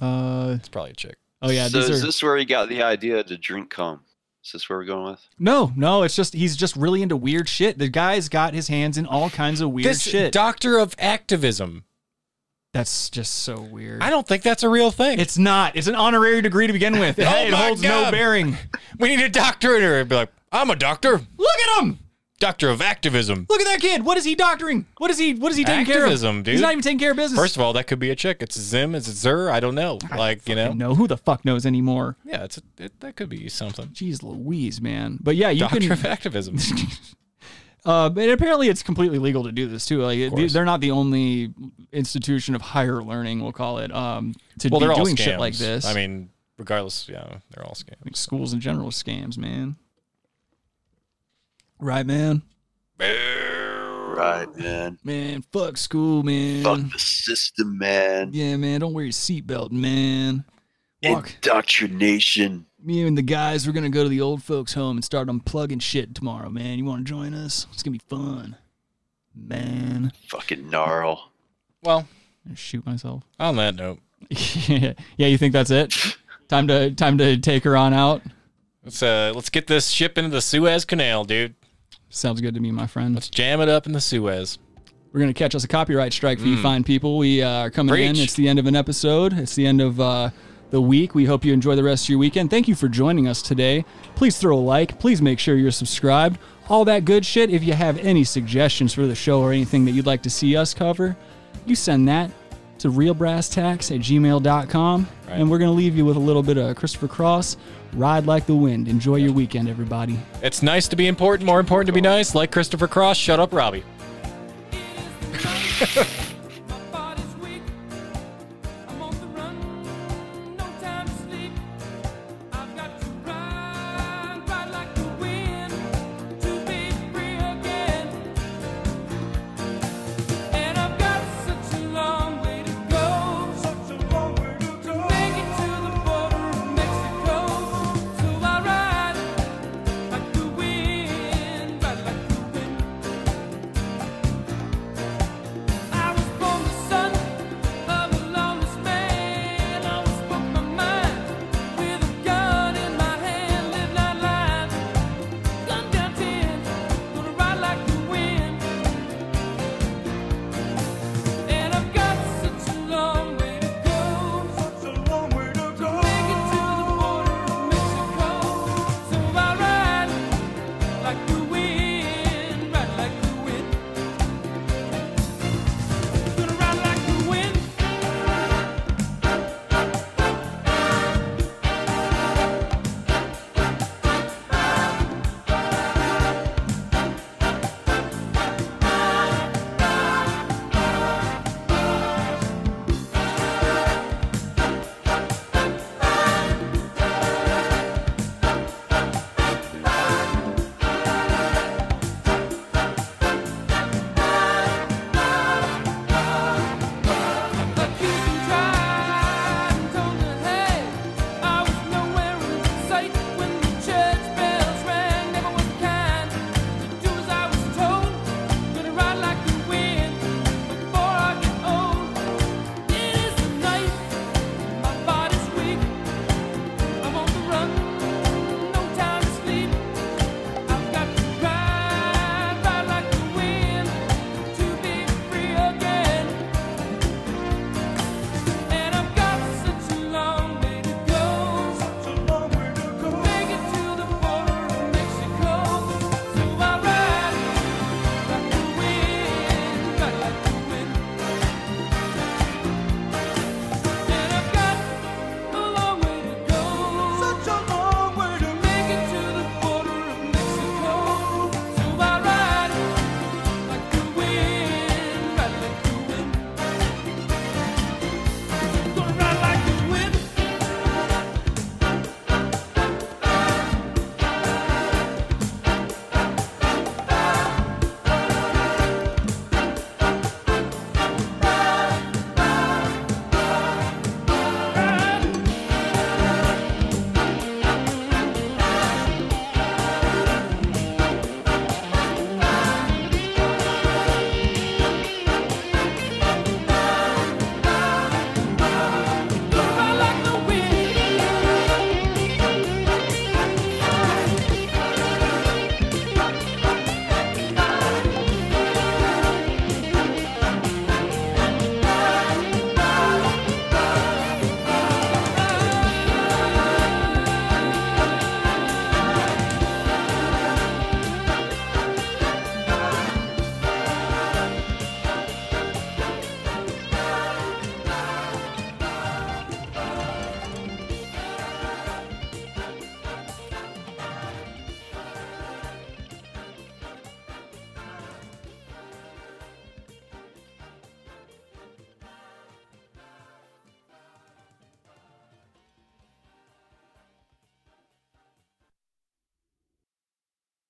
G: Uh,
H: It's probably a chick.
G: oh yeah,
P: so
G: these
P: is
G: are
P: this where he got the idea to drink cum? Is this where we're going with?
G: no, no. It's just he's just really into weird shit. The guy's got his hands in all kinds of weird
H: This
G: shit.
H: doctor of activism.
G: That's just so weird.
H: I don't think that's a real thing.
G: It's not. It's an honorary degree to begin with.
H: Oh
G: it
H: my
G: holds no
H: God.
G: bearing.
H: We need a doctor in here. It'd be like, I'm a doctor.
G: Look at him.
H: Doctor of activism.
G: Look at that kid. What is he doctoring? What is he? What is he taking care
H: Activism,
G: of?
H: dude.
G: He's not even taking care of business.
H: First of all, that could be a chick. It's a Zim. It's a Zer. I don't know. Like, you know.
G: no, who the fuck knows anymore?
H: Yeah, it's a, it, that could be something.
G: Jeez Louise, man. But yeah, you
H: Doctor
G: can.
H: of activism.
G: Uh, but apparently, it's completely legal to do this too. Like, it- they're not the only institution of higher learning, we'll call it, um, to
H: well,
G: be
H: they're all
G: doing
H: scams.
G: shit like this.
H: I mean, regardless, yeah, they're all scams.
G: Like, schools in general are scams, man. Right, man.
P: Right, man.
G: Man, fuck school, man.
P: Fuck the system, man.
G: Yeah, man. Don't wear your seatbelt, man. Walk.
P: Indoctrination.
G: Me and the guys, we're gonna go to the old folks' home and start unplugging shit tomorrow, man. You want to join us? It's gonna be fun, man.
P: Fucking gnarl.
H: Well,
G: shoot myself.
H: on that note,
G: yeah, you think that's it? Time to time to take her on out.
H: let's uh, let's get this ship into the Suez Canal, dude.
G: Sounds good to me, my friend.
H: Let's jam it up in the Suez.
G: We're gonna catch us a copyright strike for you
H: Mm.
G: fine people. We uh, are coming in.
H: Preach.
G: It's the end of an episode. It's the end of uh, the week. We hope you enjoy the rest of your weekend. Thank you for joining us today. Please throw a like. Please make sure you're subscribed. All that good shit. If you have any suggestions for the show or anything that you'd like to see us cover, you send that to realbrasstacks at gmail.com. And we're going to leave you with a little bit of Christopher Cross. Ride like the wind. Enjoy your weekend, everybody.
H: It's nice to be important. More important to be nice. Like Christopher Cross. Shut up, Robbie.